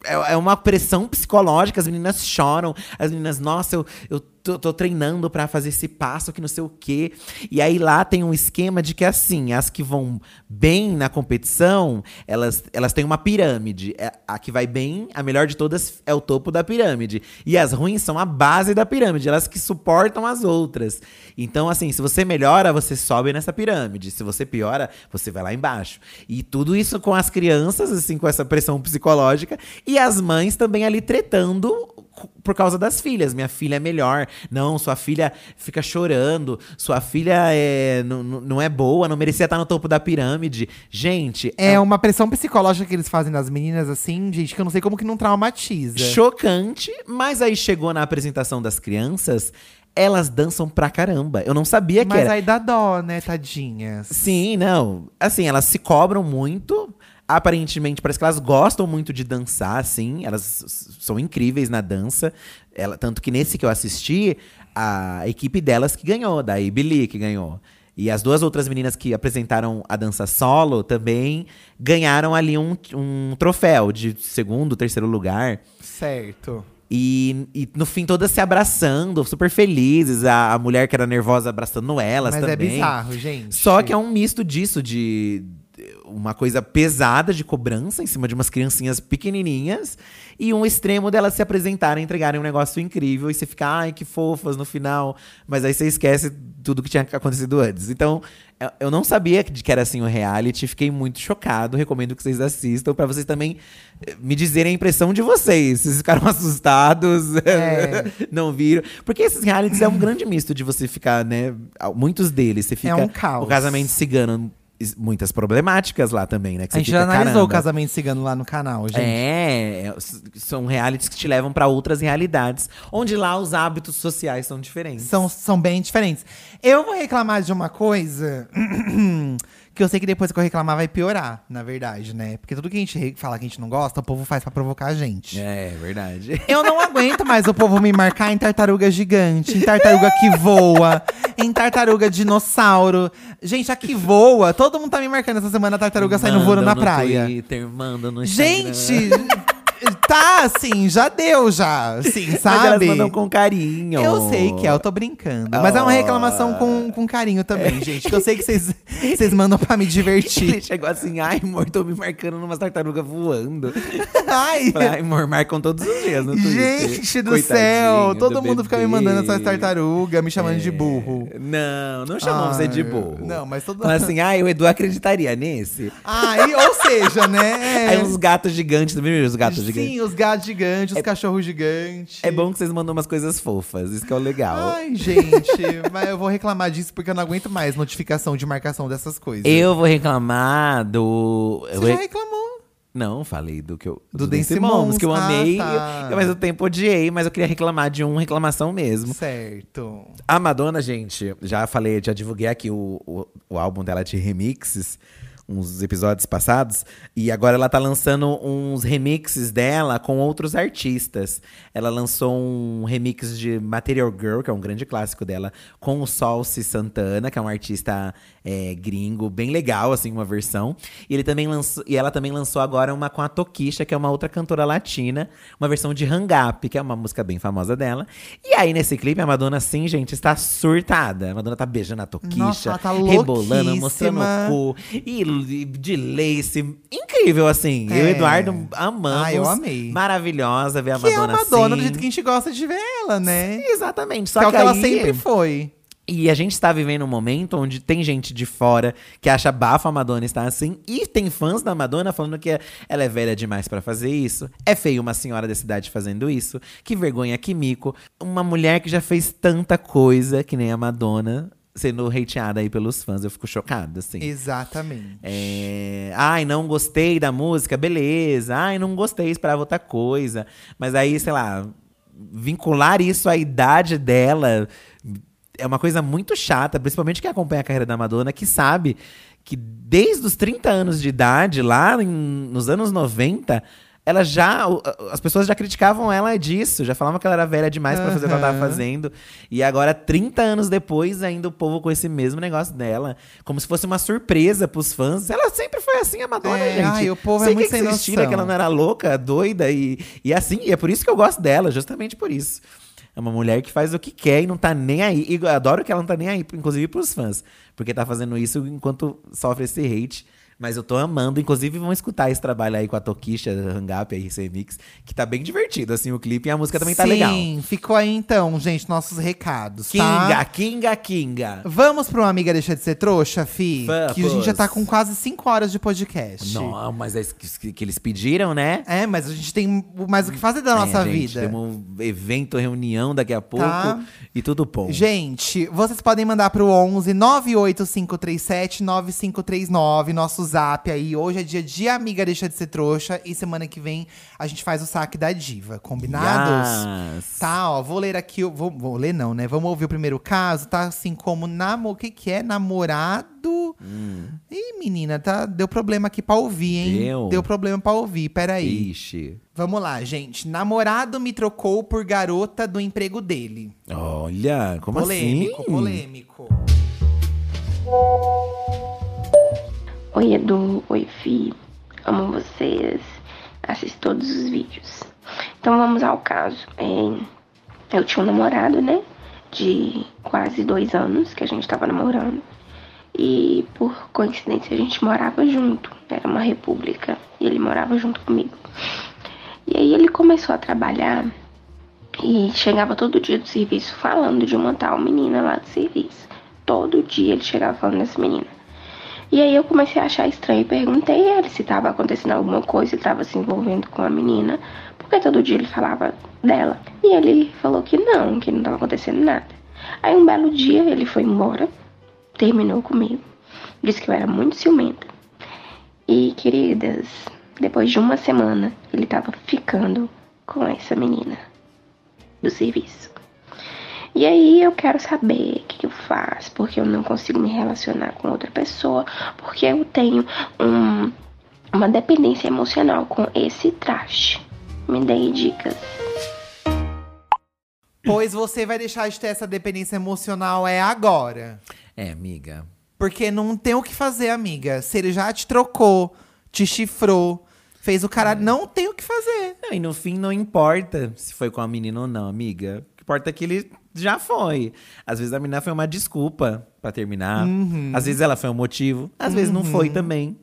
Speaker 2: é uma pressão psicológica, as meninas choram, as meninas, nossa, eu, eu tô, tô treinando pra fazer esse passo que não sei o quê. E aí lá tem um esquema de que assim, as que vão bem na competição, elas, elas têm uma pirâmide. É, A que vai bem, a melhor de todas, é o topo da pirâmide. E as ruins são a base da pirâmide, elas que suportam as outras. Então, assim, se você melhora, você sobe nessa pirâmide. Se você piora, você vai lá embaixo. E tudo isso com as crianças, assim, com essa pressão psicológica. E as mães também ali tretando cu- por causa das filhas. Minha filha é melhor. Não, sua filha fica chorando. Sua filha é, não, não- não é boa, não merecia estar no topo da pirâmide. Gente,
Speaker 1: É uma pressão psicológica que eles fazem nas meninas, assim, gente, que eu não sei como que não traumatiza.
Speaker 2: Chocante, mas aí chegou na apresentação das crianças, elas dançam pra caramba. Eu não sabia que é.
Speaker 1: Mas
Speaker 2: era.
Speaker 1: aí dá dó, né, tadinhas.
Speaker 2: Sim, não. Assim, elas se cobram muito. Aparentemente, parece que elas gostam muito de dançar, assim. Elas s- são incríveis na dança. Ela, tanto que nesse que eu assisti, a equipe delas que ganhou, da Ibili que ganhou. E as duas outras meninas que apresentaram a dança solo também ganharam ali um, um troféu de segundo, terceiro lugar.
Speaker 1: Certo.
Speaker 2: E, e no fim, todas se abraçando, super felizes. A, a mulher que era nervosa abraçando elas
Speaker 1: Mas é
Speaker 2: também.
Speaker 1: bizarro, gente.
Speaker 2: Só que é um misto disso, de de uma coisa pesada de cobrança em cima de umas criancinhas pequenininhas e um extremo delas se apresentarem, entregarem um negócio incrível e você fica, ai, que fofas no final, mas aí você esquece tudo que tinha acontecido antes. Então, eu- eu não sabia que que era assim o reality, fiquei muito chocado, recomendo que vocês assistam pra vocês também eh, me dizerem a impressão de vocês, vocês ficaram assustados,
Speaker 1: É.
Speaker 2: não viram, porque esses realities é um grande misto de você ficar, né, muitos deles, você fica
Speaker 1: um caos.
Speaker 2: o casamento cigano, is- muitas problemáticas lá também, né? Que
Speaker 1: A
Speaker 2: você
Speaker 1: gente
Speaker 2: fica,
Speaker 1: já analisou
Speaker 2: "Caramba".
Speaker 1: o casamento cigano lá no canal, gente.
Speaker 2: É, s- são realities que te levam pra outras realidades, onde lá os hábitos sociais são diferentes.
Speaker 1: São, são bem diferentes. Eu vou reclamar de uma coisa que eu sei que depois que eu reclamar vai piorar, na verdade, né? Porque tudo que a gente re- fala que a gente não gosta, o povo faz pra provocar a gente.
Speaker 2: É, verdade.
Speaker 1: Eu não aguento mais o povo me marcar em tartaruga gigante, em tartaruga que voa, em tartaruga dinossauro. Gente, a que voa, todo mundo tá me marcando essa semana a tartaruga saindo
Speaker 2: Mandam
Speaker 1: voando na
Speaker 2: no
Speaker 1: praia.
Speaker 2: Twitter, manda no Instagram. né?
Speaker 1: Gente, tá assim, já deu já, assim,
Speaker 2: Mas elas
Speaker 1: sabe?
Speaker 2: mandam com carinho.
Speaker 1: Eu sei que é, eu tô brincando. Mas é uma reclamação
Speaker 2: Ah.
Speaker 1: com, com carinho também, gente. Que eu sei que vocês vocês mandam pra me divertir.
Speaker 2: Ele chegou assim, ai, amor, tô me marcando numa tartaruga voando.
Speaker 1: Ai!
Speaker 2: Falei, Ai, amor, marcam todos os dias no Twitter.
Speaker 1: Gente do
Speaker 2: Coitadinho
Speaker 1: céu!
Speaker 2: do
Speaker 1: Todo mundo fica me
Speaker 2: bebê.
Speaker 1: mandando essas tartarugas, me chamando de burro.
Speaker 2: Não, não chamam você de
Speaker 1: Ai,
Speaker 2: burro.
Speaker 1: Não, mas todo
Speaker 2: Fala assim, ah, o Edu acreditaria nesse?
Speaker 1: Ai, ou seja, né?
Speaker 2: Aí uns gatos gigantes, também os gatos gigantes?
Speaker 1: Sim, os gatos gigantes, os cachorros gigantes.
Speaker 2: É bom que vocês mandam umas coisas fofas, isso que é o legal.
Speaker 1: Ai, gente, mas eu vou reclamar disso porque eu não aguento mais notificação de marcação dessas coisas.
Speaker 2: eu vou reclamar do. eu
Speaker 1: Você já
Speaker 2: re-
Speaker 1: reclamou.
Speaker 2: Não, falei do que eu.
Speaker 1: Do Dan Simmons,
Speaker 2: que eu
Speaker 1: ah,
Speaker 2: amei,
Speaker 1: tá.
Speaker 2: mas o tempo odiei, mas eu queria reclamar de um reclamação mesmo.
Speaker 1: Certo.
Speaker 2: A Madonna, gente, já falei, já divulguei aqui o, o, o álbum dela de remixes, uns episódios passados. E agora ela tá lançando uns remixes dela com outros artistas. Ela lançou um remix de Material Girl, que é um grande clássico dela, com o Salsi Santana, que é um artista é, gringo, bem legal, assim, uma versão. E, ele também lançou, e ela também lançou agora uma com a Tokisha, que é uma outra cantora latina, uma versão de Hang Up, que é uma música bem famosa dela. E aí, nesse clipe, a Madonna, sim, gente, está surtada. A Madonna tá beijando a Tokisha,
Speaker 1: Nossa, ela tá
Speaker 2: rebolando, mostrando
Speaker 1: louquíssima.
Speaker 2: o cu. E l- de lace, incrível, assim. Eu e o
Speaker 1: É.
Speaker 2: Eduardo amamos.
Speaker 1: Ah, eu amei.
Speaker 2: Maravilhosa ver a
Speaker 1: Que é a
Speaker 2: Madonna
Speaker 1: Madonna
Speaker 2: assim.
Speaker 1: do jeito que a gente gosta de ver ela, né?
Speaker 2: Exatamente, só
Speaker 1: que é
Speaker 2: que,
Speaker 1: o que ela
Speaker 2: aí-
Speaker 1: sempre foi.
Speaker 2: e a gente está vivendo um momento onde tem gente de fora que acha bafo a Madonna estar assim, e tem fãs da Madonna falando que ela é velha demais pra fazer isso, é feio uma senhora da cidade fazendo isso, que vergonha, que mico. Uma mulher que já fez tanta coisa que nem a Madonna sendo hateada aí pelos fãs, eu fico chocada, assim.
Speaker 1: Exatamente.
Speaker 2: É, Ai, não gostei da música, beleza. Ai, não gostei, esperava outra coisa. Mas aí, sei lá, vincular isso à idade dela é uma coisa muito chata, principalmente quem acompanha a carreira da Madonna, que sabe que desde os 30 anos de idade, lá em- nos anos 90, ela já. o- a- As pessoas já criticavam ela disso, já falavam que ela era velha demais pra fazer o que ela tava
Speaker 1: Aham.
Speaker 2: fazendo fazendo. E agora, 30 anos depois, ainda o povo com esse mesmo negócio dela. Como se fosse uma surpresa pros fãs. Ela sempre foi assim, a Madonna,
Speaker 1: É,
Speaker 2: gente.
Speaker 1: ai, o povo é
Speaker 2: Sei
Speaker 1: muito
Speaker 2: que
Speaker 1: sem
Speaker 2: existira,
Speaker 1: noção.
Speaker 2: que ela não era louca, doida e, e assim. E é por isso que eu gosto dela, justamente por isso. É uma mulher que faz o que quer e não tá nem aí. E eu adoro que ela não tá nem aí, inclusive pros fãs. Porque tá fazendo isso enquanto sofre esse hate. Mas eu tô amando. Inclusive, vão escutar esse trabalho aí com a Tokisha, Hang Up, aí, esse remix. Que tá bem divertido, assim, o clipe. E a música também tá
Speaker 1: Sim,
Speaker 2: legal.
Speaker 1: ficou aí então, gente, nossos recados,
Speaker 2: Kinga,
Speaker 1: tá?
Speaker 2: Kinga, Kinga.
Speaker 1: Vamos pro Amiga Deixa de Ser Trouxa, Fi? Que a gente já tá
Speaker 2: Vamos.
Speaker 1: com quase 5 horas de podcast.
Speaker 2: Não, mas é isso que, que eles pediram, né?
Speaker 1: É, mas a gente tem mais o que fazer da nossa
Speaker 2: É, gente,
Speaker 1: vida.
Speaker 2: Tem um evento, reunião daqui a pouco.
Speaker 1: Tá.
Speaker 2: E tudo bom.
Speaker 1: Gente, vocês podem mandar pro 11 98537 9539, nosso zap aí. Hoje é dia de Amiga Deixa de Ser Trouxa e semana que vem a gente faz o saque da diva, combinados?
Speaker 2: Yes.
Speaker 1: Tá, ó, vou ler aqui, o- vou, vou ler não, né? Vamos ouvir o primeiro caso, tá assim como namo, o que que é? Namorado?
Speaker 2: Hum.
Speaker 1: Ih, menina, tá, deu problema aqui pra ouvir, hein?
Speaker 2: Deu.
Speaker 1: Deu problema pra ouvir, peraí.
Speaker 2: Ixi.
Speaker 1: Vamos lá, gente. Namorado me trocou por garota do emprego dele.
Speaker 2: Olha, como
Speaker 1: Polêmico,
Speaker 2: assim?
Speaker 1: polêmico.
Speaker 3: Oi Edu, oi Fi, amo vocês, assisto todos os vídeos. Então vamos ao caso. É, eu tinha um namorado, né? De quase dois anos que a gente tava namorando. E por coincidência a gente morava junto. Era uma república. E ele morava junto comigo. E aí ele começou a trabalhar e chegava todo dia do serviço falando de uma tal menina lá do serviço. Todo dia ele chegava falando dessa menina. E aí eu comecei a achar estranho e perguntei a ele se estava acontecendo alguma coisa, ele estava se envolvendo com a menina, porque todo dia ele falava dela. E ele falou que não, que não estava acontecendo nada. Aí um belo dia ele foi embora, terminou comigo, disse que eu era muito ciumenta. E queridas, depois de uma semana ele estava ficando com essa menina do serviço. E aí eu quero saber o que, que eu faço, porque eu não consigo me relacionar com outra pessoa, porque eu tenho um, uma dependência emocional com esse traste. Me deem dicas.
Speaker 1: Pois você vai deixar de ter essa dependência emocional é agora.
Speaker 2: É, amiga.
Speaker 1: Porque não tem o que fazer, amiga. Se ele já te trocou, te chifrou, fez o
Speaker 2: Hum.
Speaker 1: cara, não tem o que fazer.
Speaker 2: Não, e no fim não importa se foi com a menina ou não, amiga. O que importa é que ele já foi. Às vezes a menina foi uma desculpa pra terminar.
Speaker 1: Uhum.
Speaker 2: Às vezes ela foi um motivo, às vezes não foi também.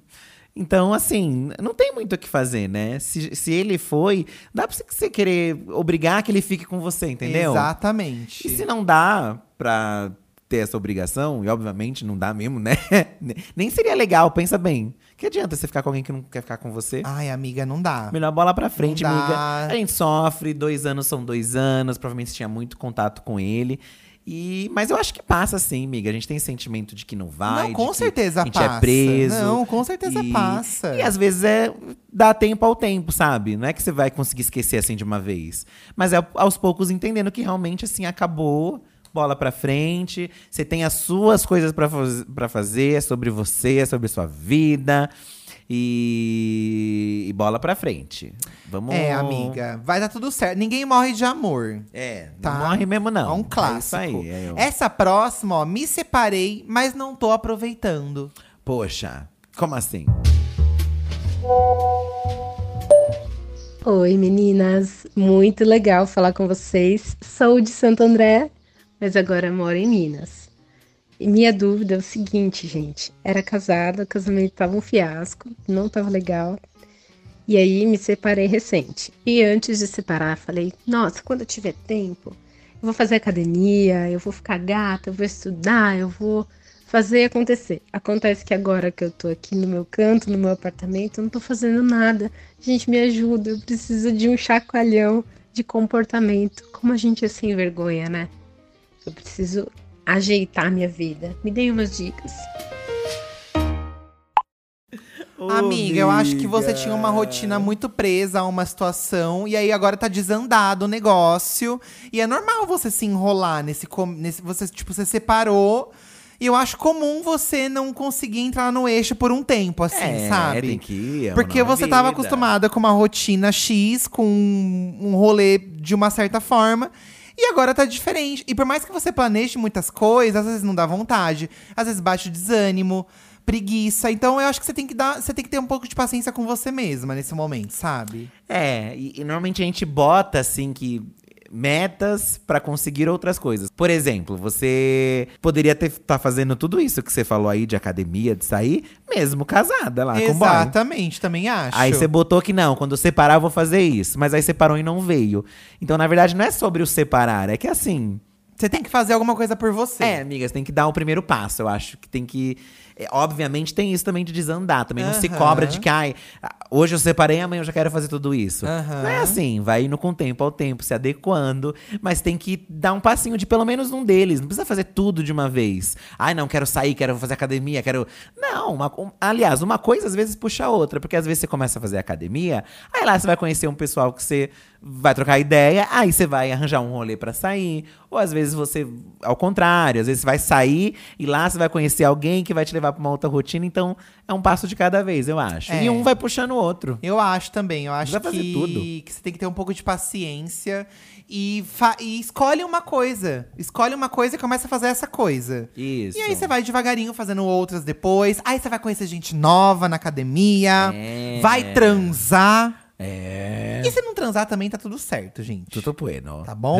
Speaker 2: Então, assim, não tem muito o que fazer, né? Se, se ele foi, dá pra você- você querer obrigar que ele fique com você, entendeu?
Speaker 1: Exatamente.
Speaker 2: E se não dá pra ter essa obrigação, e obviamente não dá mesmo, né? Nem seria legal, pensa bem. Que adianta você ficar com alguém que não quer ficar com você?
Speaker 1: Ai, amiga, não dá.
Speaker 2: Melhor bola pra frente,
Speaker 1: Ah, Não dá.
Speaker 2: amiga. A gente sofre, dois anos são dois anos, provavelmente você tinha muito contato com ele. E, mas eu acho que passa sim, amiga. A gente tem sentimento de que não vai.
Speaker 1: não,
Speaker 2: de
Speaker 1: com
Speaker 2: que
Speaker 1: certeza
Speaker 2: a gente
Speaker 1: passa.
Speaker 2: é preso.
Speaker 1: Não, com certeza
Speaker 2: E-
Speaker 1: passa.
Speaker 2: E às vezes é dá tempo ao tempo, sabe? Não é que você vai conseguir esquecer assim de uma vez. Mas é aos poucos entendendo que realmente assim acabou, bola pra frente, você tem as suas coisas pra faz para fazer, é sobre você, é sobre sua vida. E, e bola pra frente. Vamos
Speaker 1: É, amiga, vai dar tudo certo. Ninguém morre de amor.
Speaker 2: É, não
Speaker 1: Tá.
Speaker 2: morre mesmo não.
Speaker 1: é um clássico.
Speaker 2: É isso aí. é o-
Speaker 1: Essa próxima, ó, me separei, mas não tô aproveitando.
Speaker 2: Poxa, como assim?
Speaker 4: Oi, meninas. Muito legal falar com vocês. Sou de Santo André, mas agora moro em Minas. E minha dúvida é o seguinte, gente. Era casada, o casamento tava um fiasco, não tava legal. E aí me separei recente. E antes de separar, falei: "Nossa, quando eu tiver tempo, eu vou fazer academia, eu vou ficar gata, eu vou estudar, eu vou fazer acontecer". Acontece que agora que eu tô aqui no meu canto, no meu apartamento, eu não tô fazendo nada. Gente, me ajuda, eu preciso de um chacoalhão de comportamento. Como a gente é sem vergonha, né? Eu preciso ajeitar minha vida. Me deem umas dicas.
Speaker 1: Amiga, eu acho que você tinha uma rotina muito presa a uma situação e aí agora tá desandado o negócio. E é normal você se enrolar nesse, com- nesse você tipo você separou. E eu acho comum você não conseguir entrar no eixo por um tempo assim,
Speaker 2: é,
Speaker 1: sabe?
Speaker 2: Tem que ir, é uma
Speaker 1: Porque
Speaker 2: nova
Speaker 1: você estava
Speaker 2: vida.
Speaker 1: acostumada com uma rotina X, com um, um rolê de uma certa forma. E agora tá diferente. E por mais que você planeje muitas coisas, às vezes não dá vontade, às vezes bate o desânimo, preguiça. Então eu acho que você tem que dar, você tem que ter um pouco de paciência com você mesma nesse momento, sabe?
Speaker 2: É, e, e normalmente a gente bota assim que metas pra conseguir outras coisas. Por exemplo, você poderia ter tá fazendo tudo isso que você falou aí de academia, de sair, mesmo casada lá com o boy.
Speaker 1: Exatamente, também acho.
Speaker 2: Aí você botou que não, quando eu separar eu vou fazer isso, mas aí separou e não veio. Então, na verdade, não é sobre o separar, é que assim,
Speaker 1: Você tem que fazer alguma coisa por você.
Speaker 2: é, amigas, tem que dar o primeiro passo. Eu acho que tem que. é, obviamente tem isso também de desandar. Também não se
Speaker 1: Aham.
Speaker 2: cobra de que, ai, ah, hoje eu separei, amanhã eu já quero fazer tudo isso.
Speaker 1: Aham.
Speaker 2: Não é assim, vai indo com o tempo ao tempo, se adequando, mas tem que dar um passinho de pelo menos um deles. Não precisa fazer tudo de uma vez. Ai, não, quero sair, quero fazer academia, quero. Não, uma- um- aliás, uma coisa às vezes puxa a outra, porque às vezes você começa a fazer academia, aí lá você vai conhecer um pessoal que você vai trocar ideia, aí você vai arranjar um rolê pra sair, ou às vezes você, ao contrário, às vezes você vai sair e lá você vai conhecer alguém que vai te levar pra uma outra rotina, então é um passo de cada vez, eu acho.
Speaker 1: É.
Speaker 2: E um vai puxando o outro.
Speaker 1: Eu acho também. Eu acho
Speaker 2: Dá pra fazer
Speaker 1: que,
Speaker 2: tudo.
Speaker 1: que você tem que ter um pouco de paciência e, fa- e escolhe uma coisa. Escolhe uma coisa e começa a fazer essa coisa.
Speaker 2: Isso.
Speaker 1: E aí você vai devagarinho fazendo outras depois. Aí você vai conhecer gente nova na academia.
Speaker 2: É.
Speaker 1: Vai transar.
Speaker 2: É.
Speaker 1: E se não transar também, tá tudo certo, gente.
Speaker 2: Tudo bueno.
Speaker 1: Tá bom?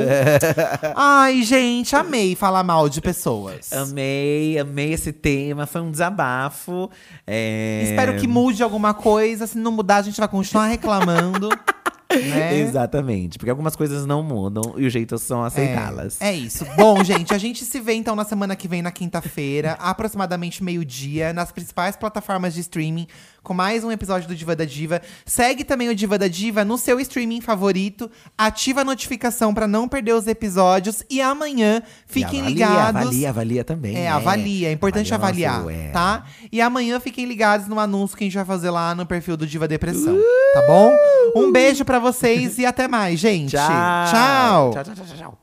Speaker 1: Ai, gente, amei falar mal de pessoas.
Speaker 2: Amei, amei esse tema. Foi um desabafo. É...
Speaker 1: Espero que mude alguma coisa. Se não mudar, a gente vai continuar reclamando. né?
Speaker 2: Exatamente, porque algumas coisas não mudam e o jeito são aceitá-las.
Speaker 1: É isso. Bom, gente, a gente se vê então na semana que vem, na quinta-feira, aproximadamente meio-dia, nas principais plataformas de streaming, com mais um episódio do Diva da Diva. Segue também o Diva da Diva no seu streaming favorito, ativa a notificação pra não perder os episódios e amanhã fiquem
Speaker 2: E avalia,
Speaker 1: ligados.
Speaker 2: Avalia, avalia também.
Speaker 1: É,
Speaker 2: né?
Speaker 1: avalia. É importante
Speaker 2: Avalia nosso,
Speaker 1: avaliar,
Speaker 2: é.
Speaker 1: tá? E amanhã fiquem ligados no anúncio que a gente vai fazer lá no perfil do Diva Depressão, tá bom? Um beijo pra vocês e até mais, gente.
Speaker 2: Uh! Tchau.
Speaker 1: Tchau.
Speaker 2: Tchau, tchau, tchau, tchau.